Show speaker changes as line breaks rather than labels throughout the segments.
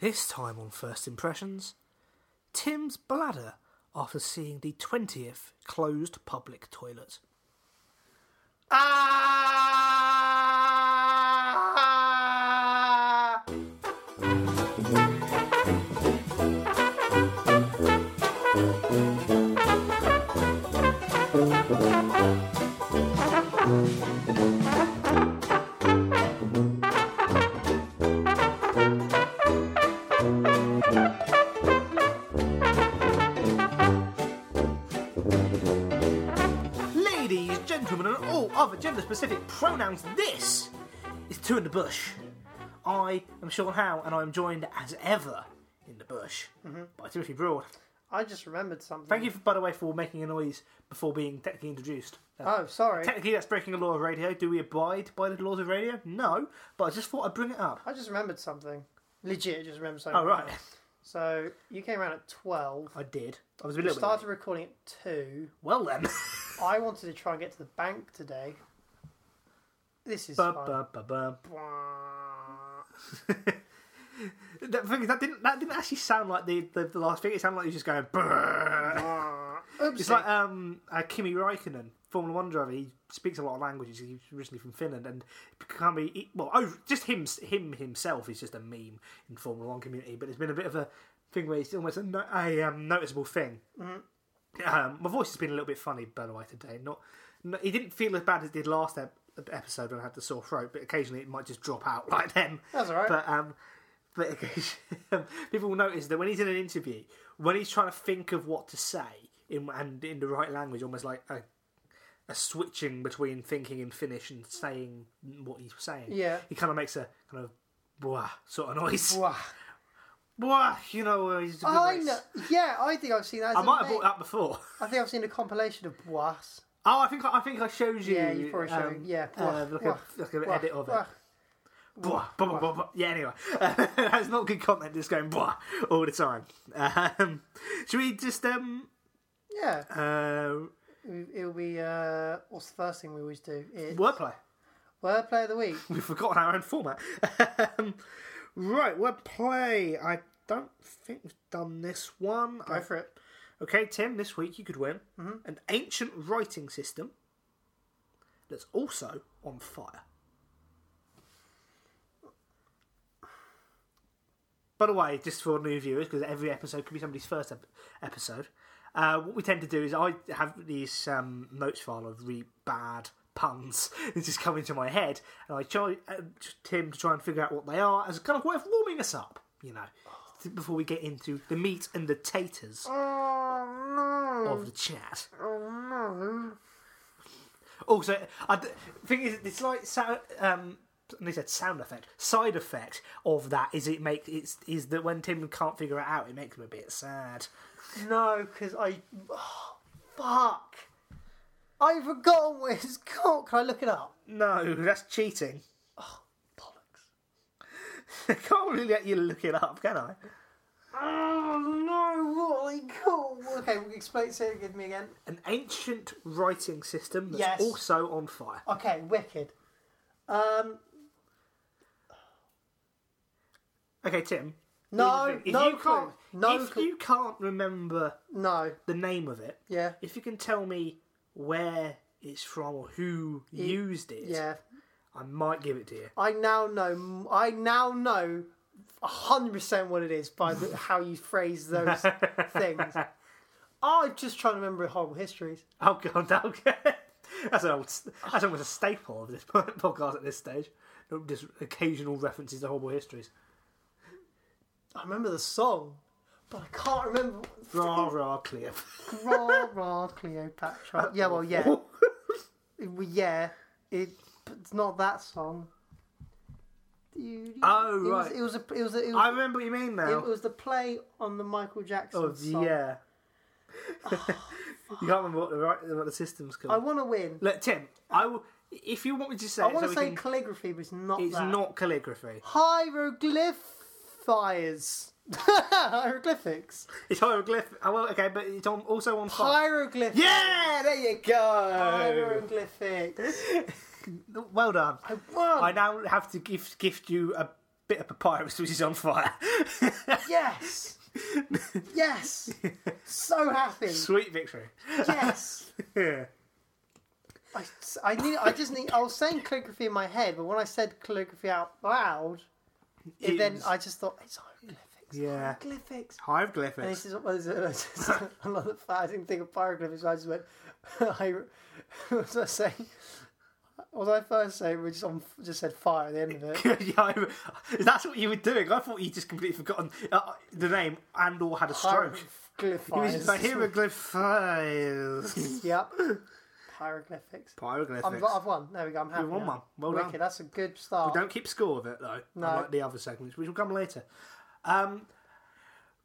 This time on First Impressions, Tim's bladder after seeing the 20th closed public toilet.
Ah!
Ladies, gentlemen, and all other gender specific pronouns, this is Two in the Bush. I am Sean Howe, and I am joined as ever in the bush by Timothy Broad.
I just remembered something.
Thank you, for, by the way, for making a noise before being technically introduced. Uh,
Oh, sorry.
Technically, that's breaking a law of radio. Do we abide by the laws of radio? No, but I just thought I'd bring it up.
I just remembered something. Legit, I just remembered something.
Oh, right.
So you came around at twelve.
I did. I was a
We
little bit.
started recording at two.
Well then.
I wanted to try and get to the bank today. This is
Ba,
fun.
ba, ba, ba. That, thing is, that didn't that didn't actually sound like the, the, the last thing. It sounded like he was just going. "Brrr."
Oopsie.
It's like um, uh, Kimi Raikkonen, Formula One driver. He speaks a lot of languages. He's originally from Finland, and become he, well, oh, just him him himself is just a meme in Formula One community. But it's been a bit of a thing where it's almost a, no, a um, noticeable thing.
Mm-hmm.
Um, my voice has been a little bit funny, by the way, today. Not, no, he didn't feel as bad as did last ep- episode when I had the sore throat, but occasionally it might just drop out like then.
That's all right.
But um, but occasionally- people will notice that when he's in an interview, when he's trying to think of what to say in and in the right language, almost like a a switching between thinking in Finnish and saying what he's saying.
Yeah.
he kind of makes a kind of blah sort of noise.
Wah.
Blah, you know. uh, He's a good
I
race.
know. Yeah, I think I've seen that.
I might have brought that before.
I think I've seen a compilation of bois.
Oh, I think I think I showed you.
Yeah, you probably showed.
um,
yeah,
uh, like a, like an edit of it. Blah, blah, blah, blah, blah. Yeah, anyway, that's not good content. Just going blah all the time. Um, should we just um
Yeah,
uh
it'll be. Uh, what's the first thing we always do? It's
wordplay?
wordplay of the week.
We've forgotten our own format. um, right, wordplay. I don't think we've done this one.
Go
I-
for it.
Okay, Tim. This week you could win mm-hmm, an ancient writing system that's also on fire. By the way, just for new viewers, because every episode could be somebody's first ep- episode, uh, what we tend to do is I have these um, notes file of really bad puns that just come into my head, and I try uh, Tim to try and figure out what they are as a kind of way of warming us up, you know, before we get into the meat and the taters
Oh no!
of the chat. Also, I d- thing is, it's like sou- um, they said sound effect. Side effect of that is it make it's is that when Tim can't figure it out, it makes him a bit sad.
No, because I. oh, fuck! I forgot what it's called. Can I look it up?
No, that's cheating. Oh,
Bollocks.
I can't really let you look it up, can I?
Oh no! What are they called? Okay, well, explain. Say it again. Me again.
An ancient writing system that's
Yes.
also on fire.
Okay, wicked. Um,
Okay, Tim.
no,
if
no,
you
clue.
can't,
no,
if
clue.
you can't remember
no.
the name of it,
Yeah,
if you can tell me where it's from or who used it,
yeah.
I might give it to you.
I now know. I now know hundred percent what it is by the, how you phrase those things. I'm just trying to remember horrible histories.
Oh god, no. that's an old. That's almost a staple of this podcast at this stage. Not Just occasional references to horrible histories.
I remember the song, but I can't remember.
Rah rah, clear.
Rah, rah, Cleopatra. Yeah, well, yeah, Well, yeah. It, but it's not that song.
Oh,
it
right.
Was, it was a. It was a. It was,
I remember what you mean
it
now.
was the play on the Michael Jackson
Oh
song. Oh,
yeah. you can't remember what the right what the system's
I
called.
want to win.
Look, Tim. I will. If you want me to say,
I
it
want
so we
to say
can-
calligraphy, but it's not.
it's
that.
not calligraphy.
Hieroglyphics. Hieroglyphics.
It's hieroglyph. Oh, well, okay, but it's on, also on fire.
Hieroglyphics.
Yeah, there you go.
Hieroglyphics.
Well done.
I won.
I now have to gift gift you a bit of papyrus which is on fire.
Yes. yes. So happy.
Sweet victory.
Yes.
Yeah.
I, I knew. I just need. I was saying calligraphy in my head, but when I said calligraphy out loud, it then
It's
I just thought it's hieroglyphics.
Yeah.
Hieroglyphics. And
hieroglyphics.
this is what was uh, another fascinating thing of hieroglyphics. I just went. I what was I saying. What was I first saying? We just on, just said fire at the end of it.
yeah, I- that's what you were doing. I thought you just completely forgotten uh, the name and or had a stroke. He was just like
Hieroglyphics.
hieroglyphics.
Yep. Hieroglyphics.
Hieroglyphics.
I'm, I've won. There we go. I'm happy.
You won
now.
one. Well
Oh, Wicked.
done.
That's a good start.
Don't keep score of it though.
No.
Unlike the other segments, which will come later. Um.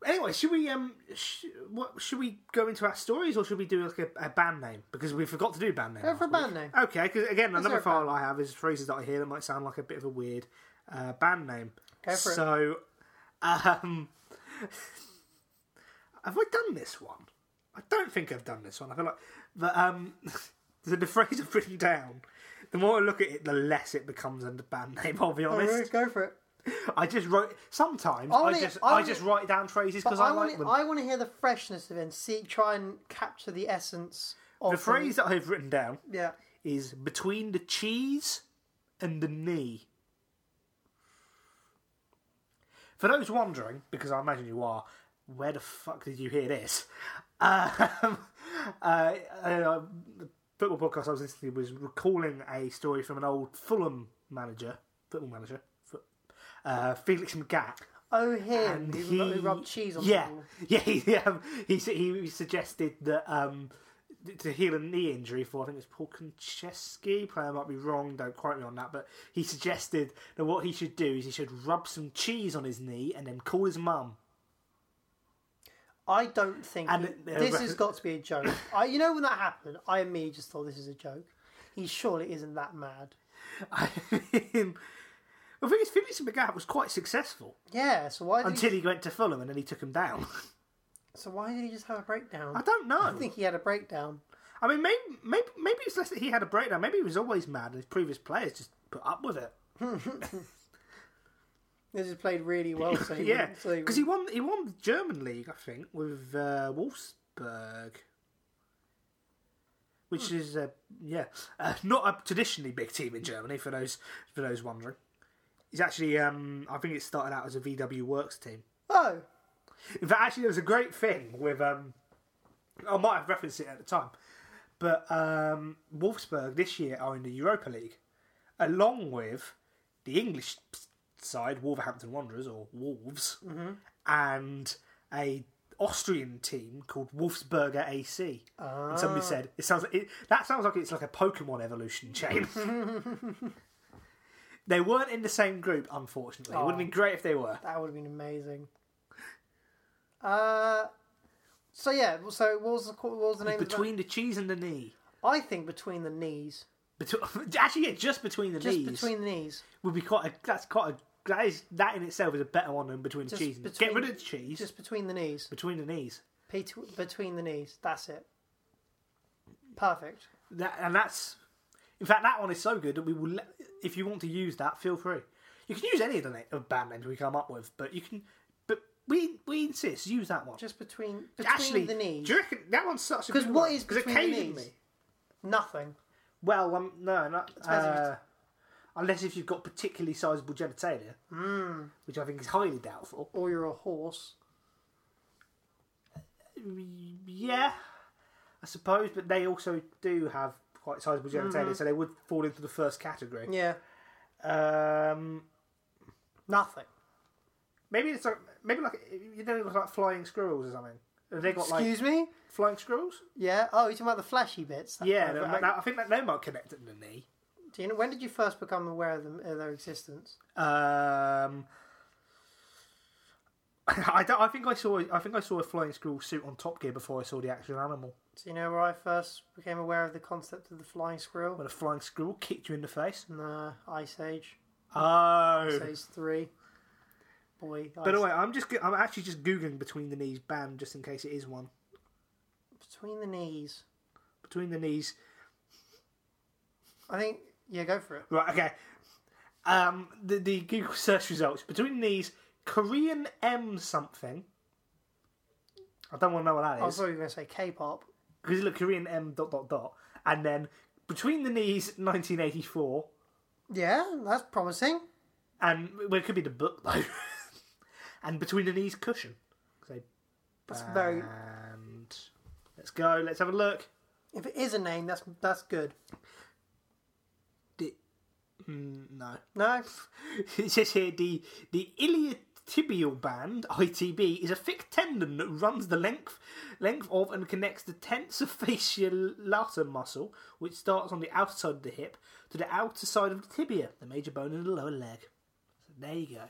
Anyway, should we um, sh- what should we go into our stories or should we do like a, a band name because we forgot to do band name.
Go for a
last
band name.
week. Okay, because again, another
there a
file I have is phrases that I hear that might sound like a bit of a weird uh, band name.
Go for it.
so, um, have I done this one? I don't think I've done this one. I feel like, but um, the, the phrase I've written down. The more I look at it, the less it becomes a band name. I'll be
Go for
honest.
it. Go for it.
I just wrote. Sometimes
I
I,
wanna-
just
I
I,
wanna-
just write down phrases because
I,
I, like
want
them.
to, I want to hear the freshness of it and see, try and capture the essence of
the phrase that I've written down
Yeah.
is between the cheese and the knee. For those wondering, because I imagine you are, where the fuck did you hear this? Um, uh, uh, the football podcast I was listening to was recalling a story from an old Fulham manager, football manager, foot, uh, Felix McGatt.
Oh, him.
And
Who,
he,
ru- who rubbed cheese on
yeah,
people.
yeah, he, yeah, um, he su- he suggested that um, th- to heal a knee injury for I think it's Paul Konchesky. Player might be wrong. Don't quote me on that. But he suggested that what he should do is he should rub some cheese on his knee and then call his mum.
I don't think
And uh,
he-
the-
this has got to be a joke. I, you know when that happened, I immediately just thought this is a joke. He surely isn't that mad.
I mean, the thing is, Felix McGatt was quite successful
Yeah. So why? Did he,
until he went to Fulham and then he took him down.
so why did he just have a breakdown?
I don't know.
I think he had a breakdown.
I mean, maybe, maybe maybe it's less that he had a breakdown. Maybe he was always mad, and his previous players just put up with it.
This has played really well. So he
Yeah,
wouldn't- so
because he won. He won the German league, I think, with uh, Wolfsburg, which
Hmm.
is uh, yeah, uh, not a traditionally big team in Germany. For those for those wondering, it's actually um, I think it started out as a VW Works team.
Oh,
In fact, actually, there was a great thing with um, I might have referenced it at the time, but um, Wolfsburg this year are in the Europa League, along with the English side, Wolverhampton Wanderers or Wolves, and a Austrian team called Wolfsburger AC. And somebody said it sounds like it, that sounds like it's like a Pokemon evolution chain. they weren't in the same group, unfortunately. It would have been great if they were.
That would have been amazing. Uh, so yeah, so what was the what was the name? Between,
Between the cheese and the knee.
I think between the knees,
Betw actually, yeah, just between the
just
knees
between the knees,
would be quite. A, that's quite a. That is that in itself is a better one than between the
Just
cheese. and-
between-
Get rid of the cheese.
just between the knees,
between the knees.
Pete- between the knees. That's it. Perfect.
That and that's. In fact, that one is so good that we will. Let, if you want to use that, feel free. You can use any of the na- of band names we come up with, but you can. But we we insist use that one.
Just between between
Actually,
the knees.
do you reckon that one's such a
'Cause
good
what
one?
is
'Cause
between the
occasionally-
knees? Nothing.
Well, um, no, not
depends if
uh, unless if you've got particularly sizable genitalia,
Hmm.
which I think is highly doubtful.
Or you're a horse.
Yeah, I suppose, but they also do have quite sizable
Mm-hmm.
genitalia, so they would fall into the first category.
Yeah.
Um,
Nothing.
maybe it's like maybe like you know like flying squirrels or something. Have they got like
Excuse me.
flying squirrels?
Yeah. Oh, you're talking about the flashy bits. That
Yeah,
kind of-
that- that- I think that they might connect at the knee.
Do you know when did you first become aware of, them, of their existence?
Um, I, don't, I think I saw I think I saw a flying squirrel suit on Top Gear before I saw the actual animal.
Do you know where I first became aware of the concept of the flying squirrel?
When a flying squirrel kicked you in the face.
Nah, Ice Age.
Oh,
Ice Age 3. Boy,
By
Ice-
the way, I'm just go- I'm actually just googling between the knees band just in case it is one.
between the knees.
Between the knees.
I think, yeah, go for it.
Right, okay. Um, the, the Google search results between these Korean M something. I don't want to know what
I
that
was
is
already going to say K-pop.
because you look Korean M dot dot dot, and then between the knees 1984,
Yeah, that's promising.
and well, it could be the book though, and between the knees cushion. So,
That's very.
and let's go. Let's have a look.
If it is a name, that's that's good.
The, mm, no.
No,
It says here the the iliotibial band (ITB) is a thick tendon that runs the length length of and connects the tensor fasciae latae muscle, which starts on the outer side of the hip, to the outer side of the tibia, the major bone in the lower leg. So there you go.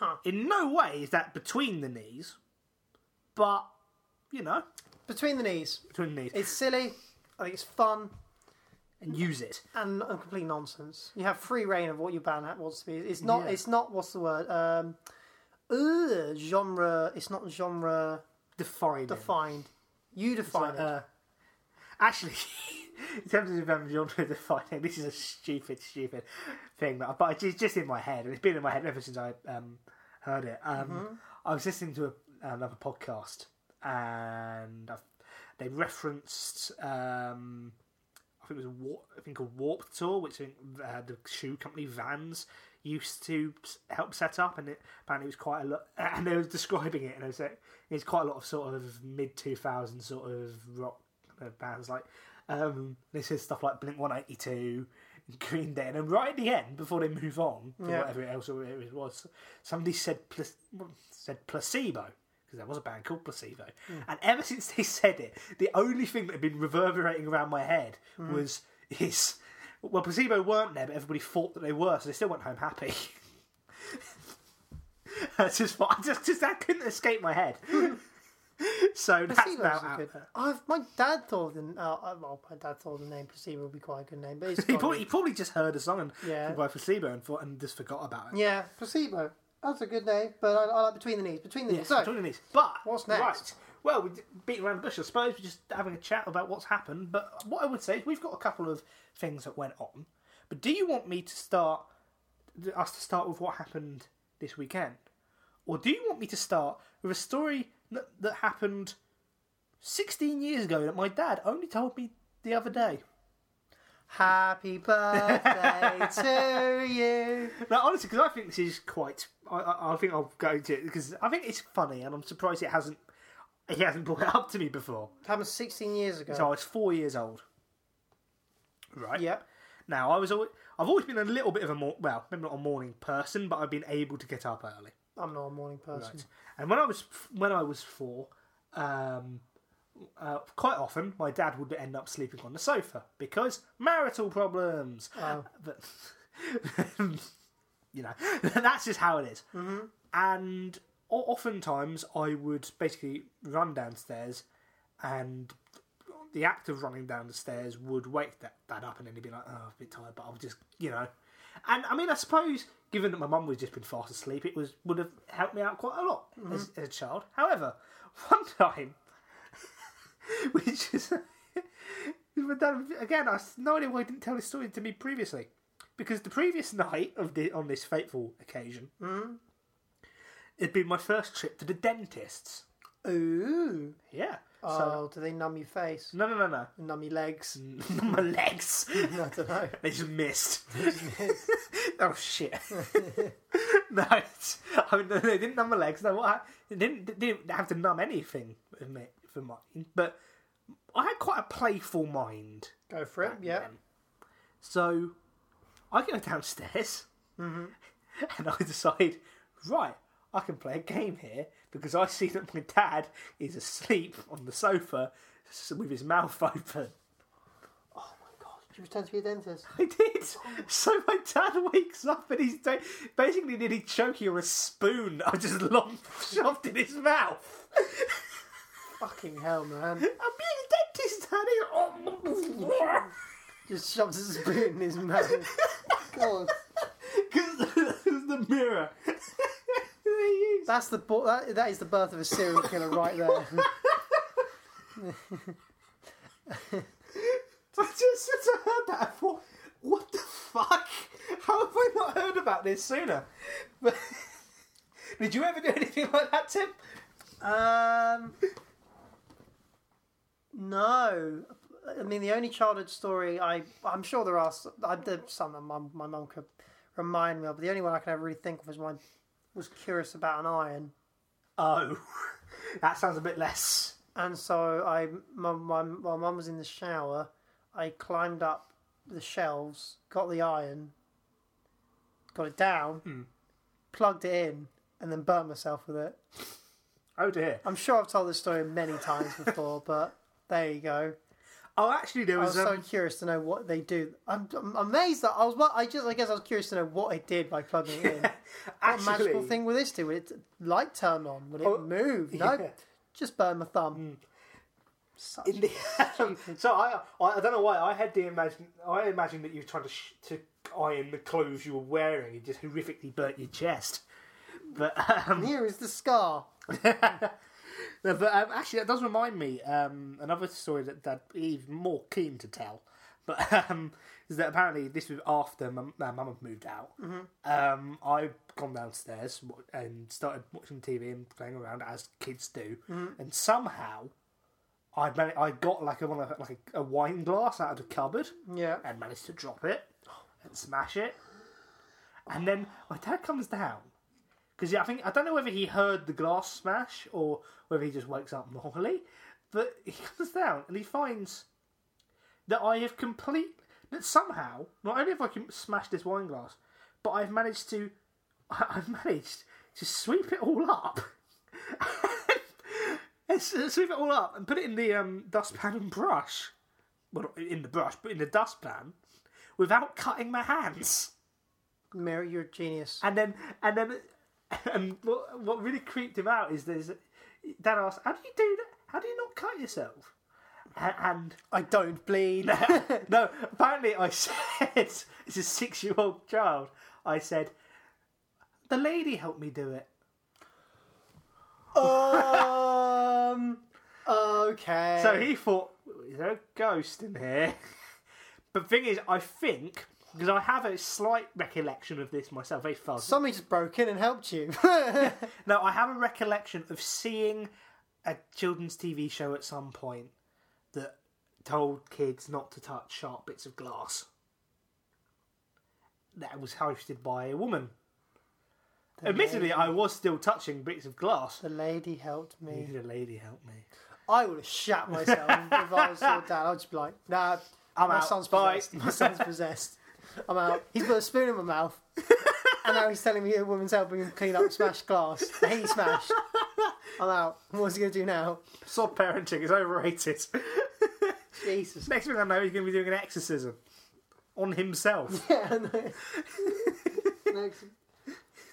Huh.
In no way is that between the knees, but you know,
between the knees.
between the knees,
It's silly. I think it's fun
and use it.
and, and complete nonsense. You have free reign of what your band hat wants to be. It's not.
Yeah.
It's not. What's the word? Um, uh, genre. It's not genre
Define. it.
defined. You define it.
Uh, actually, in terms of um, genre defining, this is a stupid, stupid thing. That I, but it's just in my head, and it's been in my head ever since I um, heard it. Um, I was listening to a, another podcast, and i they referenced. Um, I think it was a warp, I think called Warp Tour, which I think uh, the shoe company Vans used to s- help set up, and it apparently it was quite a lot. And they were describing it, and it was like, it's quite a lot of sort of mid two thousand sort of rock uh, bands like um, they said stuff like Blink One Eighty Two. Green Day, and then right at the end, before they move on to
Yeah.
whatever else it was, somebody said pla- said placebo because there was a band called Placebo.
Hmm.
And ever since they said it, the only thing that had been reverberating around my head
Hmm.
was is well, Placebo weren't there, but everybody thought that they were, so they still went home happy. That's just what I just, just that couldn't escape my head. so that's
Placebo's
now
a
out
good-
there.
I've, my dad thought the uh, uh, well, my dad thought the name placebo would be quite a good name, but it's
He
got
probably,
it.
he probably just heard a song and
Yeah.
by Placebo and thought and just forgot about it.
yeah placebo. That's a good name, but I, I like between the knees. Between the
Yeah,
knees. So,
joining these. But
what's next?
Right. Well, we beat around the bush. I suppose we're just having a chat about what's happened. But what I would say is we've got a couple of things that went on. But do you want me to start us to start with what happened this weekend, or do you want me to start with a story that, that happened 16 years ago that my dad only told me the other day?
happy birthday to you.
No, honestly, because I think this is quite. I, I, I think I'll go to it because I think it's funny, and I'm surprised it hasn't. He hasn't brought it up to me before.
It happened 16 years ago.
So I was four years old. Right.
Yep.
Now I was always, I've always been a little bit of a more well, maybe not a morning person, but I've been able to get up early.
I'm not a morning person.
And when I was when I was four, um, uh, quite often my dad would end up sleeping on the sofa because marital problems.
Oh.
But you know, that's just how it is. And o- oftentimes I would basically run downstairs, and the act of running down the stairs would wake that dad up, and then he'd be like, "Oh, I'm a bit tired," but I'll just, you know. And I mean, I suppose given that my mum was just been fast asleep, it was would have helped me out quite a lot as, as a child. However, one time, which is my dad again, I have no idea why he didn't tell this story to me previously, because the previous night of the on this fateful occasion, it'd been my first trip to the dentist's.
Ooh.
Yeah. so
oh, do they numb your face?
no, no, no, no.
Numb your legs?
my legs.
I don't know.
They just missed. oh shit! no, it's, I mean, they didn't numb my legs. No, what I, they didn't they didn't have to numb anything with me for mine. But I had quite a playful mind.
Go for it. Yeah.
then. So I go downstairs Mm-hmm. and I decide, right, I can play a game here because I see that my dad is asleep on the sofa s- with his mouth open.
Oh my god. You pretend to be a dentist.
I did. So my dad wakes up and he's do- basically nearly choking on a spoon I just long shoved in his mouth.
Fucking hell, man.
I'm being a dentist, daddy. Oh.
Just shoves a spoon in his mouth. god.
Because the mirror.
That's the bo- that, that is the birth of a serial killer right there.
I just since I heard that, I thought, what the fuck?
How have I not heard about this sooner? But did you ever do anything like that, Tim? Um, no. I mean, the only childhood story I I'm sure there are s- I, there's some my mum my mum could remind me of, but the only one I can ever really think of was one was curious about an iron,
Oh, that sounds a bit less.
and so I my my while mum was in the shower, I climbed up the shelves, got the iron, got it down, plugged it in, and then burnt myself with it.
Oh dear.
I'm sure I've told this story many times before, but there you go.
Oh, actually, there
I was
was.
so
Um,
curious to know what they do. I'm, I'm amazed that I was. Well, I just, I guess, I was curious to know what it did by plugging it in. what
actually,
magical thing will this do? Will it light turn on? Will it
Oh,
move? No,
yeah. Hmm.
just burn my thumb. Such
In the, um, so I, I, I don't know why I had the imagine. I imagined that you were trying to sh- to iron the clothes you were wearing. You just horrifically burnt your chest. But um,
here is the scar.
No, but um, actually, that does remind me um, another story that that he's more keen to tell. But um, is that apparently this was after my, my mum had moved out. Um, I'd gone downstairs wa- and started watching TV and playing around as kids do, and somehow I man- I got like a one of- like a wine glass out of the cupboard
Yeah.
and managed to drop it and smash it. And then my dad comes down because I think I don't know whether he heard the glass smash or whether he just wakes up normally, but he comes down and he finds that I have complete that somehow not only have I com- smashed this wine glass, but I've managed to I- I've managed to sweep it all up. And s- sweep it all up and put it in the um, dustpan and brush. Well, not in the brush, but in the dustpan, without cutting my hands.
Mirror, you're a genius.
And then, and then, and what, what really creeped him out is there's Dad asked, "How do you do that? How do you not cut yourself?" A- And
I don't bleed.
no, apparently I said, "It's a six-year-old child." I said, "The lady helped me do it."
um. Okay.
So he thought, "Is there a ghost in here?" but thing is, I think because I have a slight recollection of this myself, very fuzzy.
somebody just broke in and helped you.
No, I have a recollection of seeing a children's TV show at some point that told kids not to touch sharp bits of glass. That was hosted by a woman. Admittedly, I was still touching bits of glass.
the lady helped me.
Needed a lady help me.
I would have shat myself if I was your dad. I'd just be like, nah,
I'm
my
out.
son's
Bye.
possessed. My son's possessed. I'm out. He's put a spoon in my mouth. And now he's telling me a woman's helping him clean up smashed glass. that He smashed. I'm out. What's he going to do now?
Sod parenting is overrated.
Jesus.
Next thing I know, he's going to be doing an exorcism on himself.
Yeah, I know. Next.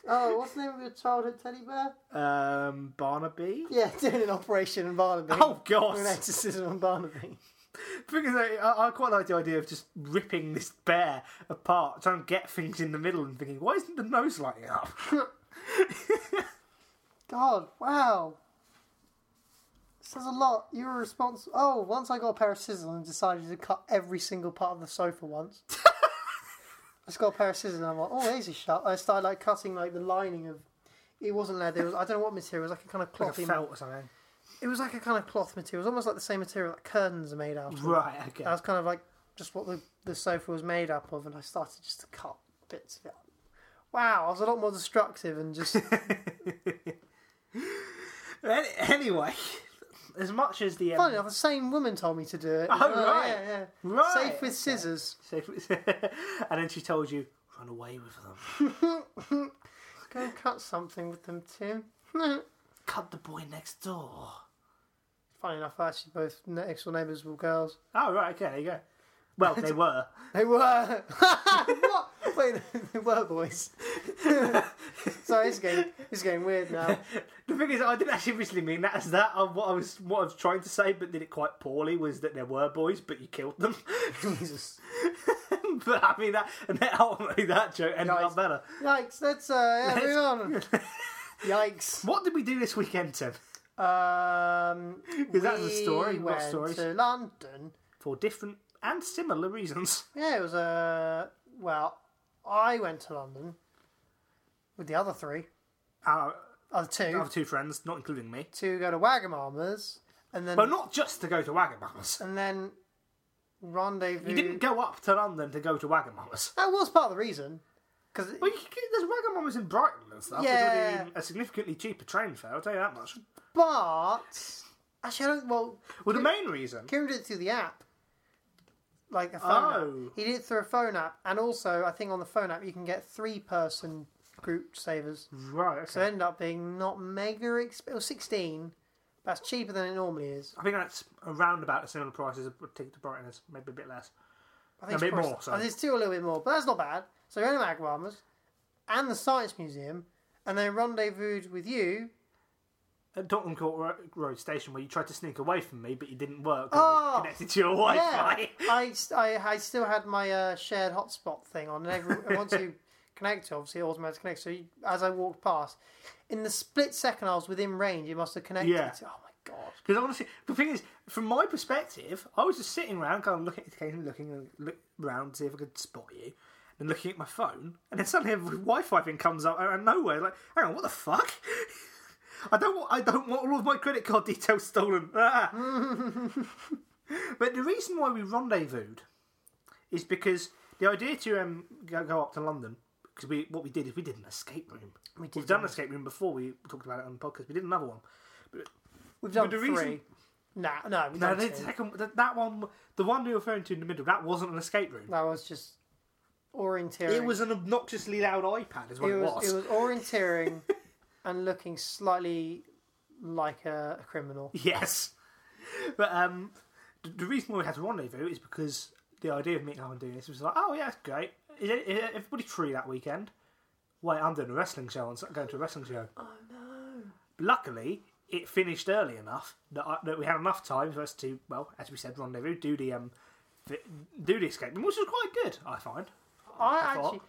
Oh, what's the name of your childhood teddy bear?
um, Barnaby.
Yeah, doing an operation in Barnaby.
Oh God!
An exorcism on Barnaby.
Because I, I, I quite like the idea of just ripping this bear apart, trying to get things in the middle, and thinking, why isn't the nose lighting up?
God, wow. Says a lot. You were responsible. Oh, once I got a pair of scissors and decided to cut every single part of the sofa once. I just got a pair of scissors and I'm like, oh, there's a sharp. I started like cutting like the lining of. It wasn't leather. It was, I don't know what material. It was like a kind of
like
cloth.
a felt or something.
It was like a kind of cloth material. It was almost like the same material that curtains are made out of.
Right, okay.
That was kind of like just what the, the sofa was made up of, and I started just to cut bits of it. Wow, I was a lot more destructive and just
Any, anyway, as much as the. Um,
Funny enough, the same woman told me to do it.
Oh, right.
Yeah, yeah.
Right.
Safe with scissors.
and then she told you, run away with them.
Go and cut something with them, Tim.
Cut the boy next door.
Funny enough, actually, both next door neighbours were girls.
Oh, right, okay, there you go. Well, they were.
They were. what? Wait, they were boys. Sorry, it's getting, it's getting weird now.
The thing is, I didn't actually originally mean that as that. Uh, what I was, what I was trying to say, but did it quite poorly, was that there were boys, but you killed them.
Jesus.
but I mean that, and that ultimately that joke ended
Guys.
up better.
Yikes, let's uh, yeah, move on. Yikes.
What did we do this weekend, Tim?
Um,
Because that's a story,
We
we've got
went
stories.
to London.
For different and similar reasons.
Yeah, it was a uh, well. I went to London with the other three,
Our
other two,
other two friends, not including me,
to go to Wagamama's, and then
but not just to go to Wagamama's.
and then rendezvous.
You didn't go up to London to go to Wagamama's.
That was part of the reason, because
Well, you can, there's Wagamama's in Brighton and stuff. It's
Yeah.
already a significantly cheaper train fare. I'll tell you that much.
but actually, I don't. Well,
Well, the main reason.
Kieran did it through the app, like a phone.
Oh.
App. He did it through a phone app, and also I think on the phone app you can get three-person group savers.
Right. Okay.
So it ended up being not mega expensive. Sixteen. That's cheaper than it normally is.
I think that's around about a similar price as a ticket to Brighton is, maybe a bit less.
I
A
think it's
bit
probably-
more, so.
I think it's still a little bit more, but that's not bad. So we went to Maguama's and the Science Museum, and then rendezvoused with you.
At Tottenham Court Ro- Road Station, where you tried to sneak away from me, but you didn't work. 'cause I
Oh,
connected to your Wi-Fi.
Yeah, I, s- I- I still had my uh, shared hotspot thing on, and every, and once you connect, obviously it automatically connects. So you, as I walked past, in the split second I was within range, it must have connected.
Yeah.
Oh my god!
Because honestly, the thing is, from my perspective, I was just sitting around, kind of looking, occasionally looking and look around to see if I could spot you, and looking at my phone, and then suddenly a Wi-Fi thing comes up out of nowhere. Like, hang on, what the fuck? I don't, want, I don't want all of my credit card details stolen. Ah. but the reason why we rendezvoused is because the idea to um, go, go up to London. Because we, what we did is we did an escape room.
We did
We've done an escape room before. We talked about it on the podcast. We did another one.
We've done
the
three.
reason-
Nah, no, we've
No,
done
the
two.
second that, that one, the one you're referring to in the middle, that wasn't an escape room.
That was just orienteering.
It was an obnoxiously loud iPad, is what
It
it was.
was, it was orienteering and looking slightly like a, a criminal.
Yes, but um, the, the reason why we had to rendezvous is because the idea of meeting up and doing this was like, oh yeah, that's great. Is, it, is everybody free that weekend? Wait, I'm doing a wrestling show. I'm going to a wrestling show.
Oh no!
Luckily, it finished early enough that, I, that we had enough time for us to, well, as we said, rendezvous, do the um, the- do the escape room, which was quite good, I find.
I
I thought-
actually,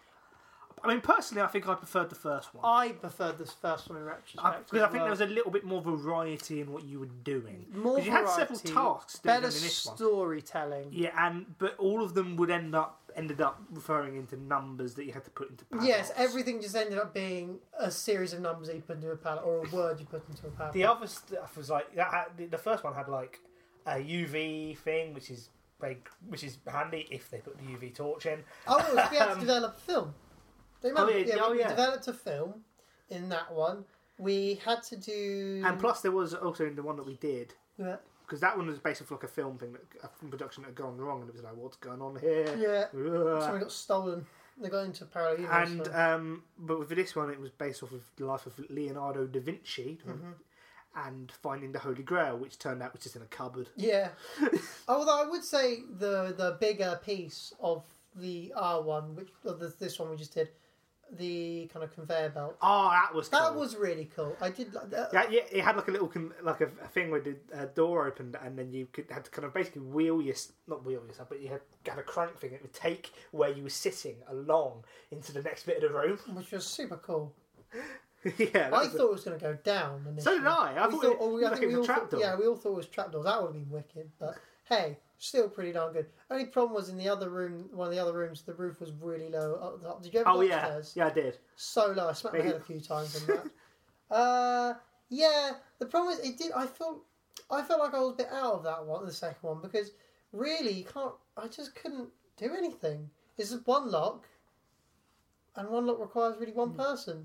I mean, personally, I think I preferred the first one.
I preferred this first one in
I-
retrospect
Because I think
well.
there was a little bit more variety in what you were doing.
more
'Cause you had several
variety,
tasks to do
better
in this one.
storytelling.
Yeah, and but all of them would end up ended up referring into numbers that you had to put into. Padlocks.
Yes, everything just ended up being a series of numbers that you put into a palette or a word you put into a palette.
The other stuff was like that had, the- the first one had like a UV thing, which is very, which is handy if they put the UV torch in.
Oh, it was we had to develop film. Do you
Um, Oh,
remember?
yeah, oh,
we,
yeah.
we developed a film in that one. We had to do.
And plus, there was also in the one that we did
yeah,
because that one was based off like a film thing that a film production that had gone wrong, and it was like, what's going on here?
yeah.
Ugh.
Something got stolen. They got into parallel universe.
Uh, and
so-
um, but with this one, it was based off of the life of Leonardo da Vinci
Mm-hmm.
and finding the Holy Grail, which turned out was just in a cupboard.
yeah. Although I would say the the bigger piece of the R one, which of the, this one we just did, the kind of conveyor belt.
Oh, that was
That
cool.
was really cool. I did like that.
yeah, yeah, it had like a little con- like a, a thing where the uh, door opened, and then you could had to kind of basically wheel your s- not wheel yourself, but you had, had a crank thing. It would take where you were sitting along into the next bit of the room.
which was super cool.
yeah, that
I
was a-
thought it was going to go down. Initially.
so did I. I
we
thought,
thought,
it
oh,
looked
we, I
like
think
it
we
was
all
a trapdoor.
thought, yeah, we all thought it was trapdoors. That would have been wicked, but hey, still pretty darn good. Only problem was in the other room, one of the other rooms, the roof was really low. Up, the- did you ever
oh
go
yeah,
upstairs?
yeah, I did.
So low. I smacked my
Maybe.
head a few times on that. uh, yeah, the problem is it did. I felt I felt like I was a bit out of that one, the second one, because really you can't. I just couldn't do anything. It's just one lock, and one lock requires really one person.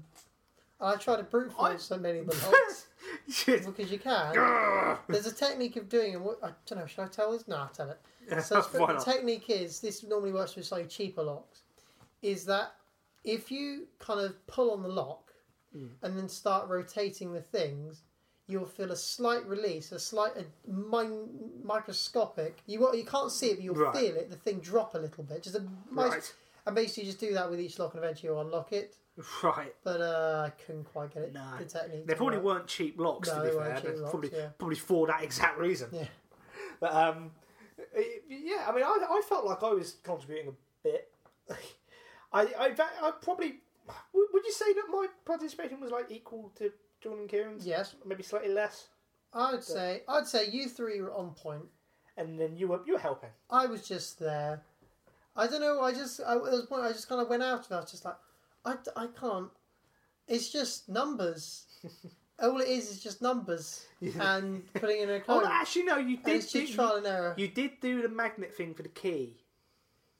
And Hmm. I tried to brute
I-
force so many of the locks
Shit.
because you can. There's a technique of doing, and what I don't know. Should I tell this? No, I'll tell it. So the
Why not?
technique is this normally works with slightly cheaper locks, is that if you kind of pull on the lock
Hmm.
and then start rotating the things, you'll feel a slight release, a slight a min- microscopic. You won't- you can't see it, but you'll
Right.
feel it. The thing drop a little bit, just a nice.
Right.
And basically, just do that with each lock, and eventually you'll unlock it.
Right.
But uh, I couldn't quite get it.
No.
The technique.
They
to
probably
work.
weren't cheap locks,
No,
to be
they
fair.
weren't cheap
They're
locks,
probably,
yeah.
probably for that exact reason.
Yeah.
But um, it- yeah, I mean, I, I felt like I was contributing a bit. I, I, I probably would would you say that my participation was like equal to John and Kieran's?
Yes,
Maybe slightly less,
I'd say I'd say you three were on point.
and then you were you were helping.
I was just there. I don't know. I just I, there was one. I just kind of went out and I was just like, I, I can't. It's just numbers. All it is is just numbers
Yeah.
and putting in a
Oh,
code.
actually, no, you
and
did.
it's
Do,
just trial and error.
you did do the magnet thing for the key.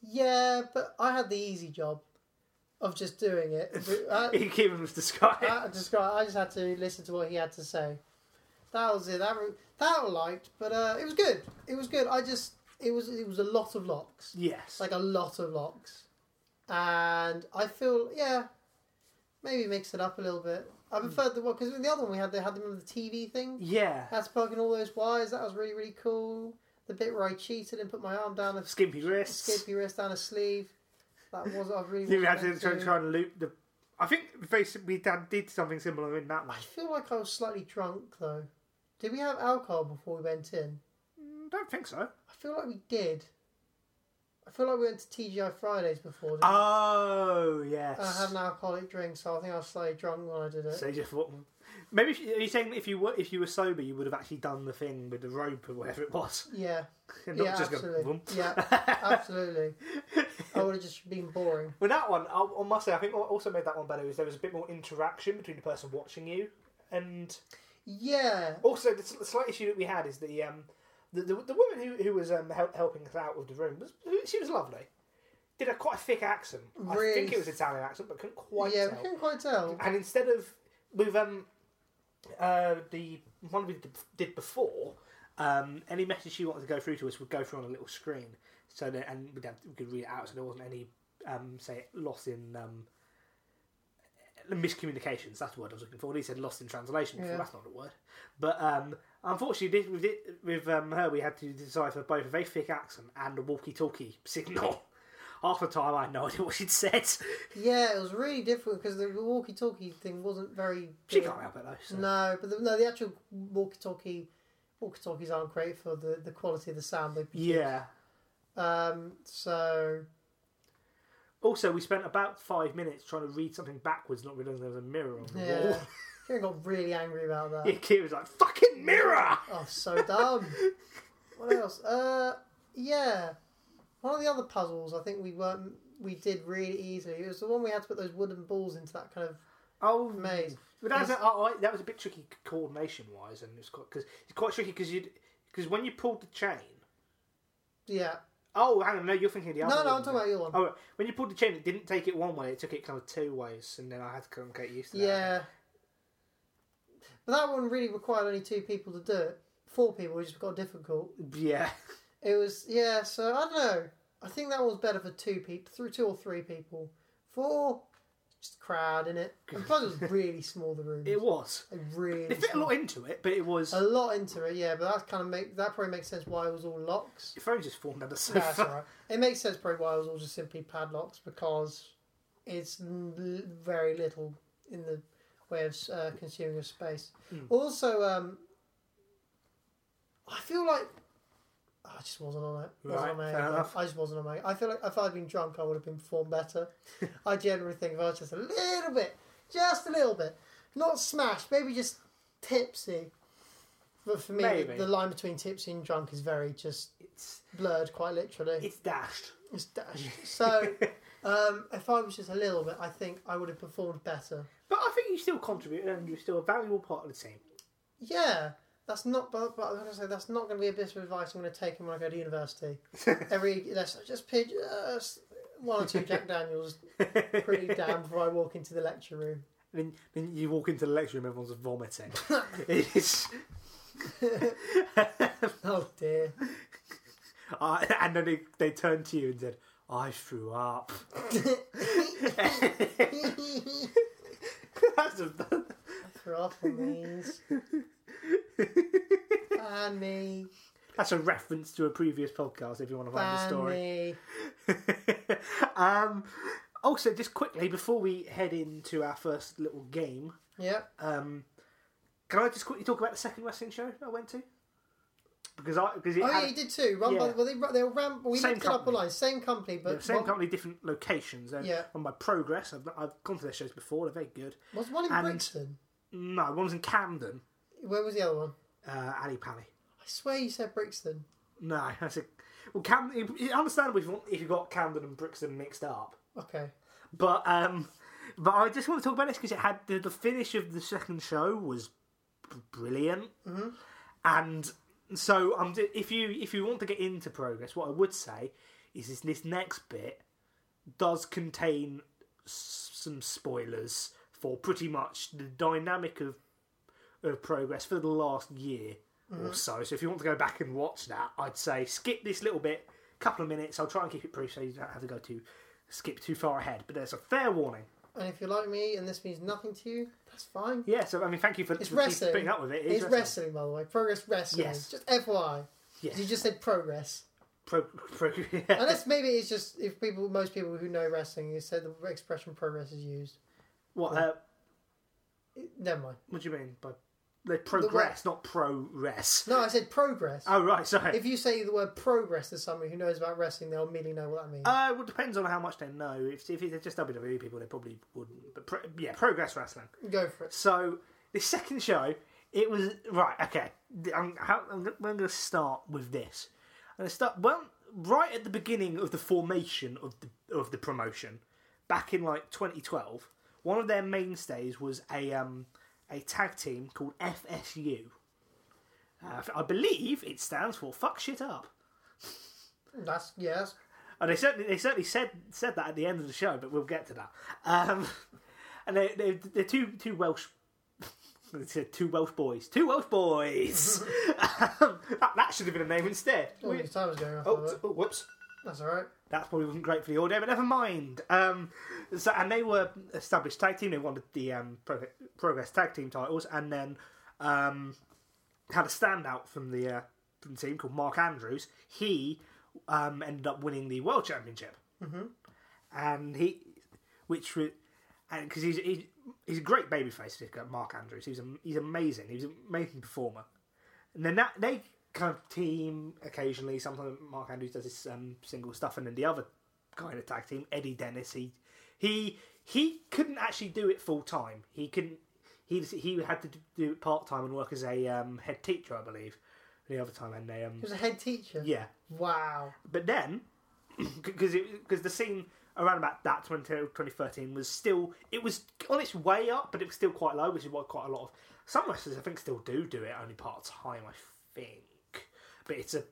Yeah, but I had the easy job of just doing it. I,
you keep him with the sky.
I, Uh, just got, I just had to listen to what he had to say. That was it. That re- that I liked, but uh, it was good. It was good. I just it was it was a lot of locks,
yes.
like a lot of locks, and I feel yeah, maybe mix it up a little bit. I preferred the one because the other one we had they had them with the TV thing.
Hmm. yeah.
Had to plug in all those wires. That was really really cool. The bit where I cheated and put my arm down a
Skimpy wrists.
skimpy wrist down a sleeve. That was I really.
You had
wasn't
to
meant
try, try and loop the. I think very sim- we dad did something similar in that one.
I feel like I was slightly drunk though. Did we have alcohol before we went in?
Mm, Don't think so.
I feel like we did. I feel like we went to TGI Fridays before. Didn't we?
Oh Ah, yes.
And I had an alcoholic drink, so I think I was slightly drunk when I did it.
So you just thought, maybe if you, are you saying that if you were if you were sober, you would have actually done the thing with the rope or whatever it was,
yeah,
and
yeah,
not just go.
absolutely.
"Vroom."
yeah, absolutely. I would have just been boring.
With that one, I, I must say, I think what also made that one better is there was a bit more interaction between the person watching you, and
Yeah,
also the, s- the slight issue that we had is the um the the, the woman who who was um help, helping us out with the room was she was lovely, did a quite a thick accent. I
Really?
think it was Italian accent, but couldn't quite
yeah,
tell.
we couldn't quite tell.
And instead of with um uh the one we d- did before, um any message she wanted to go through to us would go through on a little screen, so that and we'd have, we could read it out, so there wasn't any um say loss in um miscommunications. That's the word I was looking for. He said lost in translation. Before.
Yeah.
That's not a word, but um. Unfortunately, this- with, it, with um, her, we had to decipher both a very thick accent and a walkie-talkie signal. Half the time, I had no idea what she'd said.
Yeah, it was really difficult because the walkie-talkie thing wasn't very.
She
good.
can't help it though. So.
No, but the, no, the actual walkie-talkie, walkie-talkies aren't great for the, the quality of the sound they produce.
Yeah.
Um, so
Also, we spent about five minutes trying to read something backwards, not realizing there was a mirror on the
yeah,
wall.
Kieran got really angry about that.
Yeah, Kieran was like, "Fucking mirror!"
Oh, so dumb. what else? Uh, yeah, one of the other puzzles I think we weren't we did really easily. It was the one we had to put those wooden balls into that kind of
Oh,
maze.
But that was, a, I, I- that was a bit tricky coordination wise, and it's quite because it's quite tricky because you because when you pulled the chain.
Yeah.
Oh, hang on, no, you're thinking of the
No,
other.
no, I'm
one
talking
now.
about your one.
Oh, right. when you pulled the chain, it didn't take it one way; it took it kind of two ways, and then I had to kind of get used to that.
Yeah. But that one really required only two people to do it. Four people, which just got difficult.
yeah,
It was yeah. So I don't know. I think that was better for two people, through two or three people. Four, just crowd in it. And plus, it was really small. The room,
it was.
Like, really
It fit a
small.
lot into it, but it was.
a lot into it. Yeah, but that kind of make that probably makes sense why it was all locks.
Your phone just formed under the sofa.
No, that's all right. It makes sense probably why it was all just simply padlocks because it's l- very little in the way of uh, consuming of space.
Hmm.
Also, um, I feel like I just wasn't on it. Wasn't
Right,
on my
fair
A-game.
enough.
I just wasn't on my. I feel like if I'd been drunk, I would have been performed better. I generally think if I was just a little bit, just a little bit, not smashed, maybe just tipsy. But for me, the,
Maybe.
the line between tipsy and drunk is very just
It's
blurred, quite literally.
it's dashed.
It's dash. So, um, if I was just a little bit, I think I would have performed better.
But I think you still contributed and you're still a valuable part of the team.
Yeah, that's not. But, but I was gonna say that's not going to be a bit of advice I'm going to take him when I go to university. Every lesson, just pitch uh, s- one or two Jack Daniels, pretty down before I walk into the lecture room.
Then, then you walk into the lecture room, everyone's vomiting. it's,
Oh dear.
uh, and then they, they turned to you and said, I threw up. That's a,
Throw off on these. Ban me.
that's a reference to a previous podcast if you want to find the
Ban
story.
me.
um, also, just quickly, before we head into our first little game,
Yep.
um, can I just quickly talk about the second wrestling show I went to? Because I because it
Oh
had
yeah, you did too. Run by,
Yeah.
well, they, they were ram. We
Same
looked it up
company.
online. Same company, but
the same
one,
company, different locations. They're
Yeah.
Run by Progress. I've, I've gone to their shows before. They're very good.
was one in
and-
Brixton.
No, one was in Camden,
Where was the other one?
uh, Ali Pally.
I swear you said Brixton.
No, that's a well. Cam, it- it's understandable if you want, if you got Camden and Brixton mixed up,
Okay.
but um, but I just want to talk about this because it had the, the finish of the second show was b- brilliant, mm-hmm. and so um, if you if you want to get into progress, what I would say is this, this next bit does contain s- some spoilers for pretty much the dynamic of of progress for the last year
Mm-hmm.
or so. So if you want to go back and watch that, I'd say skip this little bit, couple of minutes. I'll try and keep it brief so you don't have to go too skip too far ahead. But there's a fair warning.
And if you're like me and this means nothing to you, that's fine.
Yeah. So I mean, thank you for,
It's
for keep
wrestling.
putting up with it. It is
It's
wrestling.
wrestling, by the way. Progress wrestling.
Yes.
Just FYI.
Yes.
You just said progress.
Pro, pro, yeah.
Unless maybe it's just if people, most people who know wrestling, you said the expression progress is used.
What? Uh,
It- never mind.
what do you mean by they progress, not pro-res?
No, I said progress.
Oh right, sorry.
If you say the word progress to somebody who knows about wrestling, they'll immediately know what that means.
Uh, well, depends on how much they know. If, if they're just WWE people, they probably wouldn't. But pro, yeah, progress wrestling.
Go for it.
So the second show, it was right. Okay, The- I'm, how, I'm, go- I'm going to start with this. I'm going to start well right at the beginning of the formation of the of the promotion, back in like 2012. One of their mainstays was a um a tag team called FSU. Uh, I believe it stands for fuck shit up.
That's yes.
And they certainly they certainly said said that at the end of the show, but we'll get to that. Um, and they they they're two two Welsh. They said two Welsh boys. Two Welsh boys. um, that, that should have been a name instead.
Oh, your time was going off. by the
Oh,
way.
t- oh, whoops.
That's all right.
That probably wasn't great for the audio, but never mind. Um, so, and they were established tag team. They wanted the um, Pro- Progress tag team titles, and then um, had a standout from the uh, from the team called Mark Andrews. He um, ended up winning the world championship, mm-hmm. and he, which was, and because he's, he's he's a great babyface, this guy, Mark Andrews. He's am- he's amazing. He's an amazing performer. And then that they kind of team occasionally. Sometimes Mark Andrews does his um, single stuff, and then the other kind of tag team, Eddie Dennis. He he he couldn't actually do it full time. He couldn't. He he had to do it part time and work as a um, head teacher, I believe. The other time, and they um
He was a head teacher.
yeah,
Wow.
but then because because the scene around about that 20, 2013 was still it was on its way up but it was still quite low which is what quite a lot of some wrestlers i think still do do it only part time i think but it's a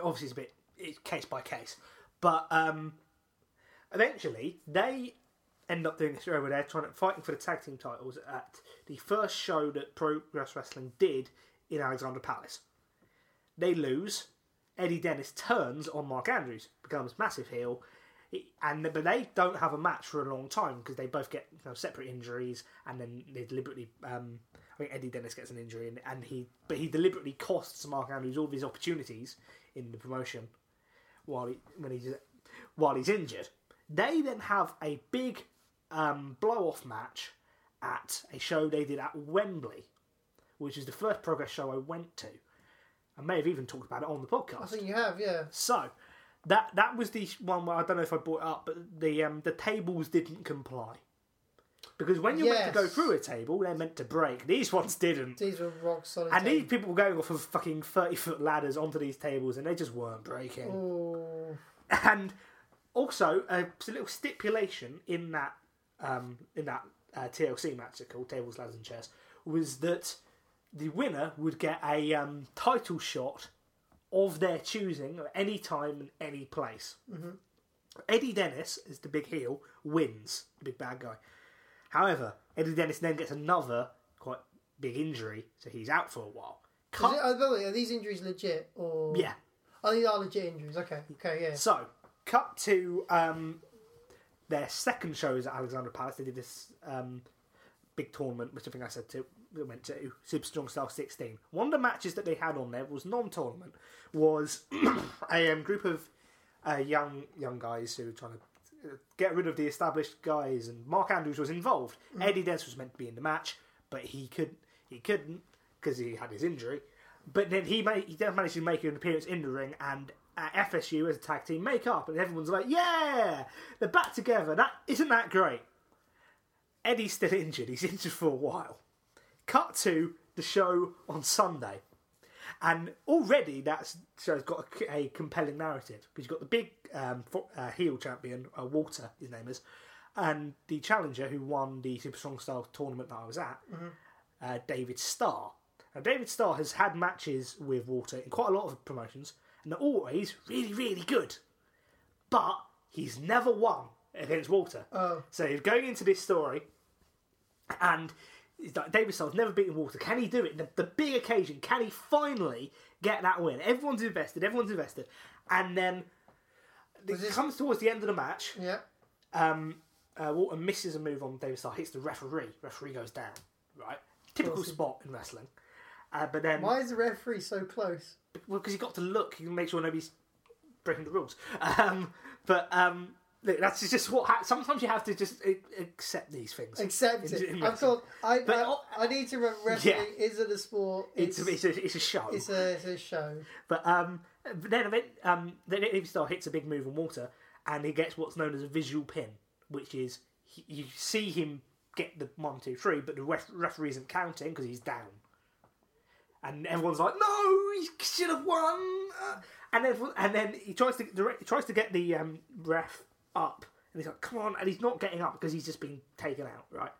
obviously it's a bit it's case by case but um eventually they end up doing this show where they're trying to fighting for the tag team titles at the first show that progress wrestling did in alexander palace they lose Eddie Dennis turns on Mark Andrews, becomes massive heel, and but they don't have a match for a long time because they both get you know, separate injuries, and then they deliberately. Um, I mean, Eddie Dennis gets an injury, and, and he but he deliberately costs Mark Andrews all of his opportunities in the promotion while he when he's while he's injured. They then have a big um, blow off match at a show they did at Wembley, which is the first progress show I went to. I may have even talked about it on the podcast.
I think you have. Oh, Yeah.
So that that was the one where I don't know if I brought it up, but the um, the tables didn't comply because when you're meant to go
Yes.
through a table, they're meant to break. These ones didn't.
These were rock solid.
And these
tables.
people were going off of fucking thirty foot ladders onto these tables, and they just weren't breaking.
Ooh.
And also, uh, a little stipulation in that um, in that uh, TLC match they're called Tables, Ladders, and Chairs was that the winner would get a um, title shot of their choosing at any time and any place. Eddie Dennis, as the big heel, wins, the big bad guy. However, Eddie Dennis then gets another quite big injury, so he's out for a while.
Is
Cut-
it, uh, by the way, are these injuries legit or?
yeah,
Oh, these are legit injuries. Okay. Okay. Yeah.
So, cut to um, their second shows at Alexandra Palace. They did this um, big tournament, which I think I said to we went to Super Strong Style 16. One of the matches that they had on there was non-tournament. Was a um, group of uh, young young guys who were trying to uh, get rid of the established guys, and Mark Andrews was involved. Eddie Dennis was meant to be in the match, but he could he couldn't because he had his injury. But then he made, he then managed to make an appearance in the ring, and uh, FSU as a tag team make up, and everyone's like, "Yeah, they're back together. That isn't that great." Eddie's still injured. He's injured for a while. Cut to the show on Sunday, And already that show's got a, a compelling narrative because you've got the big um, fo- uh, heel champion, uh, Walter, his name is, and the challenger who won the Super Strong Style tournament that I was at, uh, David Starr. Now, David Starr has had matches with Walter in quite a lot of promotions, and they're always really, really good. But he's never won against Walter.
Oh.
So he's going into this story, and it's like David Starr's never beaten Walter. Can he do it? The, the big occasion. Can he finally get that win? Everyone's invested. Everyone's invested, and then it
this-
comes towards the end of the match.
Yeah.
Um, uh, Walter misses a move on David Starr, hits the referee. Referee goes down. Right, typical
Awesome.
spot in wrestling. Uh, but then,
Why is the referee so close?
well, because you got to look, you make sure nobody's breaking the rules. Um, but um, look, that's just what. Ha- Sometimes you have to just a- accept these things.
Accept
In-
it.
in
I'm called, I,
But- oh,
I, I need to remember wrestling
Yeah.
isn't a sport. It's,
It's,
it's,
it's, a, it's a show.
a, it's a show.
But um, then event, um, then David Starr hits a big move on Walter, and he gets what's known as a visual pin, which is he, you see him get the one, two, three, but the ref, referee isn't counting because he's down, and everyone's like, "No, he should have won," Uh, and then and then he tries to direct, he tries to get the um, ref up, and he's like, "Come on!" and he's not getting up because he's just been taken out, right?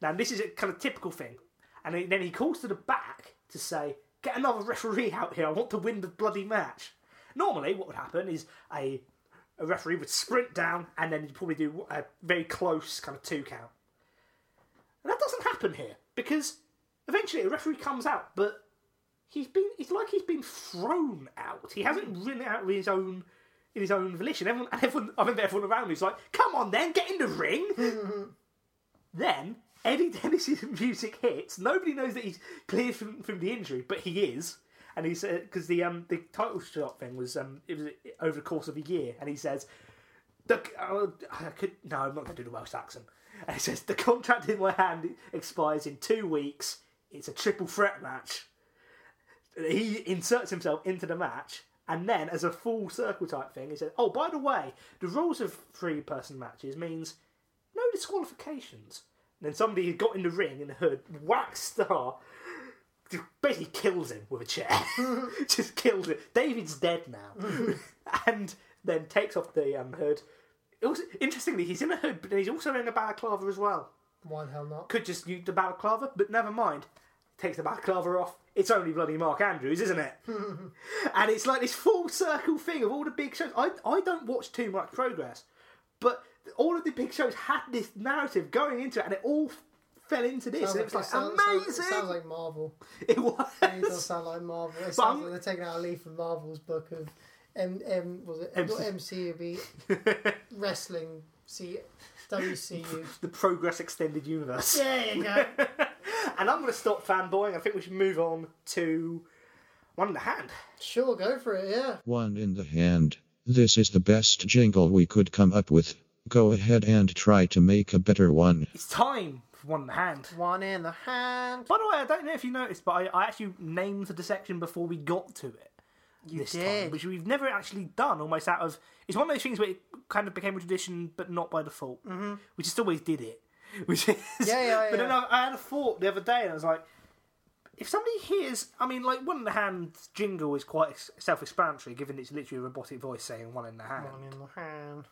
Now this is a kind of typical thing, and then- then he calls to the back to say, "Get another referee out here. I want to win the bloody match." Normally, what would happen is a a referee would sprint down, and then you'd probably do a very close kind of two count. And that doesn't happen here because eventually a referee comes out, but he's been it's like he's been thrown out. He hasn't run out with his own in his own volition. Everyone, everyone I remember everyone around me's like, "Come on, then get in the ring." then Eddie Dennis's music hits. Nobody knows that he's cleared from, from the injury, but he is. And he said because the um the title shot thing was um it was over the course of a year, and he says the uh, I could no, I'm not going to do the Welsh accent. And he says the contract in my hand expires in two weeks. It's a triple threat match. He inserts himself into the match, and then as a full circle type thing, he says, "Oh, by the way, the rules of three person matches means no disqualifications." And then somebody got in the ring in the hood, whacked Star, basically kills him with a chair. Just kills him. David's dead now. and then takes off the um, hood. Also, interestingly, he's in a hood, but then he's also in a balaclava as well.
Why the hell not?
Could just use the balaclava, but never mind. Takes the balaclava off. It's only bloody Mark Andrews, isn't it? and it's like this full circle thing of all the big shows. I, I don't watch too much progress, but all of the big shows had this narrative going into it, and it all fell into this. and it was like,
sound- sound-
amazing!
it sounds like Marvel.
It was.
It does sound like Marvel. It
I'm-
sounds like they're taking out a leaf from Marvel's book of M M was it
MC.
not MCU it'd be wrestling C WCU.
the Progress Extended Universe.
There you go.
and I'm going to stop fanboying. I think we should move on to One in the Hand.
Sure, go for it. Yeah.
One in the hand. This is the best jingle we could come up with. Go ahead and try to make a better one.
It's time for One in the Hand.
One in the hand.
By the way, I don't know if you noticed, but I, I actually named the section before we got to it. You this time,
did.
which we've never actually done. Almost out of it's one of those things where it kind of became a tradition, but not by default. Mm-hmm. We just always did it. Which is,
Yeah, yeah,
But then
yeah.
I, I had a thought the other day, and I was like, if somebody hears, I mean, like one in the hand jingle is quite ex- self-explanatory, given it's literally a robotic voice saying one in the hand.
One in the hand.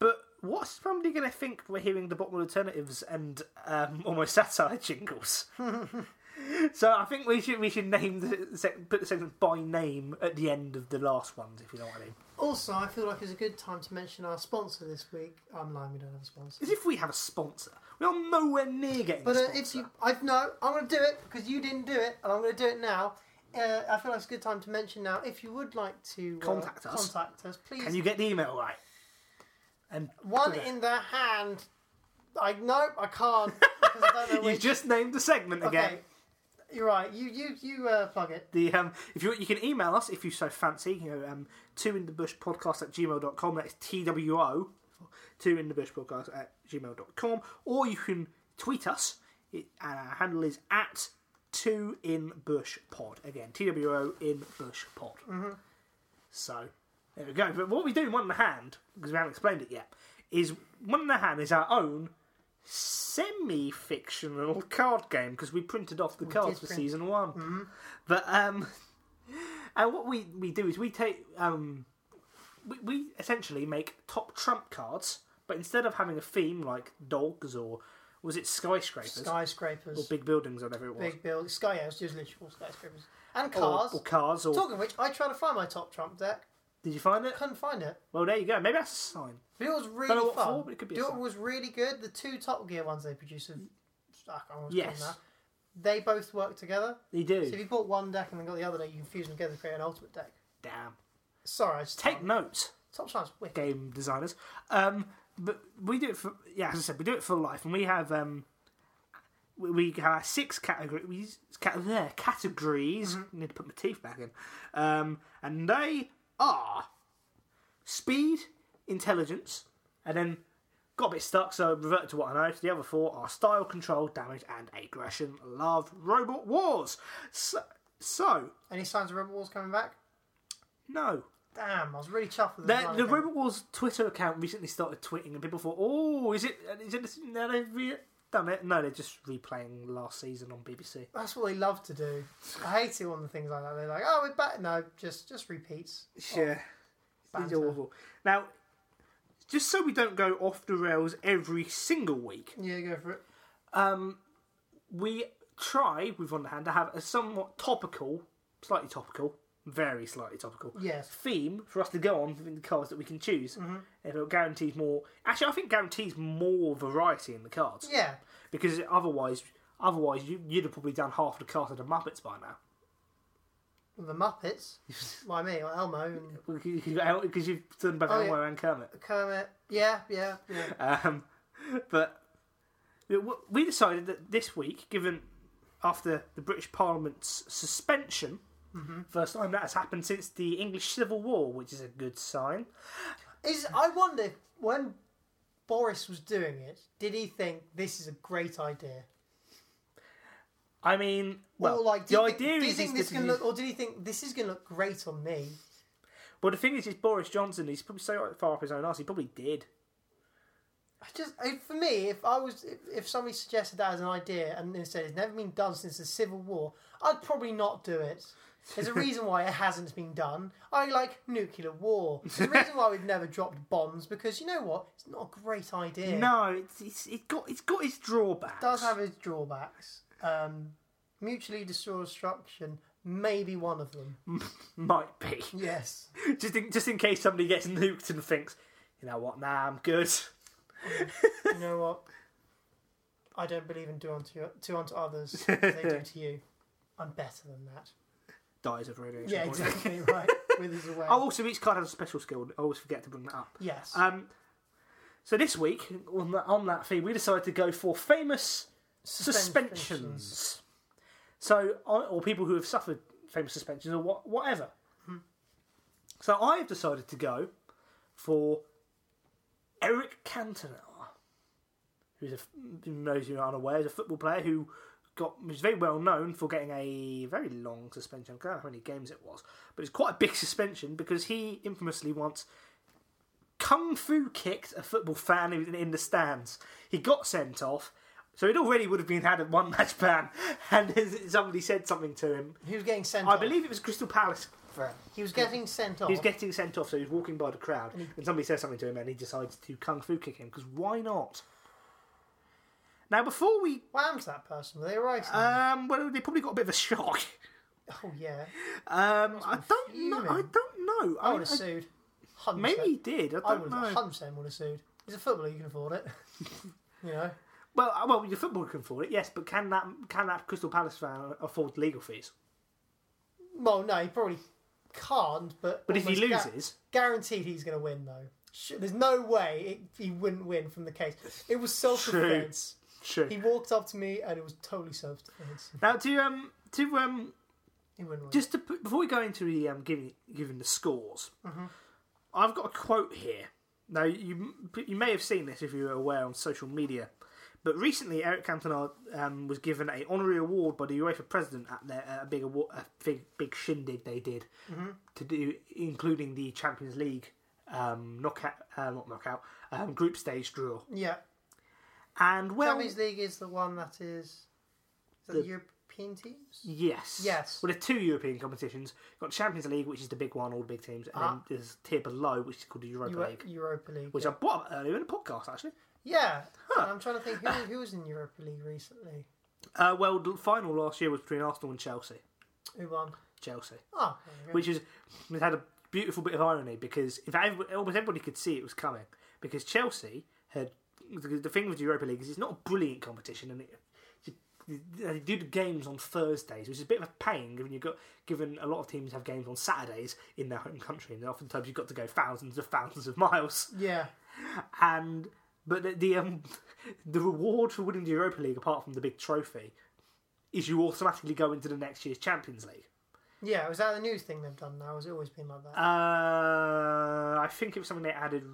But what's somebody going to think we're hearing the bottom alternatives and um, almost satire jingles? so I think we should we should name the sec- put the segment by name at the end of the last ones, if you know what I mean.
Also, I feel like it's a good time to mention our sponsor this week. I'm lying, we don't have a sponsor.
As if we have a sponsor, we are nowhere near getting.
But
a
uh,
sponsor.
if you, I no, I'm going to do it because you didn't do it, and I'm going to do it now. Uh, I feel like it's a good time to mention now. If you would like to uh,
Contact us.
contact us, please.
can you get the email right? And
One in the hand. I nope, I can't. Because I don't know
you
which.
just named the segment
okay.
again.
You're right. You you you uh, plug it.
The um, if you you can email us if you so fancy, you know, um, two in the bush podcast at gmail.com, that's T W O two in the bush podcast at gmail.com, or you can tweet us it, and our handle is at two in bush pod again, T W O in bush pod. So there we go. But what we do in one in the hand, because we haven't explained it yet, is one in the hand is our own semi fictional card game because we printed off the cards for
print.
season one. But um, And what we, we do is we take um, we, we essentially make top trump cards, but instead of having a theme like dogs or was it skyscrapers
Skyscrapers.
or big buildings or whatever it was,
big buildings. Sky, yeah, it was just literal skyscrapers. And
or,
cars.
or cars, or
Talking of which, I tried to find my top trump deck.
did you find it?
Couldn't find it.
Well, there you go. Maybe that's a sign.
But it was
Don't know
really
what
fun.
for, but it could be a
Do-
sign.
was really good. The two Top Gear ones they produced, are- I can't remember what
Yes.
yes. they both work together.
They
So if
do.
you bought one deck and then got the other deck, you can fuse them together to create an ultimate deck.
Damn.
Sorry, I just
Take notes.
Top Shot's wicked.
game designers. Um, but we do it for yeah, as I said, we do it for life, and we have um, we, we have six categories. Cat, there, categories. I need to put my teeth back in. Um, and they are speed, intelligence, and then got a bit stuck, so reverted to what I know. So the other four are style, control, damage, and aggression. Love robot wars. So, so
Any signs of Rebel Wars coming back?
no.
Damn, I was really chuffed with
The,
that.
the Robot Wars Twitter account recently started tweeting, and people thought, "Oh, is it? Is it? No, they've re- done it. No, they're just replaying last season on BBC."
That's what they love to do. I hate it when the things like that. They're like, oh, we're back. No, just just repeats.
Yeah, it's
banter.
awful. Now, just so we don't go off the rails every single week,
Yeah, go for it.
we try, with on the hand, to have a somewhat topical, slightly topical, very slightly topical
Yes.
theme for us to go on in the cards that we can choose. And it guarantees more. Actually, I think guarantees more variety in the cards.
Yeah.
because otherwise, otherwise you, you'd have probably done half the cast of the Muppets by now.
Well, the Muppets. Why me? Like Elmo and
Because you've done both
Oh,
Elmo and Kermit.
Kermit. Yeah, yeah, yeah.
Um, but we- we decided that this week, given after the British Parliament's suspension,
Mm-hmm.
first time that has happened since the English Civil War, which is a good sign.
Is I wonder if when Boris was doing it, did he think this is a great idea?
I mean, well,
or like, do
the
you think,
idea
do you
is
think this
is
can look, or did he think this is going to look great on me?
Well, the thing is, is Boris Johnson. He's probably so far up his own arse. He probably did.
I just I- for me, if I was if, if somebody suggested that as an idea and they said it's never been done since the Civil War, I'd probably not do it. There's a reason why it hasn't been done. I like nuclear war. There's a reason why we've never dropped bombs because you know what? It's not a great idea.
No, it's, it's it got it's got its drawbacks.
does have its drawbacks. Um, mutually destruction may be one of them.
Might be.
Yes.
just in, just in case somebody gets nuked and thinks, you know what, nah, I'm good.
You know what? I don't believe in do unto, do unto others as they do to you. I'm better than that.
Dies of radiation.
Yeah,
poisoning.
exactly right. With his away.
Oh, also, each card has a special skill. I always forget to bring that up.
yes.
Um, so this week on that on that theme, we decided to go for famous suspensions. So, or or people who have suffered famous suspensions or what, whatever. So I have decided to go for Eric Cantona, who's a, f- who those who are unaware, is a football player who got was very well known for getting a very long suspension. I don't know how many games it was, but it's quite a big suspension because he infamously once kung fu kicked a football fan in, in the stands. He got sent off. So it already would have been had a one match ban, and somebody said something to him.
He was getting sent
I
off.
believe it was Crystal Palace
for it. He was getting sent off.
He's getting sent off, so he's walking by the crowd, and somebody says something to him, and he decides to kung fu kick him because why not? Now, before we,
Wham's that person. Were they right? in that?
um, well, they probably got a bit of a shock.
oh, yeah.
Um, I don't know.
fuming.
I don't know.
I
I,
would have
I-
sued. 100%.
maybe he did. I
I
don't
would
know.
have 100% would have sued. He's a footballer, you can afford it. you know?
Well, uh, well, your football can afford it, yes, but can that can that Crystal Palace fan afford legal fees?
Well, no, he probably can't. But
But if he
almost gua-
loses-
guaranteed he's going to win though. Sh- There's no way it, he wouldn't win from the case. It was self-defense.
Sure.
He walked up to me and it was totally self-defense.
Now, to um, to um,
He wouldn't win.
just to put, before we go into the um, giving giving the scores, I've got a quote here. Now you you may have seen this if you were aware on social media, but recently Eric Cantona um, was given a honorary award by the UEFA president at their at a big award, a big big shindig they did to do including the Champions League um, knockout uh, not knockout um, group stage draw
yeah.
and well
Champions League is the one that is, is that the, Europe European teams?
Yes.
Yes.
Well, there's two European competitions. You've got Champions League, which is the big one, all the big teams, and
Ah.
then there's a tier below, which is called the Europa
Euro-
League,
Europa League.
which
yeah.
I brought up earlier in the podcast, actually.
Yeah. I'm trying to think who, who was in Europa League recently.
Uh, well, the final last year was between Arsenal and Chelsea.
Who won?
Chelsea.
Oh, there we go.
Which is, it had a beautiful bit of irony because, in fact, every- almost everybody could see it was coming because Chelsea had. The the thing with the Europa League is it's not a brilliant competition and it. They do the games on Thursdays, which is a bit of a pain given you've got given a lot of teams have games on Saturdays in their home country, and oftentimes you've got to go thousands of thousands of miles
yeah.
and but the the, um, the reward for winning the Europa League, apart from the big trophy, is you automatically go into the next year's Champions League.
Yeah, was that the new thing they've done now? Has it always been like that?
Uh, I think it was something they added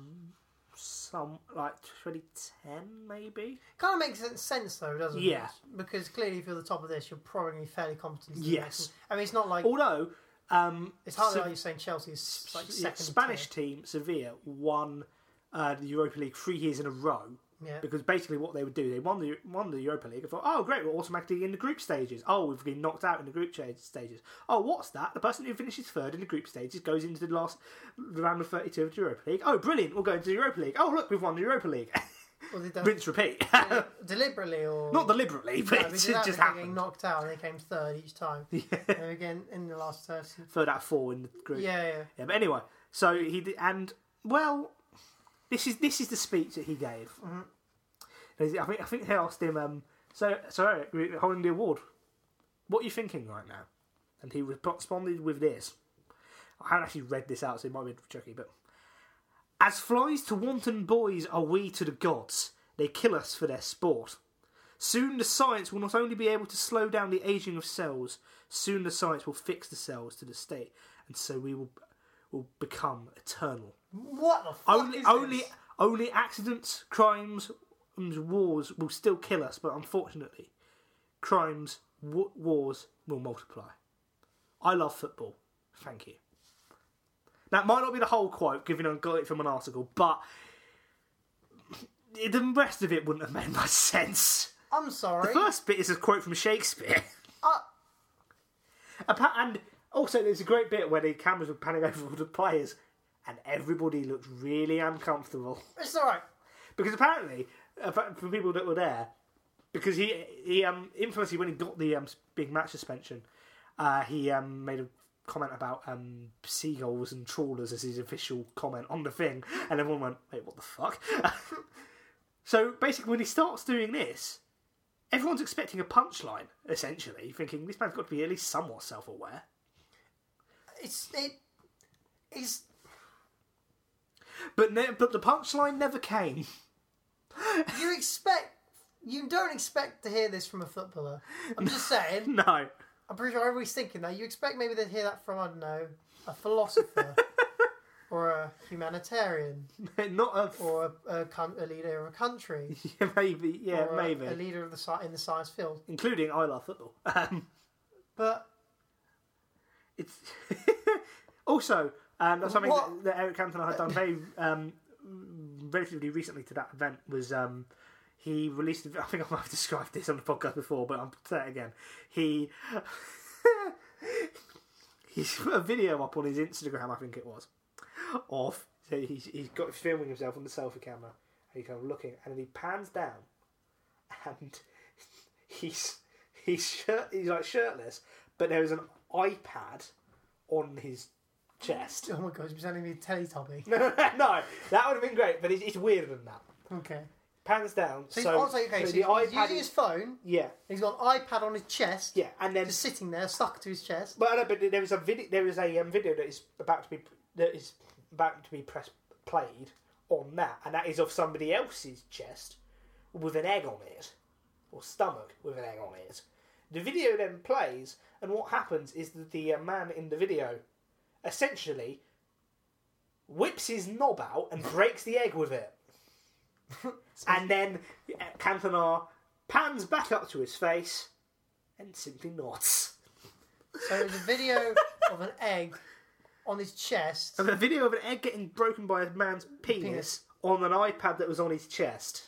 some like 2010 maybe.
kind of makes sen- sense though, doesn't it?
Yeah.
Because clearly, if you're the top of this, you're probably fairly competent. to do
Yes.
this. I mean, it's not like
Although um,
it's hardly
so-
like you're saying Chelsea is like
yeah,
second.
Spanish
tier.
team Sevilla won uh, the Europa League three years in a row.
Yeah.
Because basically, what they would do, they won the won the Europa League. and thought, oh great, we're automatically in the group stages. Oh, we've been knocked out in the group cha- stages. Oh, what's that? The person who finishes third in the group stages goes into the last the round of thirty two of the Europa League. Oh, brilliant! We'll go into the Europa League. Oh, look, we've won the Europa League.
Well, they done
Rinse, repeat.
deliberately or
Not deliberately, but
No,
it
because
just,
that
just
was them getting
happened.
knocked out, and they came third each time. Yeah. And again in the last thirty.
Third out of four in the group.
Yeah, yeah.
Yeah, but anyway, so he did, and well, this is this is the speech that he gave. Mm-hmm. I think I think they asked him. Um, so so Eric, we're holding the award. What are you thinking right now? And he re- responded with this. I haven't actually read this out, so it might be tricky. But as flies to wanton boys, are we to the gods? They kill us for their sport. Soon the science will not only be able to slow down the aging of cells, soon the science will fix the cells to the state, and so we will will become eternal.
What the fuck
Only
is
only
this?
only accidents, crimes, and wars will still kill us, but unfortunately, crimes, w- wars will multiply. I love football. Thank you. That might not be the whole quote, given I got it from an article, but the rest of it wouldn't have made much sense.
I'm sorry.
First bit is a quote from Shakespeare.
Uh,
Appa- And also, there's a great bit where the cameras were panning over all the players, and everybody looked really uncomfortable
it's all right.
because apparently, appa- for people that were there, because he he um infamously when he got the um big match suspension, uh, he um made a comment about um seagulls and trawlers as his official comment on the thing, and everyone went, "Wait, what the fuck?" so basically, when he starts doing this. Everyone's expecting a punchline, essentially, thinking this man's got to be at least somewhat self-aware.
It's it. It's
But ne- but the punchline never came.
you expect you don't expect to hear this from a footballer. I'm just saying.
No.
I'm pretty sure everybody's thinking that. You expect maybe they'd hear that from I don't know a philosopher or a humanitarian
Not a. F-
or a, a, coun- a leader of a country.
yeah, maybe. Yeah,
or a-
maybe.
a leader of the sci- in the science field.
Including I Love Football. Um,
But
it's. also, um, that's something
What?
that, that Eric Cantona had done very. Um, relatively recently to that event was. Um, he released. a- I think I might have described this on the podcast before, but I'll say it again. He. he's put a video up on his Instagram, I think it was, of so he's he's got filming himself on the selfie camera and he's kind of looking and then he pans down and he's he's shirt he's like shirtless, but there is an iPad on his chest.
oh my god, he's presenting me a Teletubby.
no, that would have been great, but it's, it's weirder than that.
Okay.
Pans down.
So,
So,
he's also okay.
so the
So, he's
iPad
using
is-
his phone.
yeah
He's got an iPad on his chest.
yeah, and then
Just sitting there, stuck to his chest.
Well, no, but there is a video. There is a um, video that is about to be that is about to be press played on that, and that is of somebody else's chest with an egg on it, or stomach with an egg on it. The video then plays, and what happens is that the uh, man in the video essentially whips his knob out and breaks the egg with it, and then uh, Cantona pans back up to his face and simply nods.
So there's a video of an egg on his chest.
of a video of an egg getting broken by a man's penis,
Penis.
on an iPad that was on his chest.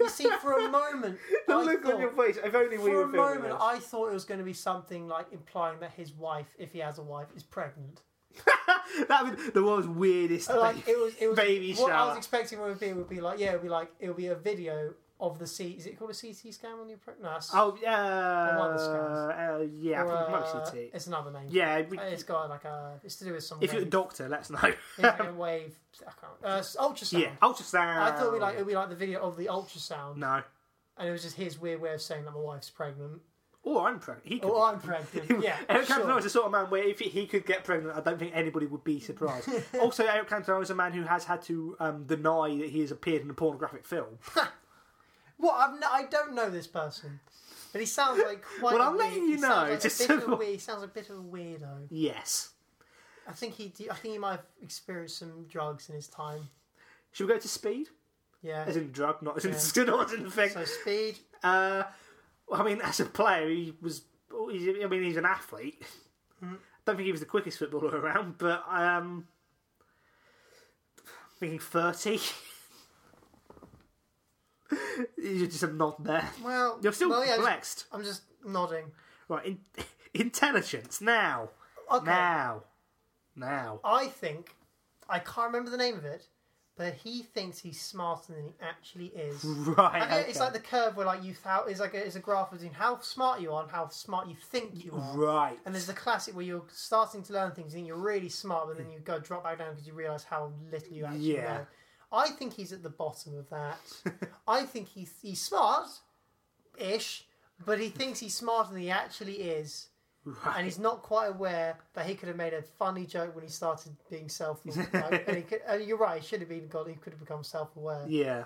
You see, for a moment,
The
I
look on
thought-
your face. If only we
for
were
a
filming
moment,
this.
I thought it was going to be something like implying that his wife, if he has a wife, is pregnant.
that would the world's weirdest
Like
thing.
it was, it was
baby
what I
shower.
was expecting it would be would be like, yeah, it would be like it would be a video of the C. Is it called a CT scan when you're pregnant? No, that's-
oh yeah,
one of the scans.
uh, yeah. I
or,
think it
uh,
might be CT.
It's another name.
Yeah, we,
Uh, it's got like a. It's to do with some.
if you're a
wave,
doctor, let's know.
it's like a wave. I can't. Uh, s- ultrasound.
yeah, ultrasound.
I thought we like it would be like the video of the ultrasound,
no.
and it was just his weird way of saying that my wife's pregnant.
Or I'm pregnant. He could.
Oh, I'm pregnant. Yeah,
Eric
sure.
Cantona is the sort of man where if he could get pregnant, I don't think anybody would be surprised. also, Eric Cantona is a man who has had to um, deny that he has appeared in a pornographic film.
What? I've no, I don't know this person, but he sounds like quite.
Well,
a
I'm letting
weird-
you
he sounds
know,
Like
just
a
so
bit of a
what-
weird, he sounds a bit of a weirdo.
Yes.
I think he. I think he might have experienced some drugs in his time.
Should we go to speed?
Yeah.
As in drug, not as in good as in thing.
So speed.
Uh, I mean, as a player, he was. He's, I mean, he's an athlete.
Hmm.
Don't think he was the quickest footballer around, but um, thinking thirty. You're just not there.
Well,
You're still
well, yeah, I'm just-
perplexed,
I'm just nodding.
right? In, intelligence now,
Okay.
now, now.
I think I can't remember the name of it, but he thinks he's smarter than he actually is.
Right.
I mean, It's
okay.
like the curve where like you how it's like a, it's a graph between how smart you are and how smart you think
Mm.
you are.
right.
And there's the classic where you're starting to learn things and you're really smart, but then you go drop back down because you realise how little you actually
Yeah.
know. I think he's at the bottom of that. I think he's he's smart, ish, but he thinks he's smarter than he actually is, and he's not quite aware that he could have made a funny joke when he started being self. like, and, he could, and you're right, he should have been God. He could have become self-aware.
Yeah.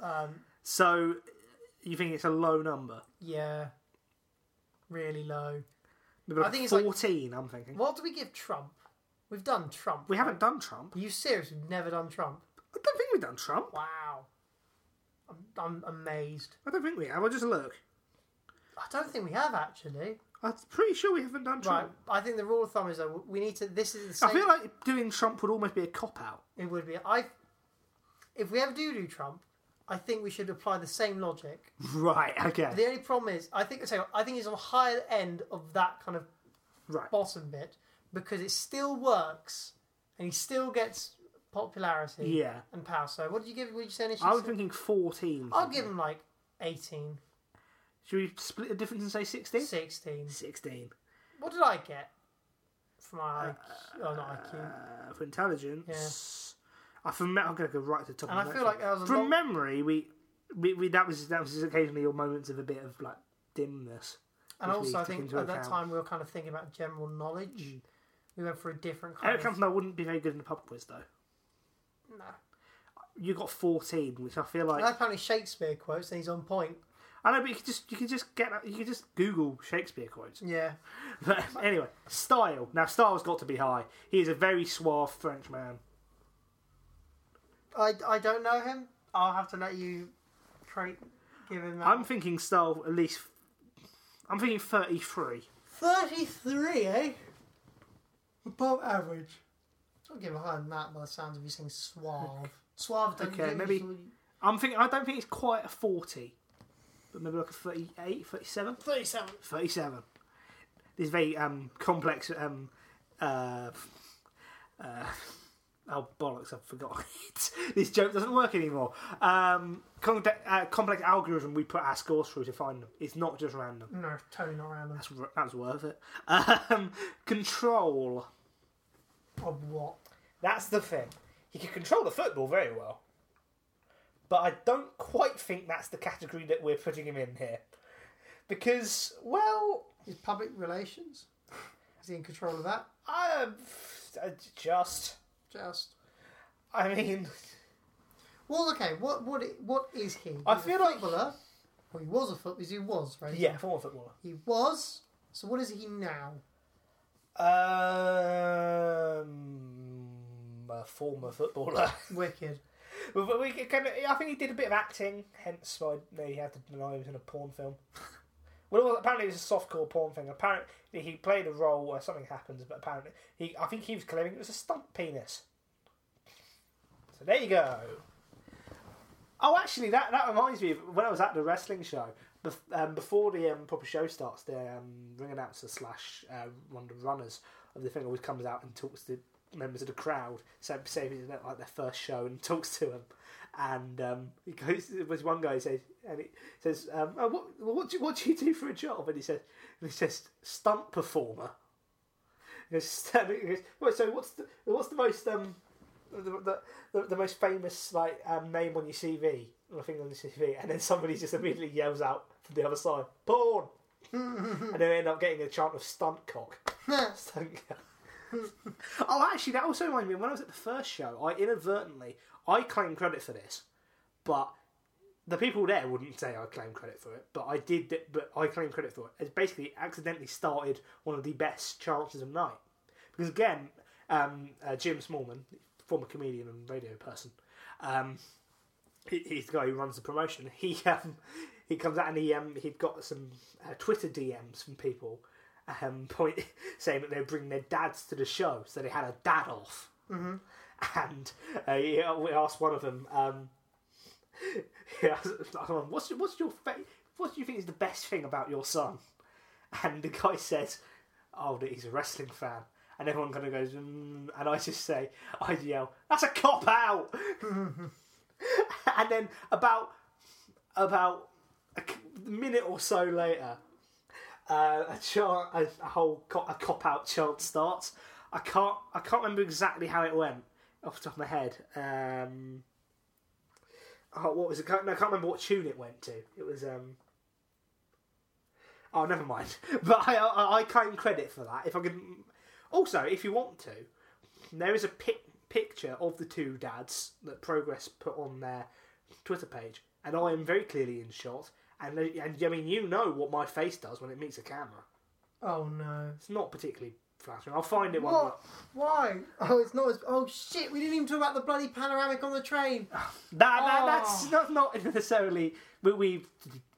Um,
Um,
so, you think it's a low number?
Yeah, really low.
Maybe like
I think it's like-
fourteen. I'm thinking.
What do we give Trump? We've done Trump.
We haven't done Trump.
Are you serious? We've never done Trump.
I don't think we've done Trump.
Wow. I'm, I'm amazed.
I don't think we have. I'll just look.
I don't think we have actually.
I'm pretty sure we haven't done
Right.
Trump.
I think the rule of thumb is that we need to. This is the
I
same.
feel like doing Trump would almost be a cop out.
it would be. I. If we ever do do Trump, I think we should apply the same logic.
Right. Okay.
The only problem is, I think. So I think it's on the higher end of that kind of
Right.
bottom bit because it still works and he still gets popularity.
Yeah.
And power. So what did you give? What did you say initially?
I was thinking fourteen.
I'll give him like 18,
Should we split the difference and say sixteen?
16.
Sixteen.
What did I get for my IQ? Oh, not IQ.
Uh, for intelligence. I from me- I'm going to go right to the top.
And
of
I
the
feel
next
like that was
one.
a
from
lot-
memory. We, we we that was that was just occasionally your moments of a bit of like dimness.
And
which we
also, I
took
think
into
at that
account. Hmm.
time we were kind of thinking about general knowledge. We went for a different kind
Eric
of.
Cantona wouldn't be very good in the pub quiz though.
No.
You got fourteen, which I feel like
And apparently Shakespeare quotes, and he's on point.
I know, but you could just you could just get you could just Google Shakespeare quotes.
Yeah.
But anyway, style. Now style's got to be high. He is a very suave French man.
I, I don't know him. I'll have to let you try, give him that.
I'm thinking style at least. I'm thinking thirty-three.
33, eh? Above average. I'll give him higher than that by the sounds of you saying suave. Suave, don't you
Okay,
think you
maybe-
should-
I'm thinking. I don't think it's quite a forty, but maybe like a 38, 37?
37.
37. This very um complex um uh. uh Oh bollocks! I forgot. this joke doesn't work anymore. Um, con- uh, complex algorithm we put our scores through to find them. It's not just random.
No, totally not random.
That's r- that's worth it. Um, control.
Of what?
That's the thing. He can control the football very well, but I don't quite think that's the category that we're putting him in here, because well,
Is public relations? Is he in control of that?
I, I just.
Just.
I mean,
Well, okay. What what i- what is he?
I
He's
feel
a
like-
footballer. Well, he was a footballer. He was right.
yeah, former footballer.
He was. So what is he now?
Um, a former footballer.
Wicked.
But- but we could kind of, I think he did a bit of acting, hence why no, he had to deny he was in a porn film. well, it was- apparently it was a softcore porn thing. Apparently he played a role where something happens, but apparently he, I think he was claiming it was a stunt penis. So there you go. Oh, actually, that, that reminds me of when I was at the wrestling show. bef- Um, before the um, proper show starts, the um, ring announcer slash uh, one of the runners of the thing always comes out and talks to members of the crowd. So, say it's not like their first show and talks to them. And um, he goes, there was one guy who says, and he says, um, oh, what, well, what, do you, what do you do for a job? And he says, and he says, stunt performer. He goes, he goes, "Well, so what's the, what's the most um, the, the, the most famous like um, name on your CV, or thing on your CV, and then somebody just immediately yells out from the other side, "Porn," and then they end up getting a chant of stunt cock. stunt cock. oh, actually, that also reminds me. When I was at the first show, I inadvertently I claim credit for this, but the people there wouldn't say I claim credit for it, but I did. But I claim credit for it. It's basically accidentally started one of the best chances of the night because again, um, uh, Jim Smallman, former comedian and radio person, um, he, he's the guy who runs the promotion. He um, he comes out and he um, he'd got some uh, Twitter DMs from people um, point saying that they were bringing their dads to the show, so they had a dad off. Mm-hmm. And uh, he, we asked one of them. Um, he asked, what's your- what's your fa- what do you think is the best thing about your son? And the guy says, "Oh, that he's a wrestling fan." And everyone kind of goes, mm, and I just say, I yell, "That's a cop out!" and then about about a c- minute or so later, uh, a, chant, a, a whole co- a cop out chant starts. I can't I can't remember exactly how it went off the top of my head. Um, oh, what was it? Can't- No, I can't remember what tune it went to. It was um. Oh, never mind. But I, I, I claim credit for that. If I could, also, if you want to, there is a pic- picture of the two dads that Progress put on their Twitter page, and I am very clearly in shot. And they- and I mean, you know what my face does when it meets a camera.
Oh no.
It's not particularly flattering. I'll find it one.
What? Why? Oh, it's not as. Oh shit! We didn't even talk about the bloody panoramic on the train.
That, that,
Oh.
that's not, not necessarily. We, we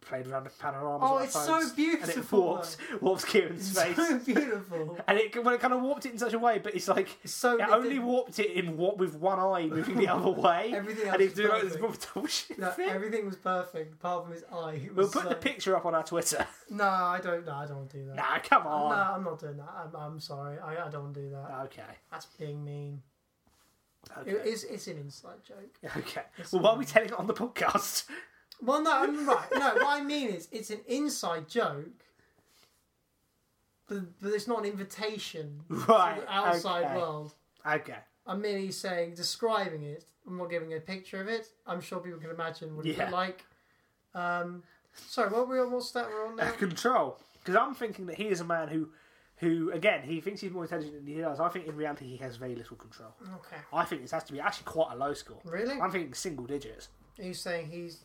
played around with panoramas.
Oh,
on our
it's so
phones, And it
beautiful,
warps, warps Kieran's face.
So beautiful.
And it well, it kind of warped it in such a way, but it's like
It's so-
it only warped it in what with one eye moving the other way.
Everything
and
else
it's
is
doing like this
perfect.
rubber bullshit
No,
thing.
everything was perfect apart from his eye. It
We'll
was
put the
so-
picture up on our Twitter.
No, I don't. No, I don't want to do that.
nah, come
No,
on.
I'm not doing that. I'm, I'm sorry. I, I don't want to do that.
Okay.
That's being mean.
Okay.
It is. It's an inside joke.
okay. Well, why are we telling it on the podcast?
Well, no, I'm right. No, what I mean is, it's an inside joke. But, but it's not an invitation
Right.
to the outside
okay.
world.
Okay.
I'm merely saying, describing it. I'm not giving a picture of it. I'm sure people can imagine what it
Yeah.
looked like. Um, sorry, what were we on? What's that we're on
Uh,
now?
control. Because I'm thinking that he is a man who, who again, he thinks he's more intelligent than he does. I think in reality he has very little control.
Okay.
I think this has to be actually quite a low score.
Really?
Um, I'm thinking single digits.
He's saying he's.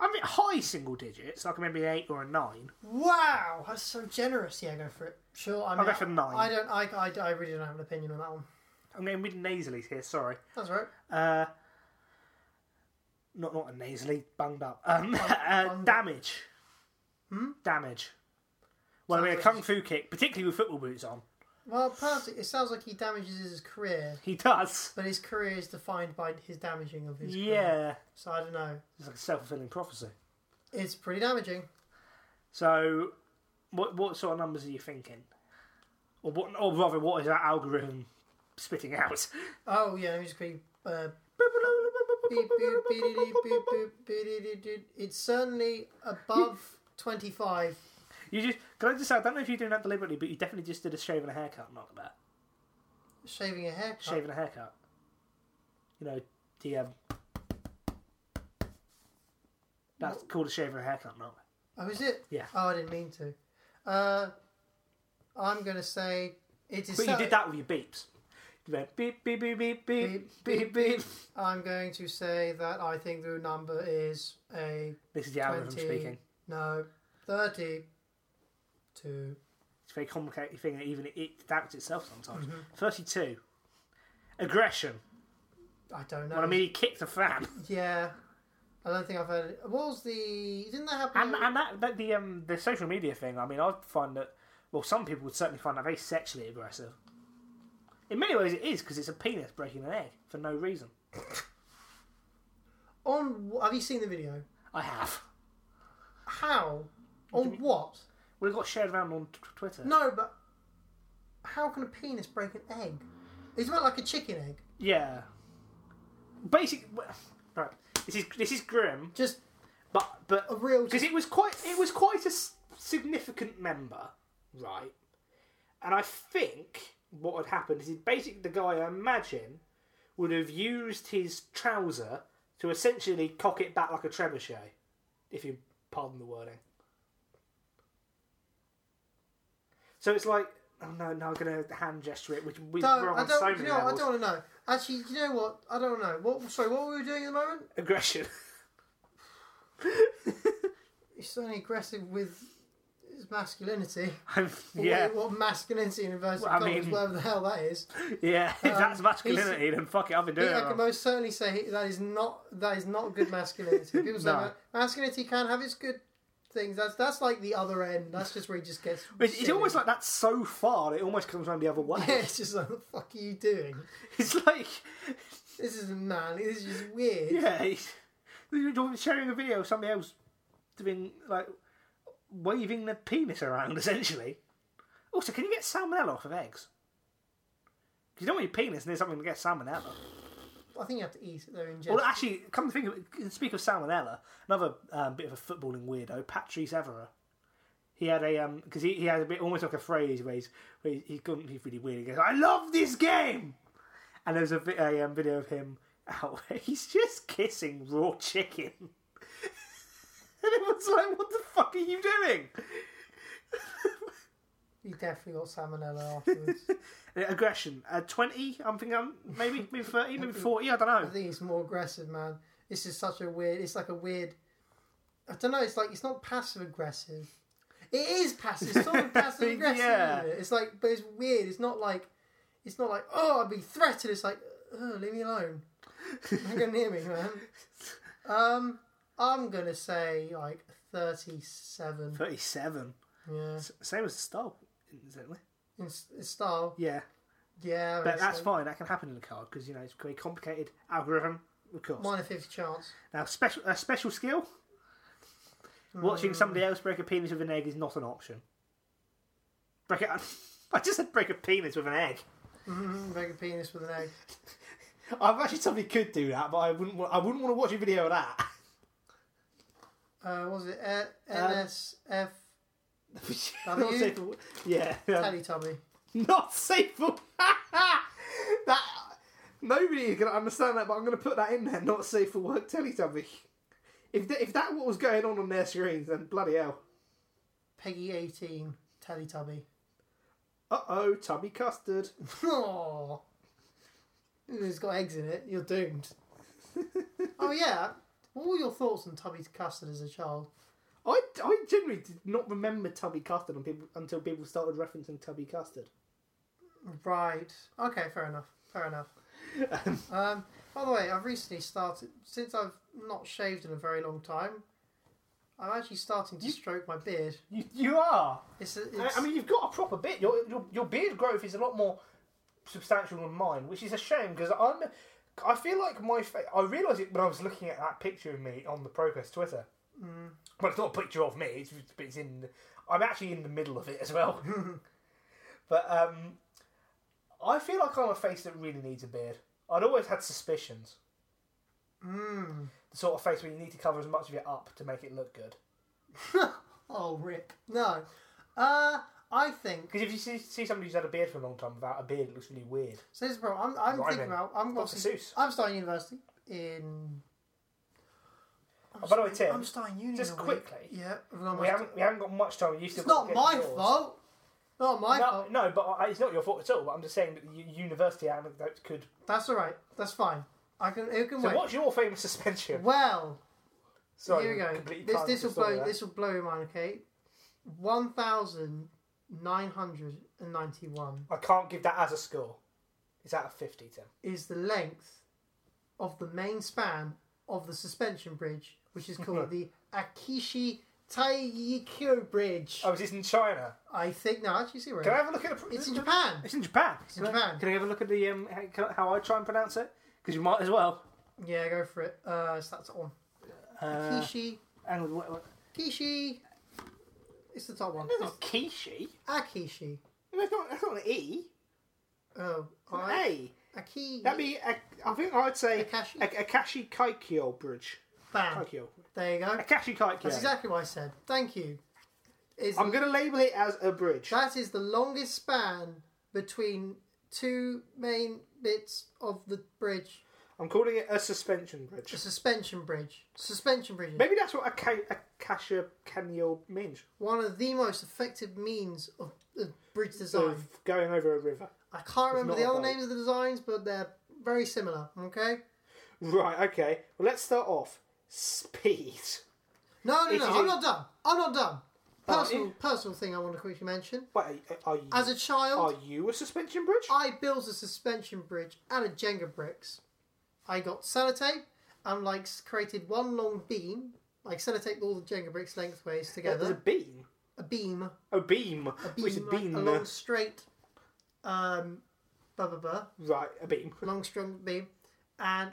I mean, high single digits, like maybe an eight or a nine.
Wow, that's so generous. Yeah, go for it. Sure, I mean,
go for nine.
I don't. I, I, I really don't have an opinion on that one.
I'm getting rid of nasally here. Sorry,
That's right.
uh, not not a nasally, bunged up. Um, uh,
bunged up.
damage. Hmm? Damage. Well, I mean, a
Sounds
kung fu kick, particularly with football boots on,
Well, perfect. It sounds like he damages his career,
he does.
but his career is defined by his damaging of his. Career.
Yeah,
So I don't know.
it's like a self fulfilling prophecy.
It's pretty damaging.
So, what what sort of numbers are you thinking, or what, or rather, what is that algorithm spitting out?
Oh yeah, let me just quickly. Uh, beep, beep, beep, beep, beep, beep, beep, beep, beep. It's certainly above twenty-five.
You just can I just say I don't know if you're doing that deliberately, but you definitely just did a shave and a haircut knockabout.
Shaving a haircut.
Shave and a haircut. You know, the um, that's called a shave and a haircut knock.
Oh, is it?
Yeah.
Oh, I didn't mean to. Uh, I'm gonna say it
But
is.
you
certainly-
did that with your beeps. You went beep beep beep beep beep beep
Beep, beep,
beep.
I'm going to say that I think the number is a
This is the algorithm
Twenty.
speaking.
no thirty. Two.
It's a very complicated thing that even it, it doubts itself sometimes. Thirty-two. Aggression.
I don't know.
Well, I mean, he kicked a fan,
Yeah, I don't think I've heard. It. What was the? Didn't that happen?
and and that, that the um the social media thing. I mean, I find that well, some people would certainly find that very sexually aggressive. In many ways, it is because it's a penis breaking an egg for no reason.
On wh- have you seen the video?
I have.
How? On what?
Well, it got shared around on t- Twitter.
No, but how can a penis break an egg? Isn't that like a chicken egg?
Yeah. Basic. Right. This is this is grim,
Just
but but
a real.
because it was quite it was quite a s- significant member, right? And I think what had happened is basically the guy I imagine would have used his trouser to essentially cock it back like a trebuchet, if you pardon the wording. So it's like, oh no, no, I'm gonna hand gesture it, which we
no,
wrong
I
on so
don't.
many
You know, what? I
levels.
don't want to know. Actually, you know what? I don't know. What? Sorry, what were we doing at the moment?
Aggression.
He's certainly aggressive with his masculinity.
I'm-
Or
yeah,
What, what masculinity in inverted
Well, I
commas,
mean-
whatever the hell that is.
yeah. If that's
um, he's-
masculinity, then fuck it, I've been doing
I
it.
can
wrong.
most certainly say that is not that is not good masculinity. People say
No.
ma- masculinity can have its good things. That's that's like the other end. That's just where he just gets.
It's, it's almost like that's so far, it almost comes around the other way.
Yeah, it's just like what the fuck are you doing?
It's like,
This is man. This is just weird.
yeah, it's- you're doing- sharing a video of somebody else doing, like, waving their penis around, essentially. Also, can you get salmonella off of eggs? 'Cause You don't want your penis near something that gets salmonella.
I think you have to eat it though in jest.
Well, actually, come to think of it, speak of salmonella, another um, bit of a footballing weirdo, Patrice Evera. He had a um because he, he had a bit almost like a phrase where he's where he, he couldn't he's really weird. He goes, "I love this game," and there's a, vi- a um, video of him out where he's just kissing raw chicken, and everyone's like, "What the fuck are you doing?"
You definitely got salmonella afterwards.
Uh, Aggression. Uh, Twenty, I'm thinking, um, maybe maybe thirty, maybe forty. I don't know.
I think it's more aggressive, man. This is such a weird. It's like a weird. I don't know. It's like it's not passive aggressive. It is passive. It's sort of passive aggressive.
Yeah.
isn't it? It's like, but it's weird. It's not like, it's not like oh I'd be threatened. It's like oh leave me alone. Don't go near me, man. Um, I'm gonna say like thirty-seven.
Thirty-seven.
Yeah,
S- Same as the style, incidentally.
in, s- in style.
Yeah.
Yeah,
But
it's
that's
like
fine. That can happen in a card because you know it's a very complicated algorithm. Of course.
Minor fifty chance.
Now, special a special skill. Watching somebody else break a penis with an egg is not an option. Break it. I just said break a penis with an egg.
Mm-hmm, break a penis with an egg.
I imagine somebody could do that, but I wouldn't. Wa- I wouldn't want to watch a video of that.
Uh, what was it E-
Um,
NSF?
not safe for, yeah, yeah.
Teletubby.
not safe for that. Nobody is going to understand that, but I'm going to put that in there. Not safe for work, Teletubby. If th- if that what was going on on their screens, then bloody hell.
Peggy 18. Teletubby.
Uh oh, tubby custard.
Aww. It's got eggs in it. You're doomed. oh, yeah. What were your thoughts on Tubby Custard as a child?
I, I generally did not remember tubby custard on people, until people started referencing tubby custard.
Right. Okay, fair enough. Fair enough. um, by the way, I've recently started, since I've not shaved in a very long time, I'm actually starting to stroke my beard.
You, you are.
It's, a,
I,
it's
I mean, you've got a proper bit. Your, your your beard growth is a lot more substantial than mine, which is a shame because I'm. I feel like my face. I realised it when I was looking at that picture of me on the Progress Twitter. Mm. Well, it's not a picture of me. It's it's in. I'm actually in the middle of it as well. but um, I feel like I'm a face that really needs a beard. I'd always had suspicions.
Mm.
The sort of face where you need to cover as much of it up to make it look good.
Oh, rip. No. Uh, I think
Because if you see, see somebody who's had a beard for a long time without a beard, it looks really weird.
So this is bro. I'm, I'm
Right then.
thinking about. I'm
Dr.
obviously-
Seuss.
I'm starting university in. I'm
Oh, by the way,
starting-
Tim,
I'm starting uni.
just
in a week.
quickly,
Yeah, I've got
We
my-
haven't we haven't got much time. You've still
It's
got
not
to get
my
yours.
fault. Not my
No,
fault.
no, but I, it's not your fault at all. But I'm just saying that the u- university anecdote could.
That's all right. That's fine. I can. It can
So
wait.
what's your famous suspension?
Well,
Sorry,
here we go.
completely
This
timed
this
the
will
story
blow.
there.
This will blow your mind. Okay, one thousand nine hundred and ninety-one
I can't give that as a score. It's out of fifty, Tim.
is the length of the main span of the suspension bridge, which is
Mm-hmm.
called the Akishi Taikyo Bridge.
Oh, is this in China?
I think no, actually, see where
Can I
it-
have a look at the?
it's in Japan.
It's in Japan. It's
in
can I,
Japan.
can I have a look at the um, how, how I try and pronounce it? Because you might as well.
Yeah, go for it. Uh, so that's on.
Uh,
Kishi.
Hang on, what, what?
Kishi. It's the top one.
That's not
It's
Kishi.
Akishi.
That's not, that's not an E.
Oh,
It's an
I.
A.
Aki.
That'd be, a, I think I'd say
Akashi.
Ak- Akashi Kaikyo Bridge.
Bam.
Kaikyo.
There you go.
Akashi Kaikyo.
That's exactly what I said. Thank you. It's
I'm going to label it as a bridge.
That is the longest span between two main bits of the bridge.
I'm calling it a suspension bridge.
A suspension bridge. Suspension bridges.
Maybe that's what Aka- Akasha Kanyo means.
One of the most effective means of uh, bridge design.
Of going over a river.
I can't remember
not
the other
about-
names of the designs, but they're very similar, okay?
Right, okay. Well, let's start off. Speed.
No, no,
If
no,
you-
I'm not done. I'm not done. Personal,
if-
personal thing I want to quickly mention.
Wait, are you,
As a
are
child,
you a suspension bridge?
I built a suspension bridge out of Jenga bricks. I got sellotape and like s- created one long beam, like sellotape all the Jenga bricks lengthways
There's a
together.
beam.
A beam,
A beam.
a
Which is
beam, like,
beam.
a long straight, um, blah blah blah,
Right, a beam.
long strong beam. And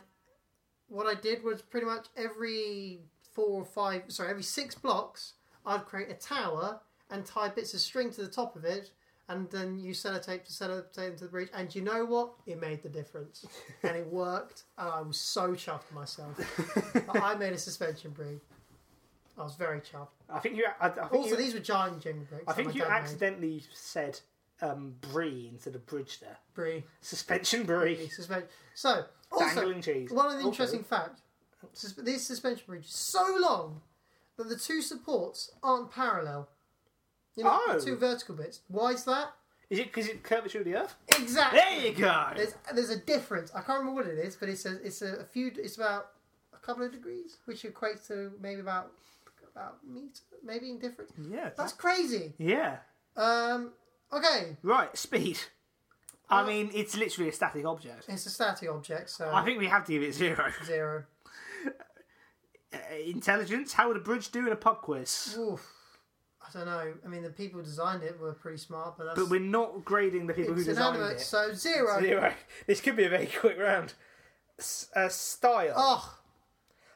what I did was pretty much every four or five, sorry, every six blocks, I'd create a tower and tie bits of string to the top of it, and then use sellotape to sellotape into the bridge. And you know what? It made the difference, and it worked. And I was so chuffed myself. But I made a suspension bridge. I was very chuffed.
I think you. I, I think
Also,
you,
these were giant Jenga bricks.
I
that
think
my
you
dad made.
accidentally said um, brie instead of bridge there.
Brie.
Suspension brie.
suspension. So, also,
Dangling cheese.
one of the
Also-
interesting fact: sus- this suspension bridge is so long that the two supports aren't parallel. You know,
Oh.
the two vertical bits. Why is that?
Is it because it curvature of the earth?
Exactly.
There you go.
There's there's a difference. I can't remember what it is, but it's a it's a, few. It's about a couple of degrees, which equates to maybe about about meter, maybe in difference.
Yeah.
That's crazy.
Yeah.
Um. Okay,
Right. Speed.
Uh,
I mean, it's literally a static object.
it's a static object, so
I think we have to give it zero.
zero.
Uh, intelligence. How would a bridge do in a pub quiz?
Oof. I don't know. I mean, the people who designed it were pretty smart, but that's
But we're not grading the people who
it's
designed
inanimate,
it.
so zero.
Zero. This could be a very quick round. S- uh, style.
Oh,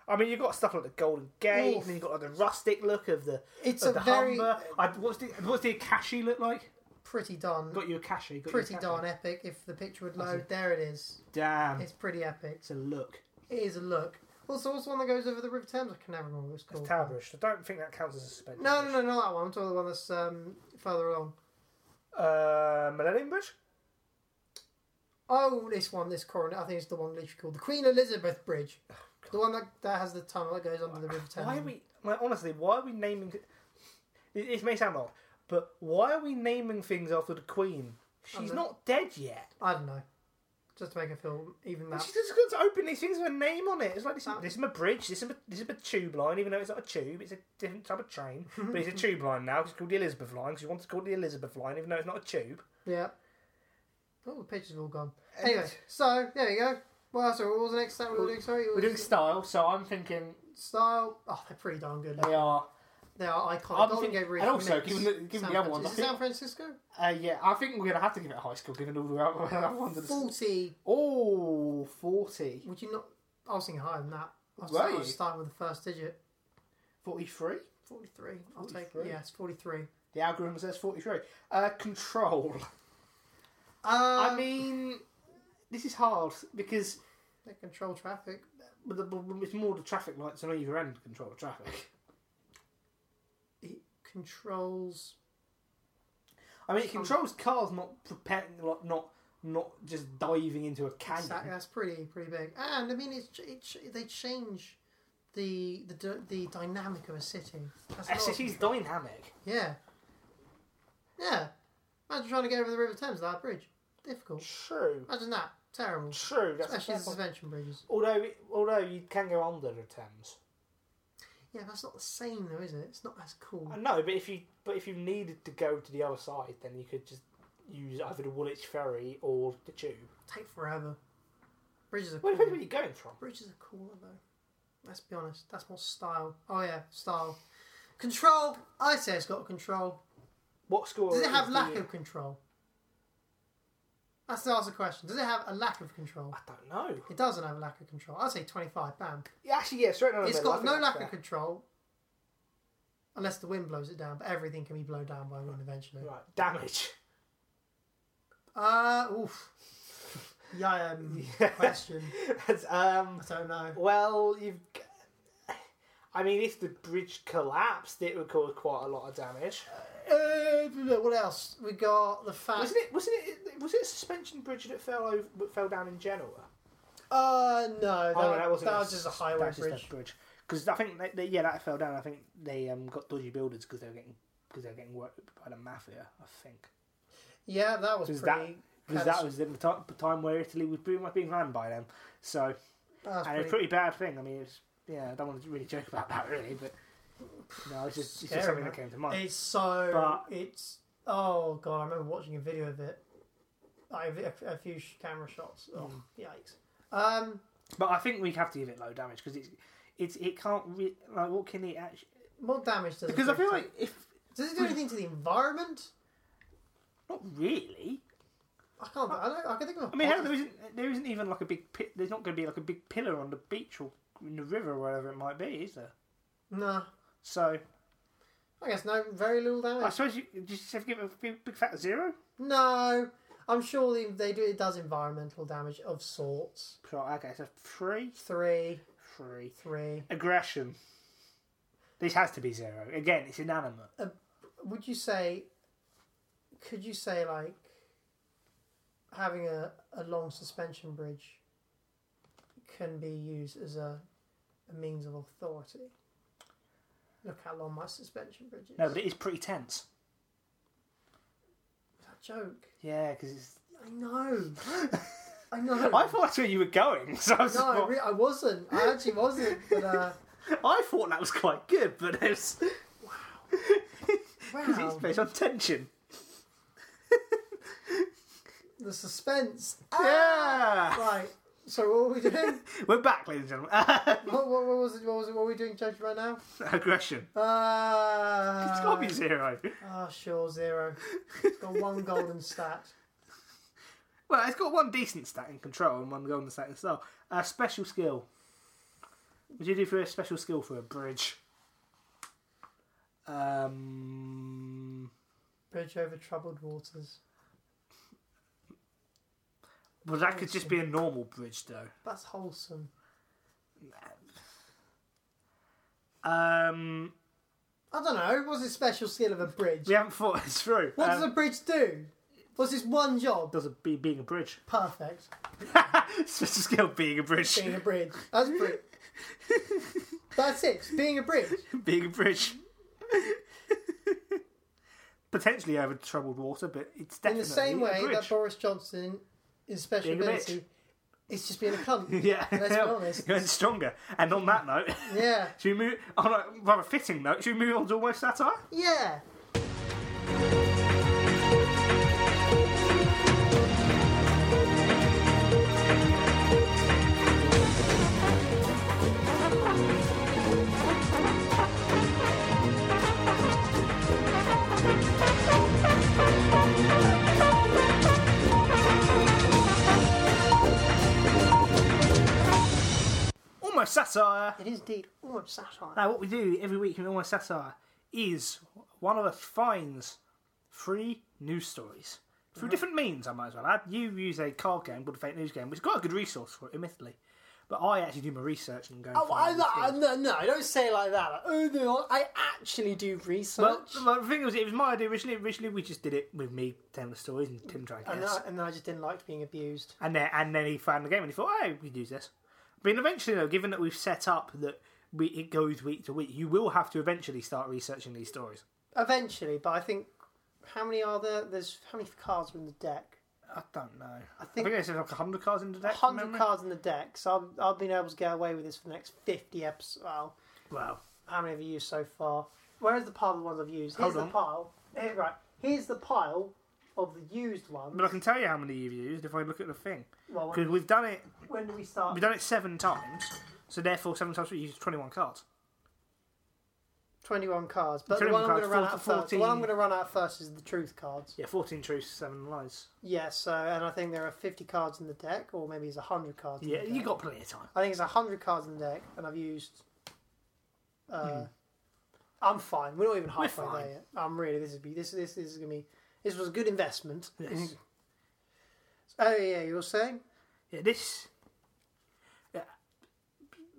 I mean, you've got stuff like the Golden Gate,
Oof.
and then you've got like, the rustic look of the
It's
of
a
the
very-
Humber. I, what's the what's the Akashi look like?
pretty darn,
Got you Akashi. Got
pretty
you Akashi.
darn epic. If the picture would load, there it is.
Damn,
It's pretty epic.
it's a look.
It is a look. Also, also one that goes over the River Thames. I can never remember what it's called.
Tower brush. I don't think that counts as a suspension.
No, no, no, not that one. I'm talking about the one that's um, further along.
no. Uh, Millennium Bridge.
Oh, this one, this coronet. I think it's the one literally called the Queen Elizabeth Bridge. the one that, that has the tunnel that goes under the River Thames.
Oh, Why are we? Like, honestly, why are we naming? It, it may sound odd, but why are we naming things after the Queen? She's not dead yet.
I don't know. Just to make it feel even that.
She's just got to open these things with a name on it. It's like this, this is my bridge. This is my, this is my tube line. Even though it's not a tube, it's a different type of train. but it's a tube line now. 'cause It's called the Elizabeth line. Because you want to call it the Elizabeth line, even though it's not a tube.
Yeah. Oh, the pictures are all gone. Anyway, so there you go. Well, so what was the next step we were doing? Sorry, It
We're
was
doing style, so I'm thinking
style. Oh, they're pretty darn good.
they are.
They are iconic.
I'm
Golden
thinking-
Gate Bridge.
and also,
mix.
given the- given
San
the other ones,
Francisco-
I think-
San Francisco.
Uh, yeah, I think we're gonna have to give it a high score, given all the other other ones. are the-
Forty.
Oh, 40.
Would you not? I was thinking higher than that. I was,
Were
I
you?
was starting with the first digit.
43?
Forty-three. I'll take
43.
it. Yes, forty-three.
The algorithm says 43. Uh, control. I
Um,
mean, this is hard because
they control traffic.
But the, but it's more the traffic lights on either end control the traffic.
It controls.
I mean, it controls cars not prepared, not not not just diving into a canyon.
That, that's pretty pretty big. And I mean, it's it's they change the the d- the dynamic of a city. That's a
A
lot of-
city's dynamic.
Yeah. Yeah. Imagine trying to get over the River Thames without a bridge. Difficult.
True,
Imagine that. Terrible.
true. That's
Especially the
that's-
suspension bridges.
although although you can go under the Thames.
Yeah, that's not the same though, is it? It's not as cool.
I know, Uh, but if you but if you needed to go to the other side, then you could just use either the Woolwich ferry or the tube.
Take forever. Bridges are
Well,
cool.
it depends where you're going from.
Bridges are cooler though. Let's be honest. That's more style. Oh yeah, style. Control. I say it's got control.
What score
Does it
is
have
the-
lack of control? That's the answer to the question. Does it have a lack of control?
I don't know.
It doesn't have a lack of control. I'd say 25, bam.
Yeah, actually, yeah, straight on.
It's got no lack of control unless the wind blows it down, but everything can be blown down by wind eventually.
Right, damage.
Uh, oof. Yeah, um,
Yeah.
question.
That's, um,
I don't know.
well, you've. g- I mean, if the bridge collapsed, it would cause quite a lot of damage.
Uh, what else? We got the fact.
Wasn't it? Wasn't it? Was it a suspension bridge that fell over, that fell down in Genoa?
Uh, no. That,
Oh, no, that
was
wasn't.
just a highway
that was
bridge.
Just a bridge. Because I think they, they, yeah, that fell down. I think they um, got dodgy builders because they were getting because they were getting worked by the mafia. I think
Yeah, that was
because
pretty.
that because that
catast-
was in the time, time where Italy was pretty much being run by them. So
that was
and it's a pretty bad thing. I mean, it's yeah, I don't want to really joke about that really, but no, it's just, it's
Scary,
just something
man.
that came to mind.
It's so.
But-
it's oh god! I remember watching a video of it. Like a, a few sh- camera shots. Oh,
Hmm.
yikes! Um,
But I think we have to give it low damage because it's it's it can't re- like what can it actually
what damage does?
because
it
I feel
do?
like if
does it do anything to the environment?
not really.
I can't. I don't. I can think of. a
I mean, hell,
positive-
there isn't there isn't even like a big pi- there's not going to be like a big pillar on the beach or in the river or wherever it might be, is there?
no.
So
I guess no. Very little damage.
I suppose you, you just have to give it a big, big fat zero.
No, I'm sure they, they do. It does environmental damage of sorts.
Sure, okay, so three,
Three,
three.
three.
Aggression. This has to be zero. Again, it's inanimate.
Would you say? Could you say like having a, a long suspension bridge can be used as a, a means of authority? Look how long my suspension bridge is.
No, but it is pretty tense.
that joke.
Yeah, because it's.
I know. I know.
I thought that's where you were going. So I, was
no, I,
like-
re- I wasn't. I actually wasn't. But uh,
I thought that was quite good, but it's because
wow,
it's based on tension.
the suspense.
Yeah,
Right. So what are we doing?
we're back, ladies and gentlemen.
what, what, what was it? What was it? What are we doing, Judge? Right now?
Aggression.
Uh,
It's got to be zero.
Oh, sure, zero. It's got one golden stat.
Well, it's got one decent stat in control and one golden stat in style. Uh, special skill. What do you do for a special skill for a bridge? Um,
Bridge over troubled waters.
well, that could just be a normal bridge, though.
That's wholesome.
Um,
I don't know. What's the special skill of a bridge?
we haven't thought this through.
What
um,
does a bridge do? What's this one job?
does it be being a bridge?
Perfect.
special skill being a bridge.
Being a bridge. That's bri- That's it. It's Being a bridge.
being a bridge. Potentially over troubled water, but it's
In
definitely
the same way
a bridge.
that Boris Johnson, his special
Being a bitch.
ability, is just being a cunt.
yeah,
Let's be honest.
You're stronger. And on that note,
Yeah.
should we move on a rather fitting note? Should we move on to almost satire?
Yeah.
Almost satire.
It is indeed almost satire.
Now, what we do every week in almost satire is one of us finds three news stories through
Mm-hmm.
different means. I might as well add. You use a card game called a fake news game, which has got a good resource for it, admittedly. But I actually do my research and go. and
Oh, I,
find these
I,
things.
no, no, don't say it like that. Like, oh, no, I actually do
Well,
research.
well, the thing was, it was my idea originally. Originally, we just did it with me telling the stories and Tim trying to
and,
guess.
I, and I just didn't like being abused.
And then, and then he found the game and he thought, "Hey, we could use this." But then eventually, though, given that we've set up that we, it goes week to week, you will have to eventually start researching these stories.
Eventually, but I think how many are there? There's how many cards are in the deck?
I don't know. I
think-
think, there's like hundred cards in the deck. from
Hundred
memory.
cards in the deck, so I've, I've been able to get away with this for the next fifty episodes. Well,
Wow.
how many have you used so far? Where is the pile of the ones I've used?
Hold
Here's
on.
the pile. Here, right, here's the pile of the used ones.
But I can tell you how many you've used if I look at the thing
Well,
because
when,
we've done it.
when do we start?
We've done it seven times, so therefore seven times we used twenty-one cards.
21 cards. But the
21
one I'm going
cards,
to run
four-
out first. The one
14.
I'm going to run out first is the truth cards.
Yeah, 14 truths, 7 lies.
Yeah, so and I think there are 50 cards in the deck, or maybe it's 100 cards.
Yeah,
in the
you
deck.
got plenty of time.
I think it's 100 cards in the deck, and I've used. Uh, I'm fine. We're not even halfway
Hmm. fine.
there yet. I'm really. This is be this this this is gonna be. This was a good investment.
Yes.
Oh yeah, you were saying.
Yeah, this. Yeah.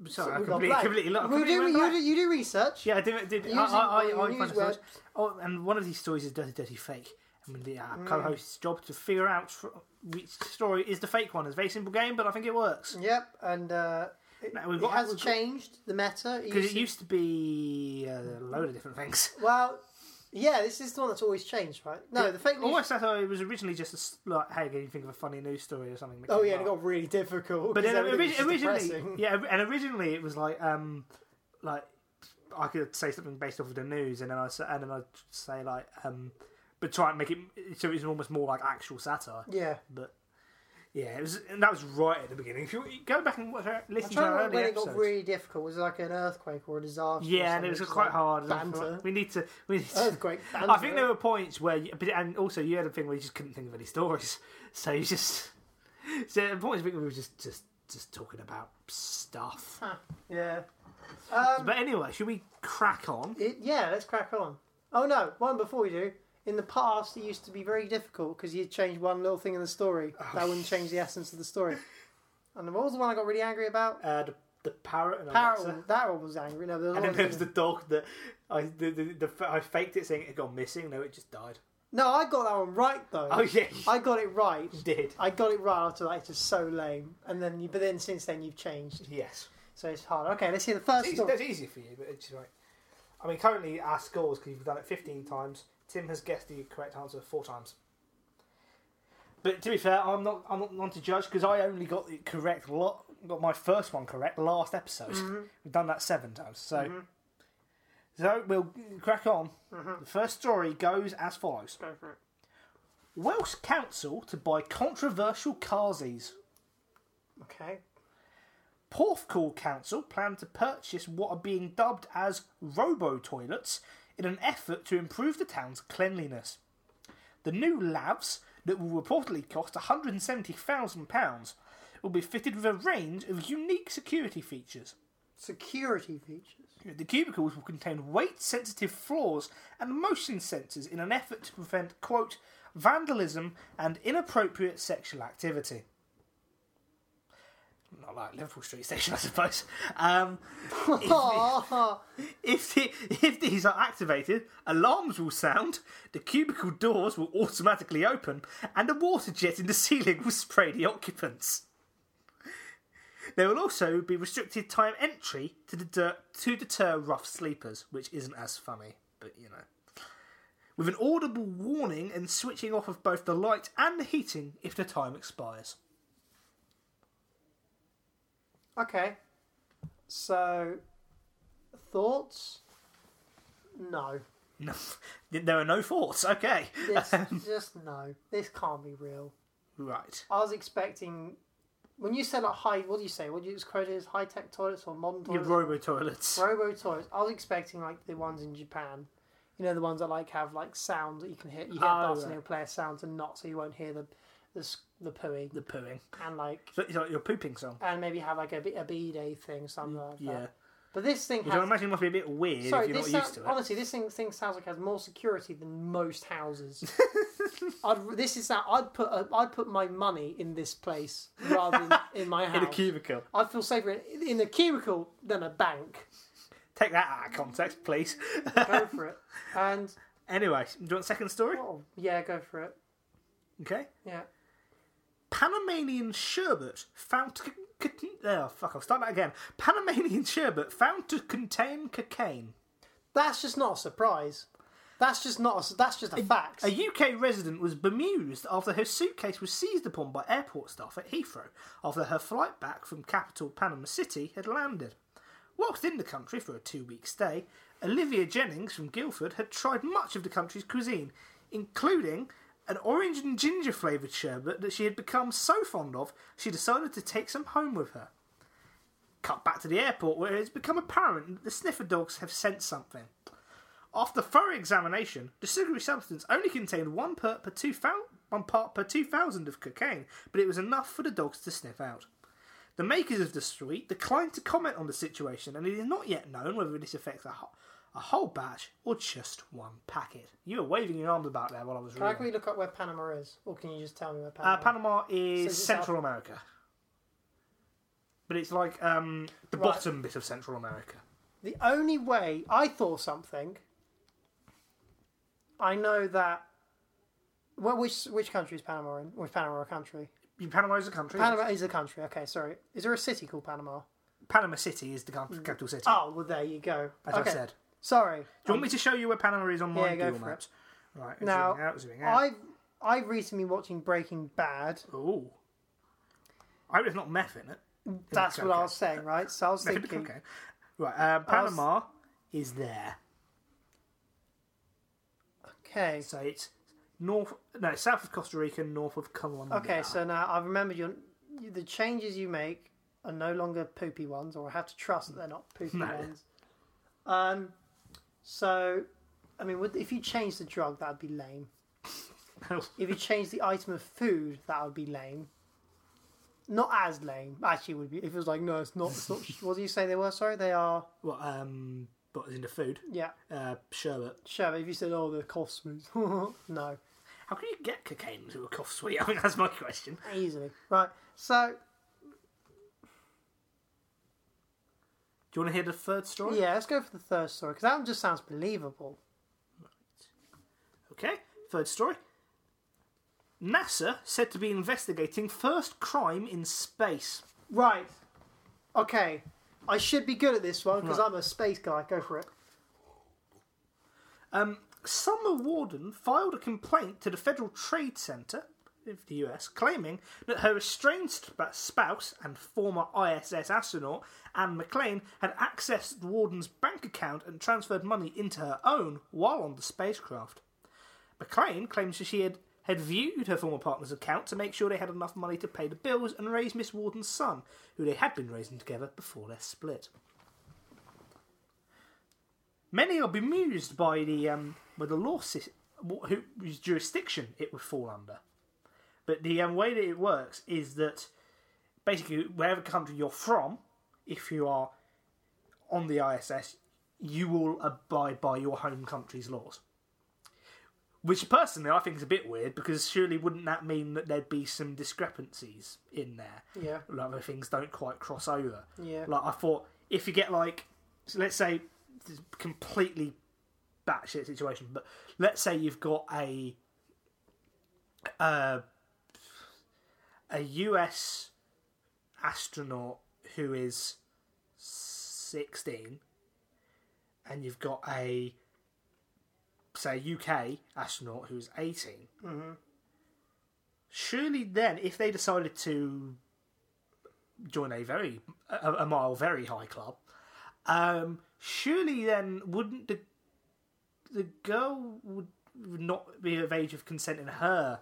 Sorry, I
We've got
completely,
blank.
completely, look, I
We'll
completely
do-
went
you,
blank.
do, you do research.
Yeah, I did. did
Using-
I, I, I,
you
I find
use web-
stories. Oh, and one of these stories is dirty, dirty fake. I mean, the uh,
Mm.
co-host's job to figure out fr- which story is the fake one. It's a very simple game, but I think it works
Yep, and uh, it,
No, we've
it
got-
has
we've got-
changed the meta.
because it used to be uh, a load of different things.
well, yeah, this is the one that's always changed, right? No, the fake news.
Almost as though it was originally just a, s- like, hey, can you think of a funny news story or something? that
oh
came
yeah, and
up?
it got really difficult.
But
'cause
then uh,
everything was
ori-
just
originally,
depressing.
yeah, and originally it was like, um, like I could say something based off of the news, and then I s- and then I would say like, um, but try and make it so it was almost more like actual satire.
yeah.
But yeah, it was, and that was right at the beginning. If you go back and watch, our-
I'm
listen to
trying to
our
remember
early
when it got
episodes.
really difficult. Was it like an earthquake or a disaster? or
yeah, and it
something?
was
Just
quite
like
hard. and I
banter. Oh,
thought, We need to. We need to
Earthquake. Banter.
I think there were points where, you, but- and also you had a thing where you just couldn't think of any stories, so you just. So at points we were just just just talking about stuff.
Yeah. Um,
But anyway, should we crack on?
it, yeah, let's crack on. Oh no, one before we do. In the past, it used to be very difficult because you'd change one little thing in the story. that wouldn't change the essence of the story. And what was the one I got really angry about?
Uh, the, the parrot and
Parrot.
Alexa.
one- That one was angry. No, there was
And then
one-
there was the dog that I the, the, the, I faked it saying it had gone missing. No, it just died.
no, I got that one right though.
Oh yeah, you
I got it right.
did.
I got it right after that. It's just so lame. And then, you, but then since then you've changed,
Yes,
so it's hard. Okay, let's hear the first
It's-
story.
that's easy for you, but it's right. I mean, currently our scores because you've done it fifteen times. Tim has guessed the correct answer four times. But to be fair, I'm not I'm not one to judge because I only got the correct lot got my first one correct last episode. We've done that seven times, so so we'll crack on. The first story goes as follows: Welsh council to buy controversial Carsies.
Okay.
Porthcawl Council plan to purchase what are being dubbed as robo toilets in an effort to improve the town's cleanliness. The new lavs, that will reportedly cost £170,000, will be fitted with a range of unique security features.
Security features.
The cubicles will contain weight sensitive floors and motion sensors in an effort to prevent, quote, vandalism and inappropriate sexual activity. Not like Liverpool Street Station, I suppose. Um,
Aw.
if, the, if these are activated, alarms will sound, the cubicle doors will automatically open, and a water jet in the ceiling will spray the occupants. There will also be restricted time entry to deter, to deter rough sleepers, which isn't as funny, but you know. With an audible warning and switching off of both the light and the heating if the time expires.
okay. So, thoughts? No.
No, there are no thoughts. Okay,
This just no. This can't be real.
right.
I was expecting. When you said like high, what do you say? What do you it's quoted as high tech toilets or modern
Your
toilets?
robo toilets.
Robo toilets. I was expecting like the ones in Japan. You know the ones that like have like sound that you can hear. You get
Oh,
a bus
right.
and it'll play a sound to not, so you won't hear the the s- the pooing
The pooing.
and like
So it's like your pooping song.
and maybe have like a, b- a B day thing something like that.
Yeah.
But this thing
Which I
has
imagine must be a bit weird
Sorry,
if you're not
this
used
sound-
to it.
honestly, this thing thing sounds like it has more security than most houses. I'd, this is that I'd put a, I'd put my money in this place rather than in my house.
In a cubicle.
I'd feel safer in, in a cubicle than a bank.
Take that out of context, please.
Go for it. And
anyway, do you want second story?
oh, yeah, go for it.
Okay.
Yeah.
Panamanian sherbet found to. con- con- Oh, fuck, I'll start that again. Panamanian sherbet found to contain cocaine.
That's just not a surprise. That's just not a, s- that's just a fact.
A UK resident was bemused after her suitcase was seized upon by airport staff at Heathrow after her flight back from capital Panama City had landed. Whilst in the country for a two week stay, Olivia Jennings from Guildford had tried much of the country's cuisine, including an orange and ginger flavoured sherbet that she had become so fond of she decided to take some home with her. Cut back to the airport where it has become apparent that the sniffer dogs have sensed something. After thorough examination, the sugary substance only contained one part per two thou- one part per 2,000 of cocaine, but it was enough for the dogs to sniff out. The makers of the sweet declined to comment on the situation, and it is not yet known whether this affects a, ho- a whole batch or just one packet. You were waving your arms about there while I was
How can
reading.
we look up where Panama is, or can you just tell me where Panama?
Uh, Panama
So
is
is it
Central America, but it's like um, the
Right.
bottom bit of Central America.
The only way I thought something. I know that. Well, which which country is Panama in? Or is Panama a country?
Panama is a country.
Panama is a country. Okay, sorry. Is there a city called Panama?
Panama City is the gun- capital city.
Oh, well, there you go.
as
okay.
I said.
Sorry.
Do you want me to show you where Panama is on my
Yeah, go
Google
for it.
Maps? Right.
Now,
zooming out, zooming out.
I've I've recently been watching Breaking Bad.
Ooh. I hope there's not meth in it.
That's what I
okay.
was saying, right? So I was
Meth in the
thinking.
cocaine. Right. Um, Panama is there,
Okay.
so it's north, no, south of Costa Rica, north of Colombia.
Okay, so now I've remembered your the changes you make are no longer poopy ones, or I have to trust that they're not poopy
No.
ones. Um, so, I mean, would, if you change the drug, that'd be lame. If you change the item of food, that would be lame. Not as lame, actually. it Would be if it was like no, it's not. It's not what do you say they were? Sorry, they are.
what? Um, what is in the food?
Yeah,
Uh, sherbet.
sure. But if you said oh, the cough smooth, no,
How can you get cocaine to a cough sweet? I mean, that's my question.
easily. Right. So
Do you want to hear the third story?
yeah, let's go for the third story because that one just sounds believable.
Okay, third story. NASA said to be investigating first crime in space.
Right. Okay. I should be good at this one because I'm a space guy. Go for it.
Um, Summer Warden filed a complaint to the Federal Trade Center of the US claiming that her estranged sp- spouse and former ISS astronaut Anne McLean had accessed Warden's bank account and transferred money into her own while on the spacecraft. McLean claims that she had, had viewed her former partner's account to make sure they had enough money to pay the bills and raise Miss Warden's son, who they had been raising together before their split. Many are bemused by the um, by the law system, whose jurisdiction it would fall under. But the um, way that it works is that basically, wherever country you're from, if you are on the ISS, you will abide by your home country's laws. Which personally I think is a bit weird because surely wouldn't that mean that there'd be some discrepancies in there?
Yeah.
Like where things don't quite cross over.
Yeah.
Like I thought, if you get like, so let's say, this is completely batshit situation, but let's say you've got a uh, a US astronaut who is sixteen, and you've got a say UK astronaut who's 18 Surely, then, if they decided to join a very a, a mile very high club, um, surely then wouldn't the the girl would not be of age of consent in her?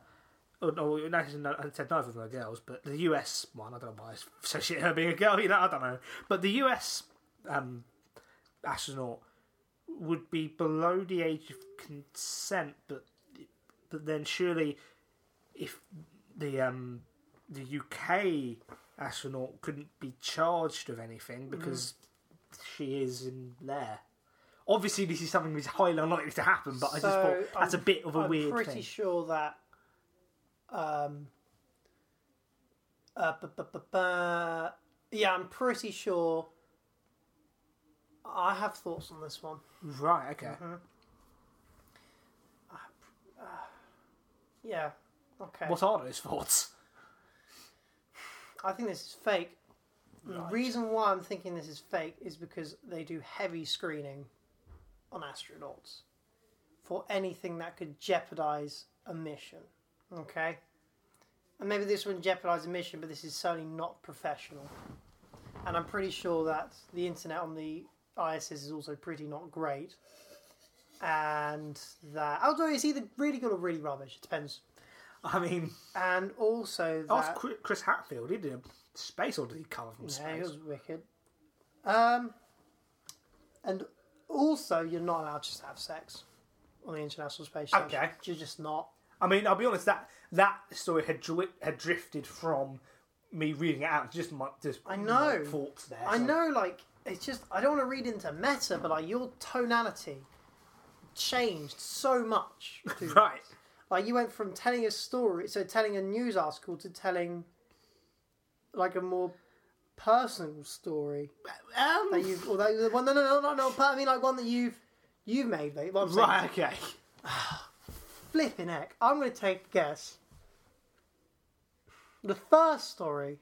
Or, or Oh, no, actually, no, I said neither of them are girls, but the US one. I don't know why I associate her being a girl. You know, I don't know. But the US um, astronaut would be below the age of consent, but but then surely if the um the UK astronaut couldn't be charged of anything because she is in there. Obviously, this is something that's highly unlikely to happen, but I just
So,
thought that's
I'm-
a bit of a
I'm
weird
pretty
thing.
sure that. Um, uh, bu- bu- bu- bu- yeah, I'm pretty sure. I have thoughts on this one.
right? Okay.
Yeah. Okay.
What are those thoughts?
I think this is fake. The reason why I'm thinking this is fake is because they do heavy screening on astronauts for anything that could jeopardize a mission. Okay? And maybe this wouldn't jeopardize a mission, but this is certainly not professional. And I'm pretty sure that the internet on the ISS is also pretty not great. And that, although it's either really good or really rubbish, it depends.
I mean,
And also that.
ask Chri- Chris Hatfield. He did a space or did he cover from
Yeah, he
space?
was wicked. Um, and also, you're not allowed to just have sex on the International Space Station.
Okay.
You're just not.
I mean, I'll be honest. That that story had dri- had drifted from me reading it out. Just my just I
know.
thoughts there.
I
so-
know, like, it's just, I don't want to read into meta, but, like, your tonality changed so much. through
Right.
Like you went from telling a story, so telling a news article to telling like a more personal story
Um,
that you've, or that, well, no, no, no, no, no, but I mean like one that you've you've made. Like, what I'm saying,
right. Okay.
flipping heck, I'm going to take a guess. The first story,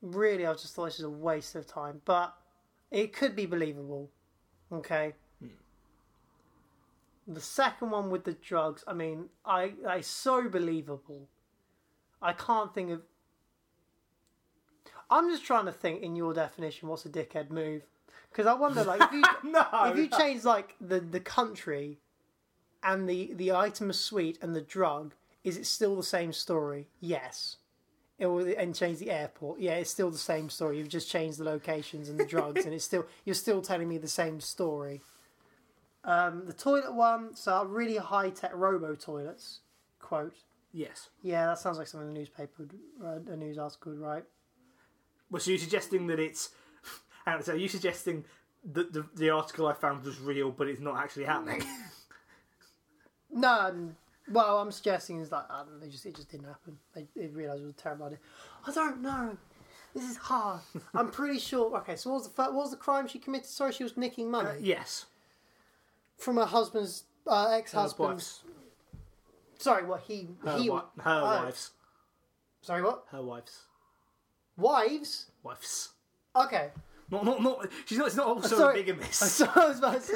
really, I just thought this is a waste of time, but it could be believable. Okay. The second one with the drugs, I mean, I that is so believable. I can't think of. I'm just trying to think in your definition, what's a dickhead move? Because I wonder, like, if you,
No.
if you change like the the country and the the item of sweet and the drug is it still the same story yes it will, and change the airport yeah it's still the same story you've just changed the locations and the drugs and it's still you're still telling me the same story um, the toilet one so really high tech robo toilets quote
yes.
yeah that sounds like something the newspaper would, uh, a news article would write
Well, so you're suggesting that it's. Hang on, so are you suggesting that the, the article I found was real, but it's not actually happening?
No, um, well, I'm suggesting is like um, they just it just didn't happen. They, they realised it was a terrible idea. I don't know. This is hard. I'm pretty sure. Okay, so what was the fir- what was the crime she committed? Sorry, she was nicking money
Uh, yes.
from her husband's uh, ex-husband's.
Wives.
Sorry, what he
Her,
he.
wi- her
oh,
wives.
Sorry, what
Her wives.
wives?
Wives.
Okay.
Not, not, not. She's not. It's not also
Oh, Sorry.
a bigamist.
So I was about to say,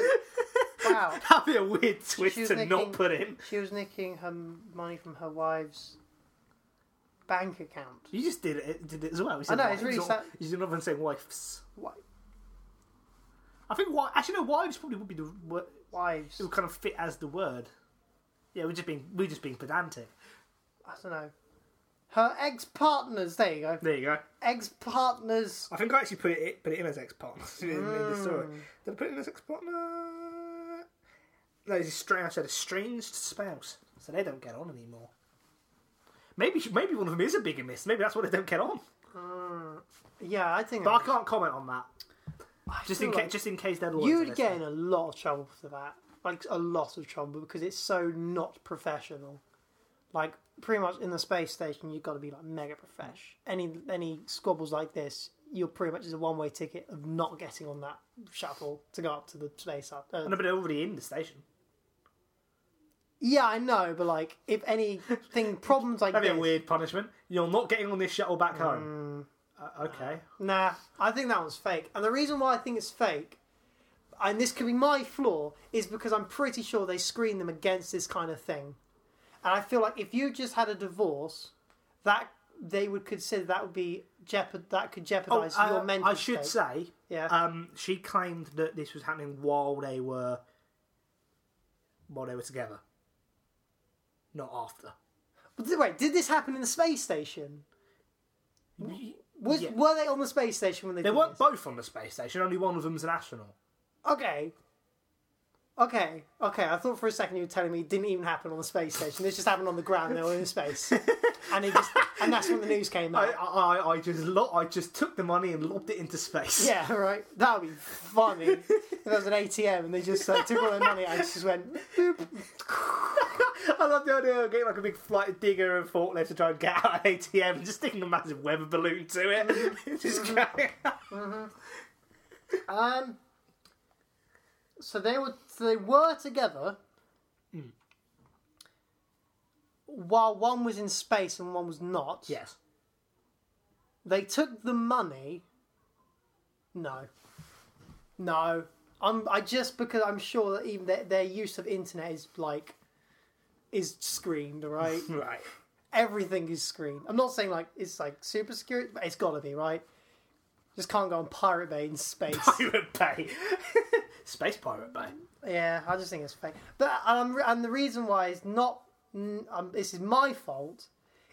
wow,
That'd be a weird twist
She was
to
thinking-
not put in.
she was nicking her money from her wife's bank account.
You just did it. Did it as well. You
I
said
know, it's
wives,
really
not-
sad.
You did not even saying wives.
Wi-
I think wi- actually no. Wives probably would be the. wo-
Wives.
It would kind of fit as the word. Yeah, we're just being we're just being pedantic.
I don't know. Her ex-partners. There you go.
There you go.
ex-partners.
I think I actually put it put it in as ex partner in, in the story.
Hmm.
Did I put it in as ex partner? No, it's strange. I said estranged spouse, so they don't get on anymore. Maybe maybe one of them is a bigamist. Maybe that's why they don't get on.
Yeah, I think
But I can't comment on that. Just in
feel
case,
like
just in case they're lawyers.
you'd
are
get
listening.
in a lot of trouble for that. Like a lot of trouble because it's so not professional. Like pretty much in the space station, you've got to be like mega profesh. Any any squabbles like this, you're pretty much just a one way ticket of not getting on that shuttle to go up to the space. hub. Uh,
No, but they're already in the station.
yeah, I know, but like if anything problems like
That'd be
this,
a weird punishment. You're not getting on this shuttle back home.
Mm.
Uh, okay.
Nah, I think that one's fake. And the reason why I think it's fake, and this could be my flaw, is because I'm pretty sure they screen them against this kind of thing. And I feel like if you just had a divorce, that they would consider that would be jeopard that could jeopardize
Oh, uh,
your mental
I should
state.
say,
Yeah.
um, she claimed that this was happening while they were while they were together, not after.
But th- Wait, did this happen in the space station? Was,
Yeah.
Were they on the space station when they?
They
did
weren't
this?
both on the space station. Only one of them's an astronaut.
Okay. Okay, okay. I thought for a second you were telling me it didn't even happen on the space station. This just happened on the ground. They were in space, and it just and that's when the news came
I,
out.
I, I just lo- I just took the money and lobbed it into space.
yeah, right. That would be funny. if there was an ATM and they just like, took all their money out and just went. Boop.
I love the idea of getting like a big flight of digger and forklift to try and get out an ATM and just sticking a massive weather balloon to it. just going-
Um. So they were so they were together, while one was in space and one was not.
yes.
They took the money. No. No. I'm. I just because I'm sure that even their, their use of internet is like is screened, right?
Right.
Everything is screened. I'm not saying like it's like super secure, but it's gotta be right. Just can't go on Pirate Bay in space.
Pirate Bay. Space Pirate Bay.
yeah, I just think it's fake. But and, I'm, and the reason why it's not. n- Um, this is my fault,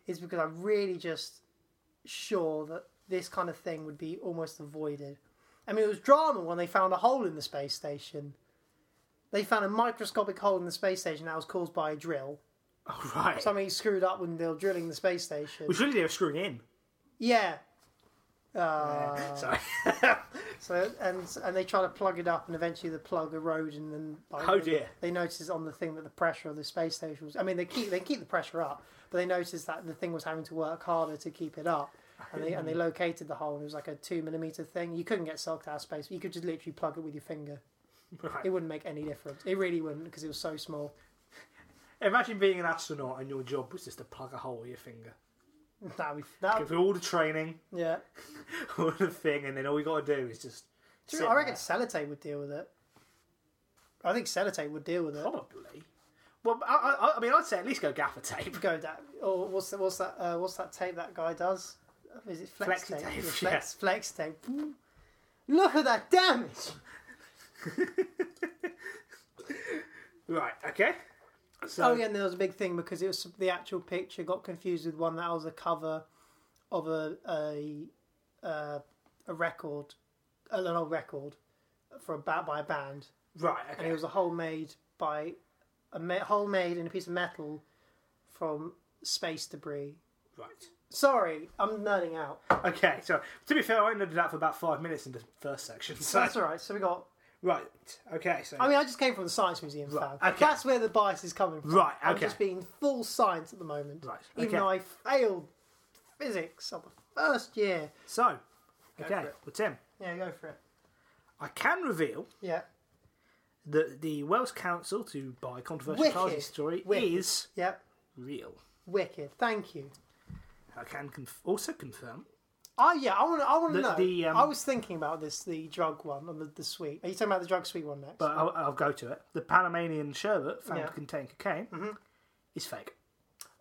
is because I'm really just sure that this kind of thing would be almost avoided. I mean, it was drama when they found a hole in the space station. They found a microscopic hole in the space station that was caused by a drill.
Oh, right.
Somebody screwed up when they were drilling the space station.
Which really they were screwing in.
Yeah. Uh,
Sorry.
so and and they try to plug it up, and eventually the plug eroded, and then like,
Oh,
they-
dear.
They noticed on the thing that the pressure of the space station was. I mean, they keep they keep the pressure up, but they noticed that the thing was having to work harder to keep it up, and they and they located the hole. And it was like a two millimeter thing. You couldn't get sucked out of space. You could just literally plug it with your finger.
Right.
It wouldn't make any difference. It really wouldn't because it was so small.
Imagine being an astronaut and your job was just to plug a hole with your finger.
That that
Give you all the training,
yeah.
all the thing, and then all you got to do is just.
Do you
sit
know, I reckon
there.
sellotape would deal with it. I think sellotape would deal with it.
Probably. Well, I, I, I mean, I'd say at least go gaffer tape.
go that or what's that what's that uh, what's that tape that guy does is it flex
Flexi
tape,
tape,
Yeah, flex, flex tape look at that damage
Right, okay. So,
oh yeah and there was a big thing because it was the actual picture got confused with one that was a cover of a a uh, a record an old record for a ba- by a band
Right,
and it
okay.
was a hole made by a me- hole made in a piece of metal from space debris
Right.
sorry i'm nerding out
Okay, so to be fair, I only did that for about five minutes in the first section. So,
that's all right so we got
right, okay, so.
I mean, I just came from the science museum
Right,
fan.
okay.
That's where the bias is coming from.
Right,
I'm
okay.
just being full science at the moment.
Right,
Even
okay.
though I failed physics on the first year.
so, okay,
for it.
well, Tim,
Yeah, go for it.
I can reveal
Yeah.
that the Welsh Council to buy controversial
Wicked.
Tarzan story
Wicked.
is
Yep.
real.
Wicked. Thank you.
I can conf- also confirm.
Oh yeah, I want to. I want to
The-
know.
the, um,
I was thinking about this, the drug one and the, the sweet. Are you talking about the drug sweet one next?
But I'll, I'll go to it. The Panamanian sherbet found
Yeah. Mm-hmm.
to contain cocaine is fake.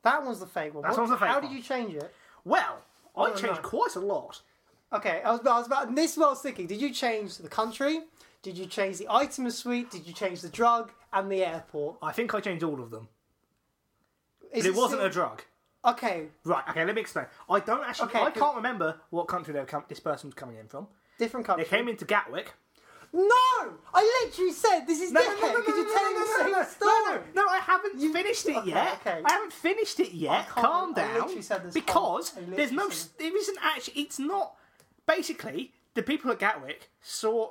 that one's the fake one.
That
What-
one's the fake
How
one.
did you change it?
Well, I
Oh, no.
changed quite a lot.
Okay, I was, I was about. This is what I was thinking. Did you change the country? Did you change the item of sweet? Did you change the drug and the airport?
I think I changed all of them.
Is
But it wasn't
still-
a drug.
okay.
Right, okay, let me explain. I don't actually,
Okay,
I
good.
can't remember what country they were com- this person was coming in from.
Different
They
country.
came into Gatwick.
No! I literally said this is different because you're telling the same
no, no,
story.
no, no, I haven't finished it
Okay,
yet.
okay.
I haven't finished it yet.
can't-
Calm
I
down.
literally said this
because
whole- I
there's no,
literally said
it isn't actually, it's not, basically, the people at Gatwick saw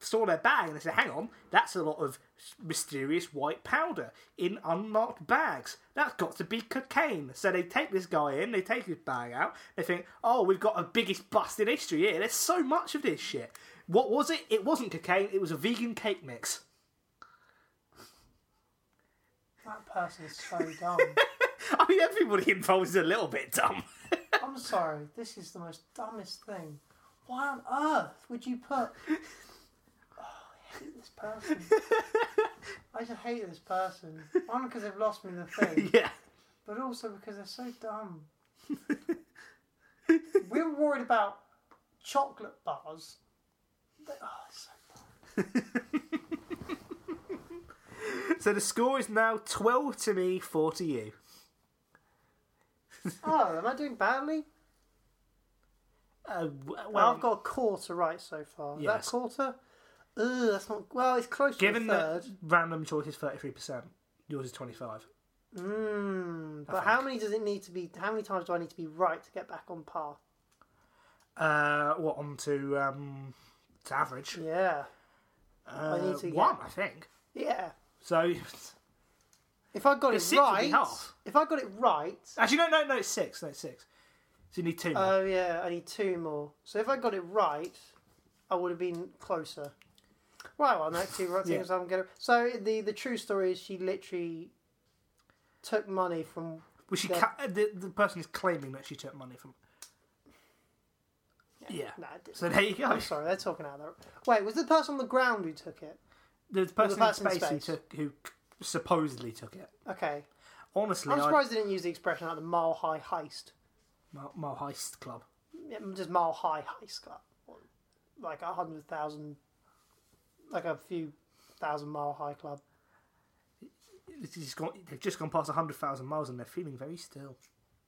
saw their bag and they said, hang on, that's a lot of mysterious white powder in unmarked bags. That's got to be cocaine. So they take this guy in, they take his bag out, they think, oh, we've got a biggest bust in history here. There's so much of this shit. What was it? It wasn't cocaine, it was a vegan cake mix.
That person is so dumb.
I mean, everybody involved is a little bit dumb.
I'm sorry, this is the most dumbest thing. Why on earth would you put. Oh, I hate this person. I just hate this person. One, because they've lost me the thing,
yeah.
but also because they're so dumb. we were worried about chocolate bars. They- Oh, it's so
So the score is now 12 to me, 4 to you.
Oh, am I doing badly?
Uh, w-
Well,
well,
I've got a quarter right so far.
Yes.
That quarter? Ugh, that's not. Well, it's close
given
to a third.
that random choice is 33%, yours is 25.
Mm, but
think.
how many does it need to be? How many times do I need to be right to get back on par?
Uh, what, on to, um, to average?
Yeah.
Uh,
need to
one, I think.
Yeah.
So,
If I got
It's
it
six would be
right.
half.
If I got it right.
actually, no, no, no, it's six. No, it's six. So you need two more.
Oh, yeah, I need two more. So if I got it right, I would have been closer. Right, well, no, two right
Yeah.
things I'm going to. So the, the true story is she literally took money from.
Well, she
the-
ca- uh, the, the person is claiming that she took money from. Yeah.
Nah, I didn't.
So there you go.
I'm sorry, they're talking out there. Wait, was the person on the ground who took it?
The person,
person
in
in
space,
space.
Who, took, who supposedly took it.
Okay.
Honestly,
I'm
I-
surprised they didn't use the expression like the mile high heist.
Mile, Mile Heist Club.
Yeah, Just mile high heist. Club. Like a hundred thousand, like a few thousand mile high club.
It's just gone, they've just gone past 100,000 miles and they're feeling very still.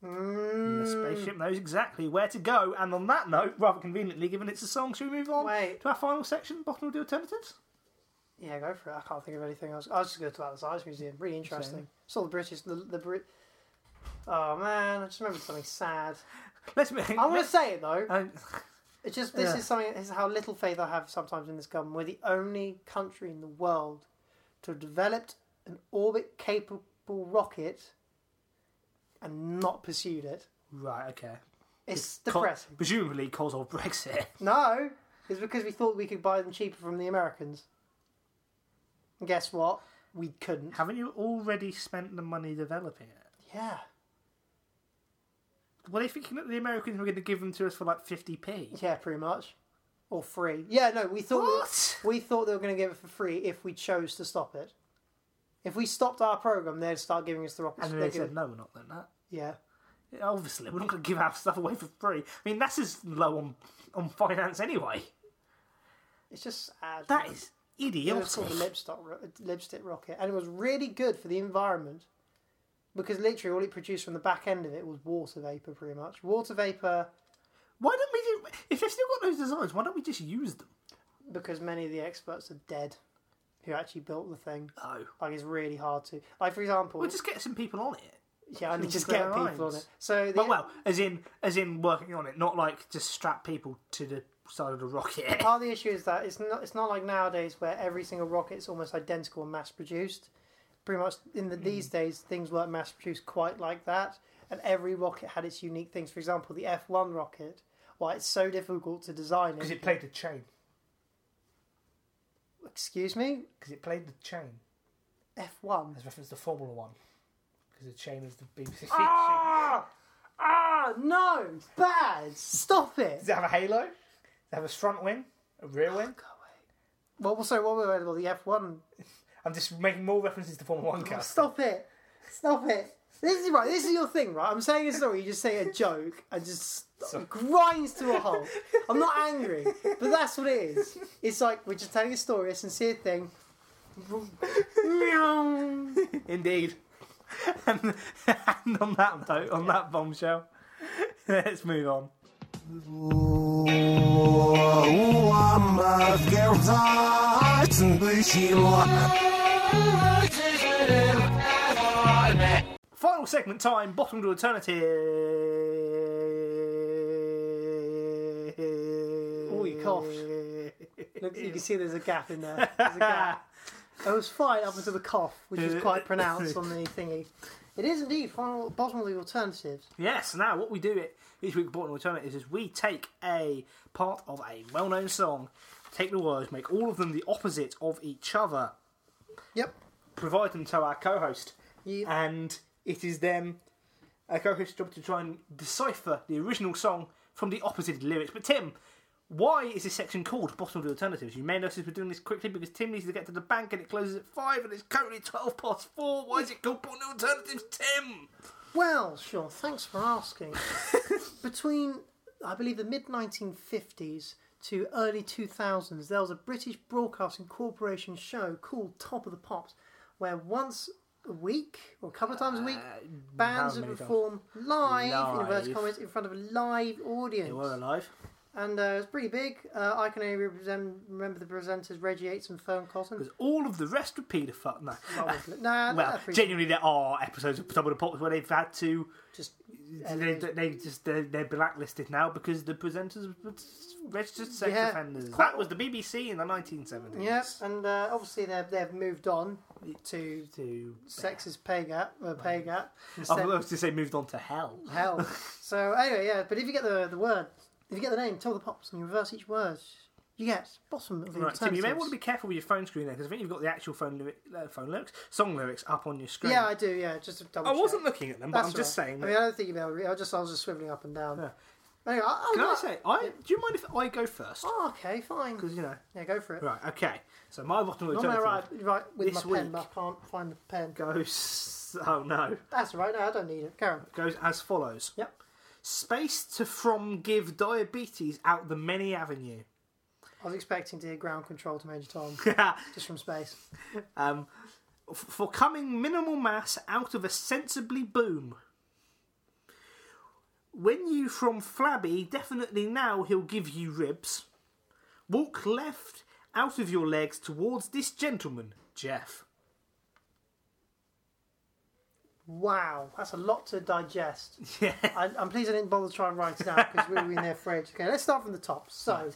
The
Mm.
spaceship knows exactly where to go. And on that note, rather conveniently, given it's a song, should we move on
Wait.
to our final section, Bottom of the Alternatives?
Yeah, go for it. I can't think of anything else. I was just going to talk about the Science Museum. Really interesting.
Same.
Saw the British, the, the Brit. Oh man, I just remembered something sad.
Let's move.
I want to say it though.
Um,
It's just this
Yeah.
is something. This is how little faith I have sometimes in this government. We're the only country in the world to have developed an orbit capable rocket and not pursued it.
right, okay.
It's
Co-
depressing.
presumably cause of Brexit.
No, it's because we thought we could buy them cheaper from the Americans. And guess what? We couldn't.
Haven't you already spent the money developing it?
Yeah,
Were they thinking that the Americans were going to give them to us for like 50p?
yeah, pretty much, or free. Yeah, no, we thought
What?
we thought they were going to give it for free if we chose to stop it. If we stopped our program, they'd start giving us the rockets.
And then
They're
they said,
gonna-
no, we're not doing that.
yeah.
Yeah, Obviously, we're not going to give our stuff away for free. I mean, that's as low on, on finance anyway.
It's just sad.
That is
it was
idiotic.
called the lipstick, ro- lipstick rocket, and it was really good for the environment because literally all it produced from the back end of it was water vapor, pretty much. Water vapor
Why don't we do. If they've still got those designs, why don't we just use them?
because many of the experts are dead who actually built the thing.
No.
Like it's really hard to like for example,
We'll just get some people on it.
yeah, and they
just
just get
their
people on
minds.
it. So the,
But well, as in, as in working on it, not like just strap people to the side of the rocket.
part of the issue is that it's not it's not like nowadays where every single rocket's almost identical and mass produced. Pretty much in the, these days, things weren't mass produced quite like that, and every rocket had its unique things. For example, the F one rocket, why it's so difficult to design it.
played the chain.
Excuse me,
Because it played the chain.
F one.
as reference to Formula One because the chain is the BBC.
Ah, ah, no, bad. Stop it.
Does it have a halo? Does it have a front wing? A rear wing?
Well, so what were we about the F one?
I'm just making more references to Formula One cars.
Stop it. Stop it. This is right. This is your thing, right? I'm saying a story. You just say a joke and just it grinds to a halt. I'm not angry, but that's what it is. It's like we're just telling a story, a sincere thing.
Indeed. and, and on that note, on that bombshell, let's move on. Final segment time, bottom to eternity.
Oh, you coughed. Look, you can see there's a gap in there. There's a gap. It was fine up until the cough, which was quite pronounced on the thingy. It is indeed final bottom of the alternatives.
Yes, now what we do it each week bottom alternatives is we take a part of a well known song, take the words, make all of them the opposite of each other,
Yep.
provide them to our co host.
Yep.
And it is then our co host's job to try and decipher the original song from the opposite lyrics. But Tim, why is this section called Bottom of the Alternatives? You may notice we're doing this quickly because Tim needs to get to the bank and it closes at five and it's currently twelve past four. Why is it called Bottom of the Alternatives, Tim?
Well, sure. Thanks for asking. Between, I believe, the mid 1950s to early 2000s, there was a British Broadcasting Corporation show called Top of the Pops, where once a week or a couple of times a week, bands
Uh, how many
would
times?
perform live, in inverted
Live.
commas, in front of a live audience
They were alive.
and uh, it's pretty big. Uh, I can only represent, remember the presenters Reggie Yates and Fern Cotton.
Because all of the rest were paedophile. No.
Ah, Nah,
Well,
that's pretty-
genuinely, there are episodes of Top of the Pops where they've had to.
just
They, they just they're, they're blacklisted now because the presenters were registered sex
Yeah.
offenders.
Quite-
That was the BBC in the 1970s.
yeah, and uh, obviously they've they've moved on to
To
sexist pay gap, uh, pay gap.
I
instead-
was to say moved on to hell.
hell. So anyway, yeah. But if you get the the word, if you get the name, tell the pops, and you reverse each word, you get bottom of the
Right, Tim, you may
alternatives.
want to be careful with your phone screen there because I think you've got the actual phone lyric, uh, phone lyrics, song lyrics up on your screen.
Yeah, I do. Yeah, just to double.
I
check.
wasn't looking at them, but
That's
I'm just
right.
saying.
I mean, I don't think you know. I just I was just swiveling up and down.
Yeah.
Anyway, I,
can I
not-
say? I do you mind if I go first?
Oh, okay, fine.
Because you know,
Yeah, go for it.
right? Okay. So my bottom
Normally I
alternative
write, write with
This
my pen,
week.
but I can't find the pen.
goes. Oh no.
That's all right. No, I don't need it. Go on.
goes as follows.
Yep.
Space to from give diabetes out the many avenue.
I was expecting to hear ground control to Major Tom, just from space.
um, f- for coming minimal mass out of a sensibly boom. When you from flabby, definitely now he'll give you ribs. Walk left out of your legs towards this gentleman, Jeff.
Wow, that's a lot to digest.
Yeah.
I, I'm pleased I didn't bother trying to write it out because we were in there for ages. Okay, let's start from the top. So,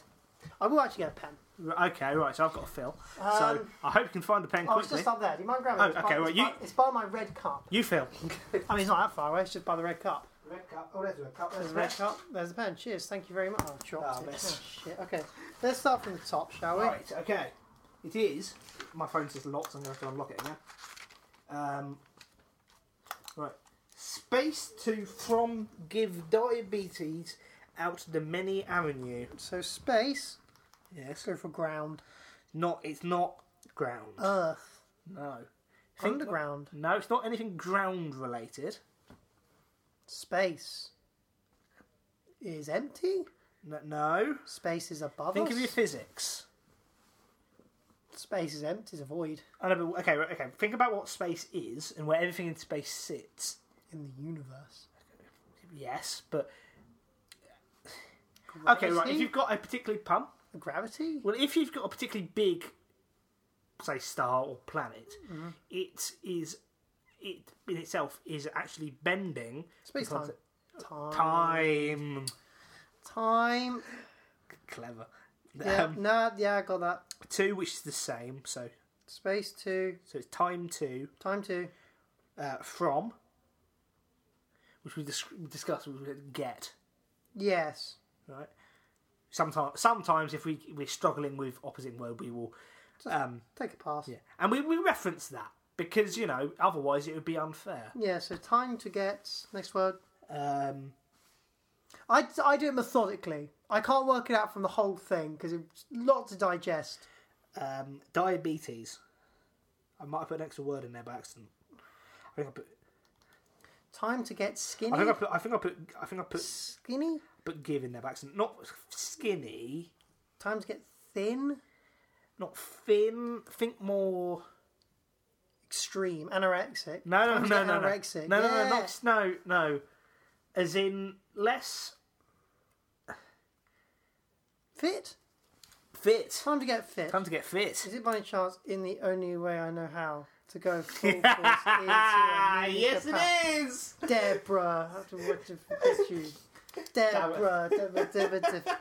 I will actually get a pen.
Okay, right, so I've got a fill. so I hope you can find the pen
Oh, it's
quickly.
just up there. Do you mind grabbing
Oh,
it? It's
okay,
by,
well,
it's
you-
by- it's by my red cup.
You fill.
I mean, it's not that far away. It's just by the red cup.
Red cup. Oh, there's a red cup. There's
There's
a
the red
red
cup. There's the pen. Cheers. Thank you very much. Oh, I dropped
Ah,
it.
miss.
Oh, shit. Okay, let's start from the top, shall we?
Right, okay. It is. My phone says locked, so I'm going to have to unlock it now. Um, right. Space to from give diabetes out the many avenue.
So space.
Yes.
Let's go for ground.
Not. It's not ground.
Earth.
no. Think-
Underground.
Uh, No, it's not anything ground related.
Space is empty.
No. no.
Space is above
Think
us.
of your physics.
Space is empty. Is a void
I know, but- okay, right, okay. Think about what space is and where everything in space sits.
in the universe.
Yes, but okay, right. If
Gravity?
you've got a particularly pump,
Gravity.
Well, if you've got a particularly big, say, star or planet, it is it in itself is actually bending
Space time. Time.
time.
Time.
Clever.
Yeah.
Um,
nah. Yeah. I got that.
two, which is the same. So
Space two.
so it's time two
Time two.
uh, from, which we dis- we discussed. We said get
Yes.
right. Sometimes, sometimes if we we're struggling with opposite word, we will um,
Take a pass. Yeah.
And we, we reference that because, you know, otherwise it would be unfair.
So time to get next word.
Um,
I, I do it methodically. I can't work it out from the whole thing because it's a lot to digest.
um, diabetes. I might have put an extra word in there by accident. I think I put.
Time to get skinny.
I think I put. I think I put. I think I put.
Skinny.
Put give in there by accident. Not skinny.
Time to get thin.
Not thin. Think more.
Extreme. Anorexic.
No, no,
Time to
no,
get
no, no.
Anorexic.
No, no, no,
Yeah.
not, no, no. As in less
Fit.
fit.
Time to get fit.
Time to get
Is
fit.
it by any chance in the only way I know how to go full force into
Ah,
a
yes,
musical path?
it is.
Deborah, I have to watch it forget you. Deborah, Deborah, Deborah, Deborah,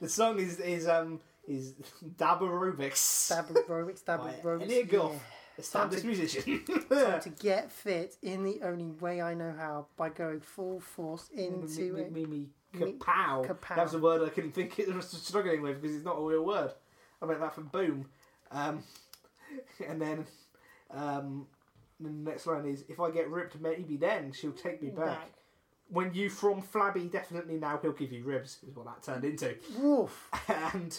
The song is is um is Dabba Rubik's.
Deborah, Rubik's, Deborah, Rubik's.
Elliot Goff,
yeah.
established musician.
to get fit in the only way I know how by going full force into
Mimi
it.
me, me,
Me-
kapow.
kapow.
That was a word I couldn't think I was struggling with because it's not a real word. I meant that from Boom. Um, and then um, the next line is If I get ripped, maybe then she'll take me back.
Back.
When you from Flabby, definitely now he'll give you ribs, is what that turned into.
Woof.
And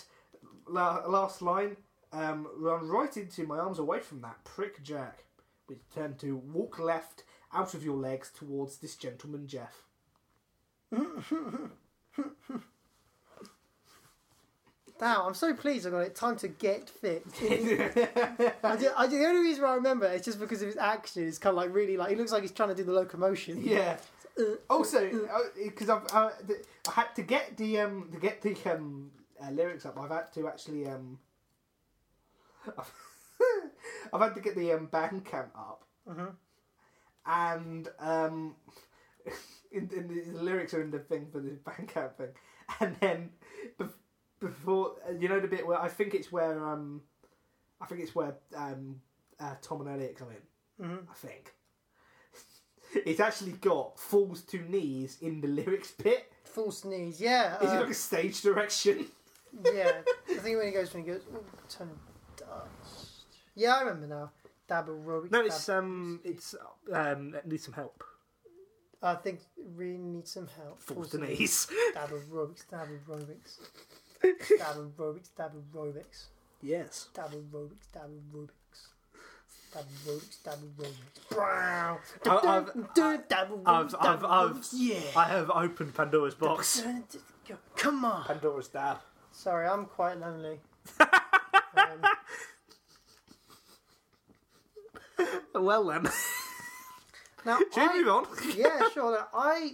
la- last line, um, run right into my arms away from that prick Jack, which turned to walk left out of your legs towards this gentleman Jeff.
Now, I'm so pleased I got it. Time to get fit. I do, I do, the only reason why I remember it is just because of his action. It's kind of like really like, he looks like he's trying to do the locomotion.
yeah. Also, because I've uh, th- I had to get the um to get the um uh, lyrics up. I've had to actually um I've, I've had to get the um Bandcamp up, and um in, in the, the lyrics are in the thing for the Bandcamp thing, and then bef- before you know the bit where I think it's where um I think it's where um uh, Tom and Elliot come in. I think it's actually got falls to knees in the lyrics bit.
Full sneeze. Yeah.
Is it
uh,
like a stage direction?
yeah. I think when he goes when he goes, "Ooh, turn of dust. Yeah, I remember now. Dabba Rubik's.
No, it's
Dab-
um, it's um, need some help.
I think we need some help.
Falls to knees.
Dabba Rubik's. Dabba Rubik's. Dabba Rubik's. Dabba Rubik's.
Yes.
Dabble Rubik's, Dabble Rubik's. Dabble Rubik's, Dabble Rubik's. Wow.
I've- I've-
Dabble
I've,
Rubik's,
I've,
Dabble
I've,
Rubik's. Yeah.
I have opened Pandora's box.
Come on.
Pandora's dad.
Sorry, I'm quite lonely. um,
Well then,
now,
should we
I,
move on?
yeah, sure. Now, I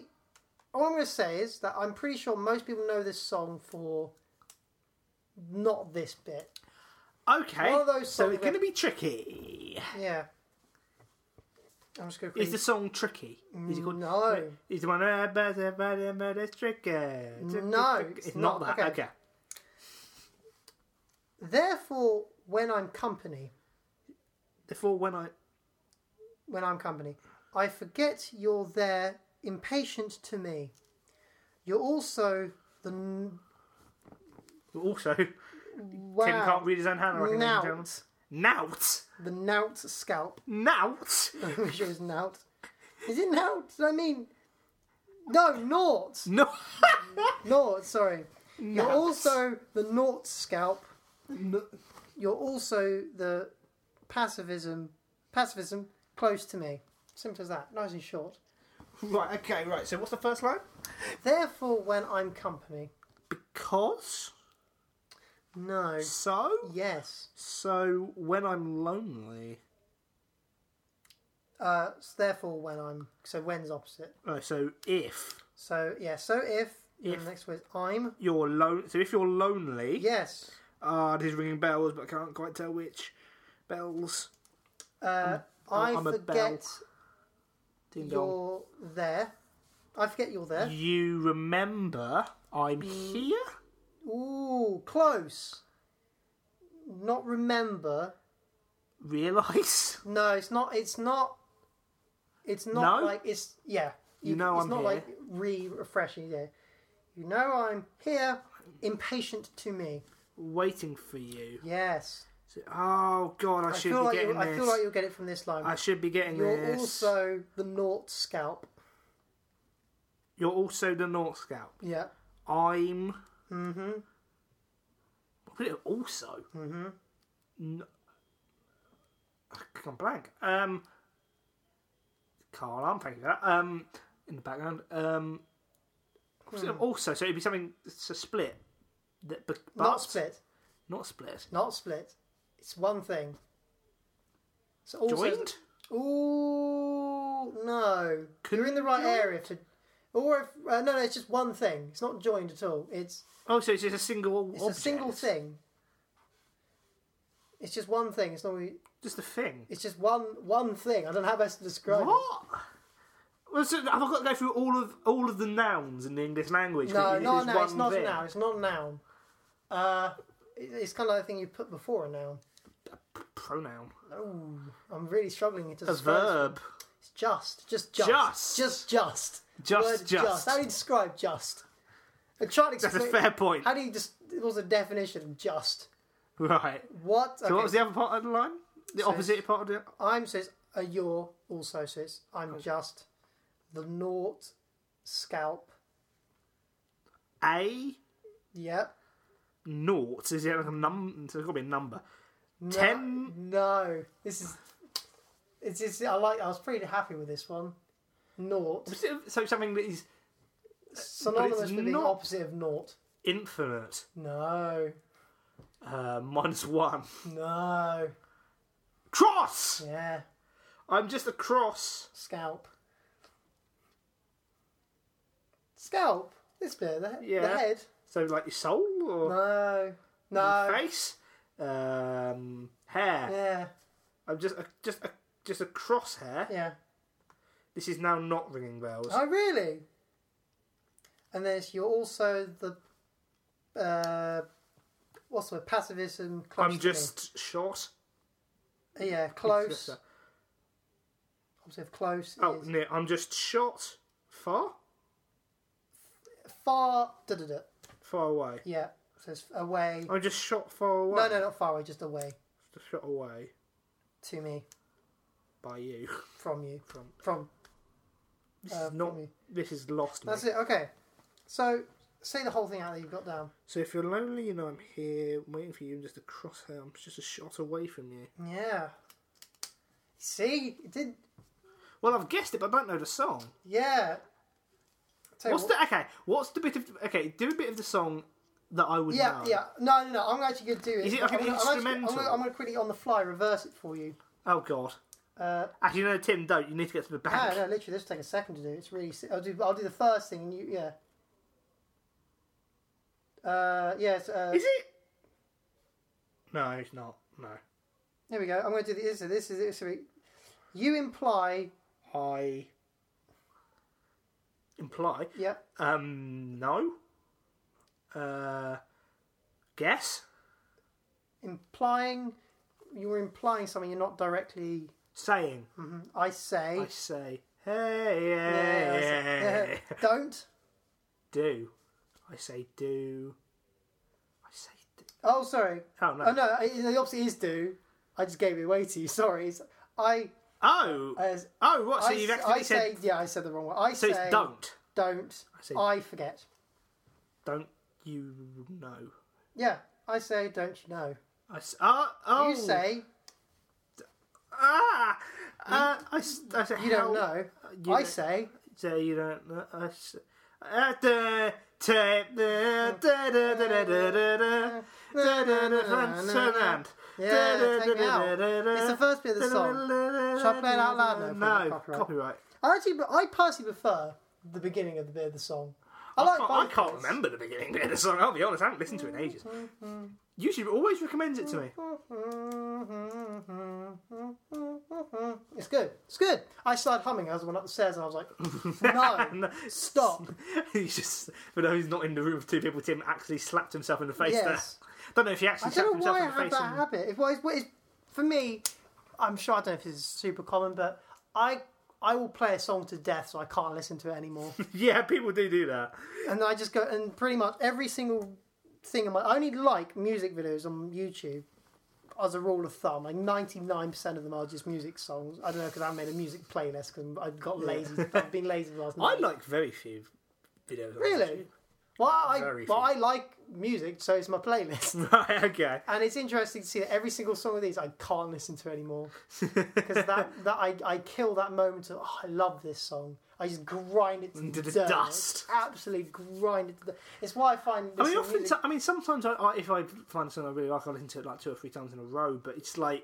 all I'm going to say is that I'm pretty sure most people know this song for not this bit.
Okay.
One of those
so
songs
it's going to
that-
be tricky.
Yeah. I'm just going to
Is the song tricky? Is it called?
No.
Is the one? "Ah, bah, bah, bah, bah, bah, It's tricky.
No,
it's,
it's
not,
not.
that.
Okay.
Okay.
Therefore, when I'm company,
Therefore, when I
when I'm company, I forget you're there, impatient to me. You're also the n-
also Tim
wow,
can't read his own handwriting. ladies and gentlemen.
nout,
Nout.
the nout scalp.
Nout.
I wish it was nout. Is it nout? I mean, no, nought.
No.
Nought, sorry. You're
Nout.
also the nought scalp. You're also the pacifism, pacifism close to me. Simple as that. Nice and short.
right. Okay. Right. So what's the first line?
Therefore, when I'm company,
Because
no,
so
yes.
so when I'm lonely.
Uh, so therefore, when I'm so when's opposite.
Oh, so if
So yeah. So if,
If.
and the next word is I'm
you're lone, so if you're lonely,
yes.
ah, it is ringing bells, but I can't quite tell which bells.
Uh, I
I'm a
forget
Ding dong.
you're there. I forget you're there.
You remember I'm
Mm.
here.
Ooh, close. Not remember.
Realise
No, it's not. It's not. It's
No?
not like it's yeah.
You know
it's
I'm
not
here.
like re-refreshing. Yeah, you know I'm here. Impatient to me.
waiting for you.
Yes.
So- oh God, I,
I
should
feel
be
like
getting
you, I
this.
feel like you'll get it from this line.
I should be getting
You're
this.
also the Nort scalp.
You're also the North Scout.
Yeah.
I'm. Mm-hmm. Also. Mm-hmm. I'm blank. Um. Carl, I'm thank you for that. Um, in the background. Um. so-
Hmm.
Also, so it'd be something. It's a split. That, but, but
Not split.
Not split.
Not split. It's one thing. So also
Joined.
Ooh, no. You're in the right area to. Or if uh, no, no, it's just one thing. It's not joined at all. It's
Oh, so it's just a single.
it's a single
object.
thing. It's just one thing. It's not. really-
Just a thing.
It's just one one thing. I don't know how best to describe
What? Well, so have I got to go through all of all of the nouns in the English language?
it. No,
It
no,
is
no. It's
one
not
thing.
a noun. It's not a noun. Uh, it- it's kind of like a thing you put before a noun.
Pronoun.
Oh, I'm really struggling to
A
describe. this one.
verb.
It's just, just, just,
Just.
just, just,
Just,
Word
just.
How do you describe just? I'm trying to
That's a
explain.
fair point.
How do you just? It was a definition of just.
Right.
What?
So
Okay.
what was the other part of the line? The opposite part of the.
I'm says a your also says I'm just the naught scalp.
A
Yep.
naught. Is it like a num? So it's got to be a number. Ten.
No, this is. It's just I like. I was pretty happy with this one. Naught
So something that is
synonymous with being
not-
opposite of naught.
infinite.
No,
Uh, minus one.
no.
Cross.
Yeah,
I'm just a cross.
scalp. Scalp. This bit. The, he- the
Yeah.
head.
So like your soul or
No,
your
no.
face, um, hair.
Yeah,
I'm just a, just a, just a crosshair.
yeah.
This is now not ringing bells.
Oh, really? And there's you're also the uh, what's the word? Pacifism. Close
I'm
to
just short.
me. yeah close. Obviously, close.
Oh,
is
no, I'm just short. Far,
far. Da da da.
far away.
Yeah. So it's away.
I'm just shot far away.
No, no, not far away. Just away
Just shot away
to me
by you.
from you
From-
from.
This
Uh,
is not.
from you.
This is lost.
That's
me.
it. Okay. So say the whole thing out that you've got down.
So if you're lonely, you know I'm here, waiting for you. I'm just a crosshair. I'm just a shot away from you.
Yeah. See, it did.
Well, I've guessed it, but I don't know the song.
Yeah. Tell you
What's
what-
the okay? What's the bit of okay? Do a bit of the song that I would
Yeah,
know.
yeah. No, no, no. I'm actually going to do it.
Is it like
I'm
an
gonna- I'm actually- I'm
instrumental?
gonna- I'm going to quickly on the fly reverse it for you.
Oh God.
Uh,
Actually, no, Tim, don't. You need to get to the
no,
back.
no, literally, this will take a second to do. It's really. si- I'll do. I'll do the first thing, and you, yeah. Uh, yes. Uh,
Is it? No, it's not. No.
There we go. I'm going to do this. This is this. is- You imply.
I imply.
Yep.
Um, no. Uh, guess.
Implying. You were implying something you're not directly.
Saying.
Mhm. I say.
I say. Hey,
Yeah,
hey.
I say- Uh, don't.
do. I say do. I say. Do.
Oh, sorry.
Oh no.
Oh no, I- the opposite is do. I just gave it away to you. Sorry. It's, I.
Oh.
As,
oh, what? So
Uh, I,
you've
I
actually said.
say. Yeah, I said the wrong one. I
so
say.
it's don't.
Don't. I,
say-
forget.
Don't you know?
Yeah. I say. Don't you know?
I s- oh, oh.
You say. Hmm?
Ah. Uh, I, s- I say
You don't
how-
know.
you
I
don't-
say.
So you don't know. I s- uh, da- ta- da- da- da- da- da- da- da- da. Da- da- da- Franz Ferdinand.
Yeah,
Da- da-
take
da-
me
da-
out.
da- da-
It's the first bit of the
da- da- da-
song.
da-
Shall I play it out loud now if we
No,
get copyright?
copyright.
I actually, I personally prefer the beginning of the bit of the song. I,
I
like.
can't, I
both
can't
bits.
remember the beginning bit of the song. I'll be honest, I haven't listened to it in ages. YouTube always recommends it to me.
It's good. It's good. I started humming as I went up the stairs, and I was like, "No,
No.
stop!"
He's just for those not in the room with two people, Tim actually slapped himself in the face.
Yes.
There, don't know if he actually
I don't
slapped
know why I
himself in
have
the face.
that
and-
habit. If, well, it's, well, it's, for me, I'm sure I don't know if it's super common, but I I will play a song to death, so I can't listen to it anymore.
yeah, people do do that.
and I just go and pretty much every single thing in my I only like music videos on YouTube as a rule of thumb. Like ninety nine percent of them are just music songs. I don't know because I made a music playlist because I've got lazy. I've been lazy the last.
I
night.
like very few videos. on
really. Well, I
Very
well I
few.
like music, so it's my playlist.
YouTube. Right. Okay.
And it's interesting to see that every single song of these I can't listen to anymore because that, that I, I kill that moment of oh, I love this song. I just grind it to
Into the
dirt.
dust.
Absolutely grind it. To the, it's why I find.
I mean,
listening to
often,
music-
I mean, sometimes I, I, if I find something I really like, I listen to it like two or three times in a row. But it's like,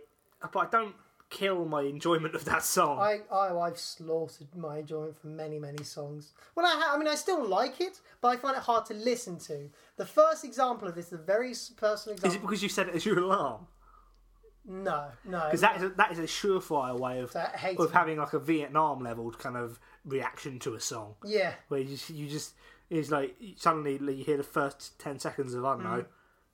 but I don't kill my enjoyment of that song.
I, I I've slaughtered my enjoyment for many many songs. Well, I, ha- I mean, I still like it, but I find it hard to listen to. The first example of this, the very s- personal
Is it
example.
because you set it as your alarm?
No, no.
Because that is a, that is a surefire way of
That hates
of
me.
having like a Vietnam level kind of reaction to a song,
Yeah,
where you just, you just it's like suddenly you hear the first ten seconds of I
Hmm.
don't know,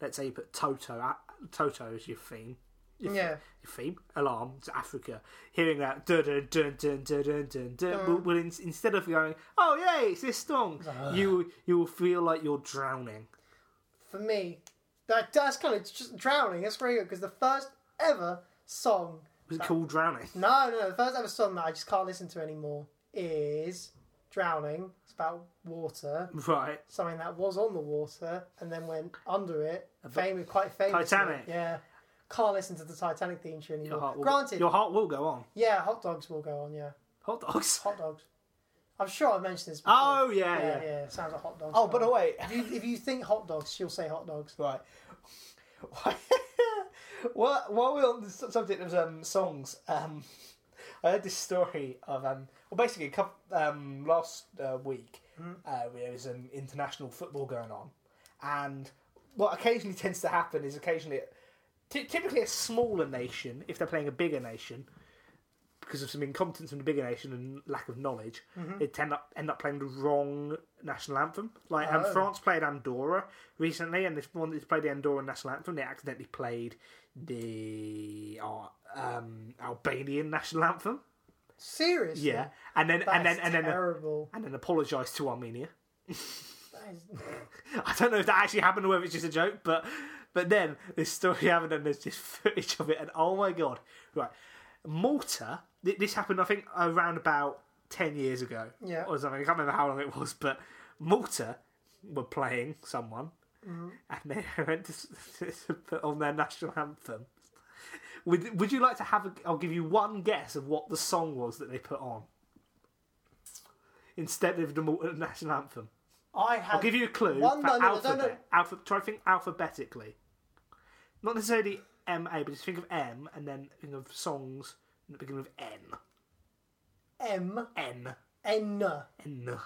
let's say you put Toto uh, Toto as your theme, your
yeah.
your theme alarm to Africa. Hearing that dun dun dun dun dun dun dun, dun will, will in, instead of going oh yay it's this song, you you will feel like you're drowning.
For me, that that's kind of just drowning. That's very good because the first ever song.
Was it called drowning?
No, no, no. The first ever song that I just can't listen to anymore is "Drowning." It's about water.
Right.
Something that was on the water and then went under it. Famous, quite famous.
Titanic.
Yeah. Can't listen to the Titanic theme tune
Your
anymore.
heart will,
Granted,
your heart will go on.
yeah, hot dogs will go on. Yeah,
Hot dogs.
hot dogs. I'm sure I've mentioned this. before.
Oh yeah, yeah.
yeah, yeah, Sounds like hot dogs.
Oh, but wait.
if you, if you think hot dogs, she'll say hot dogs.
Right. well, while we're on the su- subject of um, songs, um, I heard this story of um, well, basically a couple, um, last uh, week uh, there was um, international football going on, and what occasionally tends to happen is occasionally, ty- typically a smaller nation, if they're playing a bigger nation, because of some incompetence from the bigger nation and lack of knowledge, they tend up end up playing the wrong national anthem. Like um, France played Andorra recently, and this one that's played the Andorran national anthem, they accidentally played the uh, um, Albanian national anthem.
Seriously.
Yeah, and then and then
That's
and then
terrible.
and then apologised to Armenia.
That is-
I don't know if that actually happened or whether it's just a joke, but but then this story happened and there's just footage of it, and oh my god! Right, Malta. th- This happened, I think, around about ten years ago,
Yeah.
or something. I can't remember how long it was, but Malta were playing someone,
Mm-hmm.
and they went to, s- to put on their national anthem. Would Would you like to have? A, I'll give you one guess of what the song was that they put on instead of the Malta national anthem.
I have.
I'll give you a clue
One
for
moment, I don't
alphabet. Alpha, try to think alphabetically. Not necessarily M A, but just think of M and then think of songs and it began with N.
M
N.
N.
N.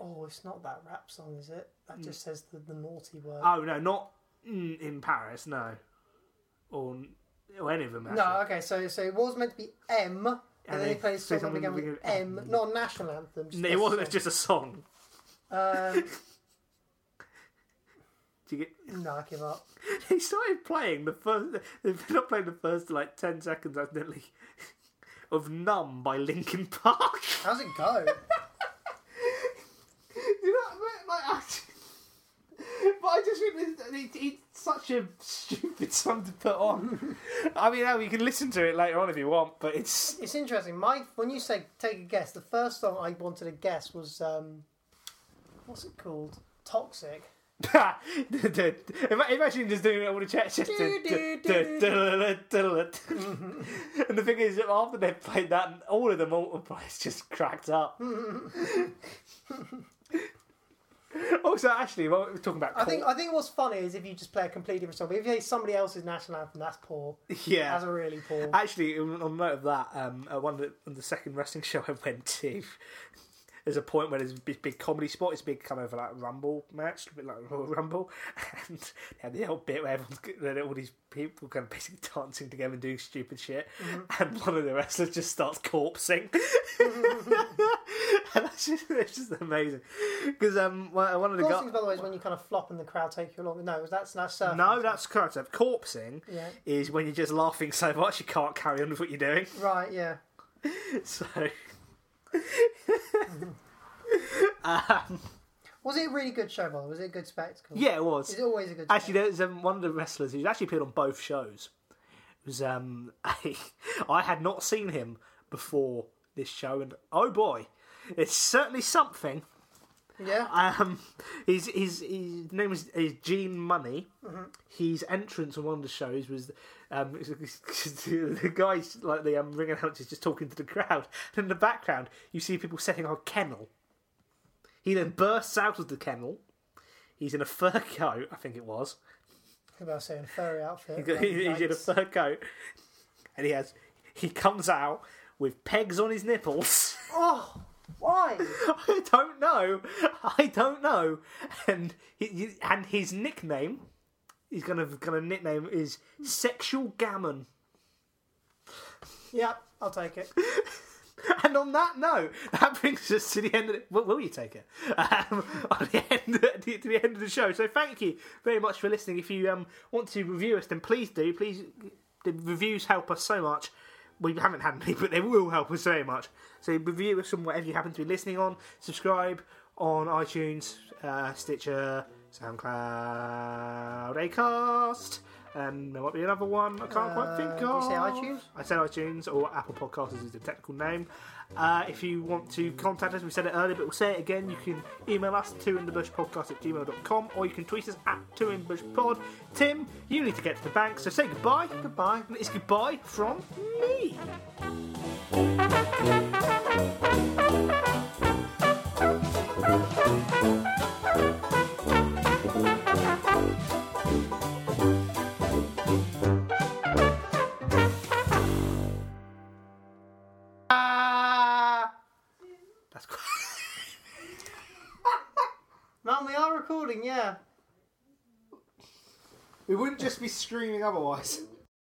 Oh, it's not that rap song, is it? That
Mm.
just says the, the naughty word.
Oh no, not N in Paris, no, or, or any of them. Actually.
no, okay, so so it was meant to be M, and,
And
then
they
he played a
say
song
something
that began with
beginning
M, not a national anthem. Just
No,
a
it wasn't.
song.
It's just a song.
Um,
Do you get?
no, I give up.
He started playing the first. They've not playing the first like ten seconds accidentally of "Numb" by Linkin Park.
How's it go?
you know, but, like, I, but I just think this- it, it's such a stupid song to put on. I mean, hell, you can listen to it later on if you want, but it's
it's interesting. My when you say take a guess, the first song I wanted to guess was um, what's it called? Toxic.
Ima- Imagine just doing it all the Chester. And the thing is, that after they played that, all of the multipliers just cracked up. also, actually, while we were talking about
I think I think what's funny is if you just play a completely different song. But if you play somebody else's national anthem, that's poor.
yeah.
That's a really poor.
Actually, on on the note of that, um, uh, one of the, on the second wrestling show I went to, there's a point where there's a big, big comedy spot. It's a big come over like Rumble match, a bit like Royal Rumble, and they had the old bit where everyone's g- there are all these people kind of basically dancing together and doing stupid shit,
Mm-hmm.
and one of the wrestlers just starts corpsing, and that's just, it's just amazing because um, one one of the
Cool
guys.
things, by the way, is when you kind of flop and the crowd take you along. No, that's that's surfing.
No, that's correct. Corpsing
Yeah.
is when you're just laughing so much you can't carry on with what you're doing.
right. Yeah.
So. um,
Was it a really good show, by the way? Was it a good spectacle?
yeah, it
Is
was.
it always a good?
Actually, there's um, one of the wrestlers who's actually appeared on both shows. Was um, I, had not seen him before this show, and oh boy, it's certainly something.
spectacle? yeah.
Um, his his his name is, is Gene Money. His entrance on one of the shows was um, it was- the guys like the um, ring announcers just talking to the crowd, and in the background you see people setting up a kennel. He then bursts out of the kennel. He's in a fur coat, I think it was.
I was saying furry outfit.
He's got- he's in a
Yikes.
fur coat, and he has he comes out with pegs on his nipples.
Oh, why?
I don't know. I don't know. And he, and his nickname, he's gonna gonna nickname is sexual gammon.
yep, I'll take it.
And on that note, that brings us to the end of. The, will, will you take it? Um, on the end, to the end of the show. So thank you very much for listening. If you um want to review us, then please do. Please, the reviews help us so much. We haven't had any, but they will help us very much. So review us on whatever you happen to be listening on. Subscribe on iTunes, uh, Stitcher, SoundCloud, Acast. And there might be another one I can't quite think
Uh,
of.
did you say iTunes?
I said iTunes or Apple Podcasts is the technical name. Uh, if you want to contact us, we said it earlier, but we'll say it again. You can email us, twointhebushpodcast at gmail.com, or you can tweet us at twoinbushpod. Tim, you need to get to the bank, so say goodbye. Goodbye. It's goodbye from me.
Ah,
That's quite...
man, we are recording. Yeah.
We wouldn't just be streaming otherwise.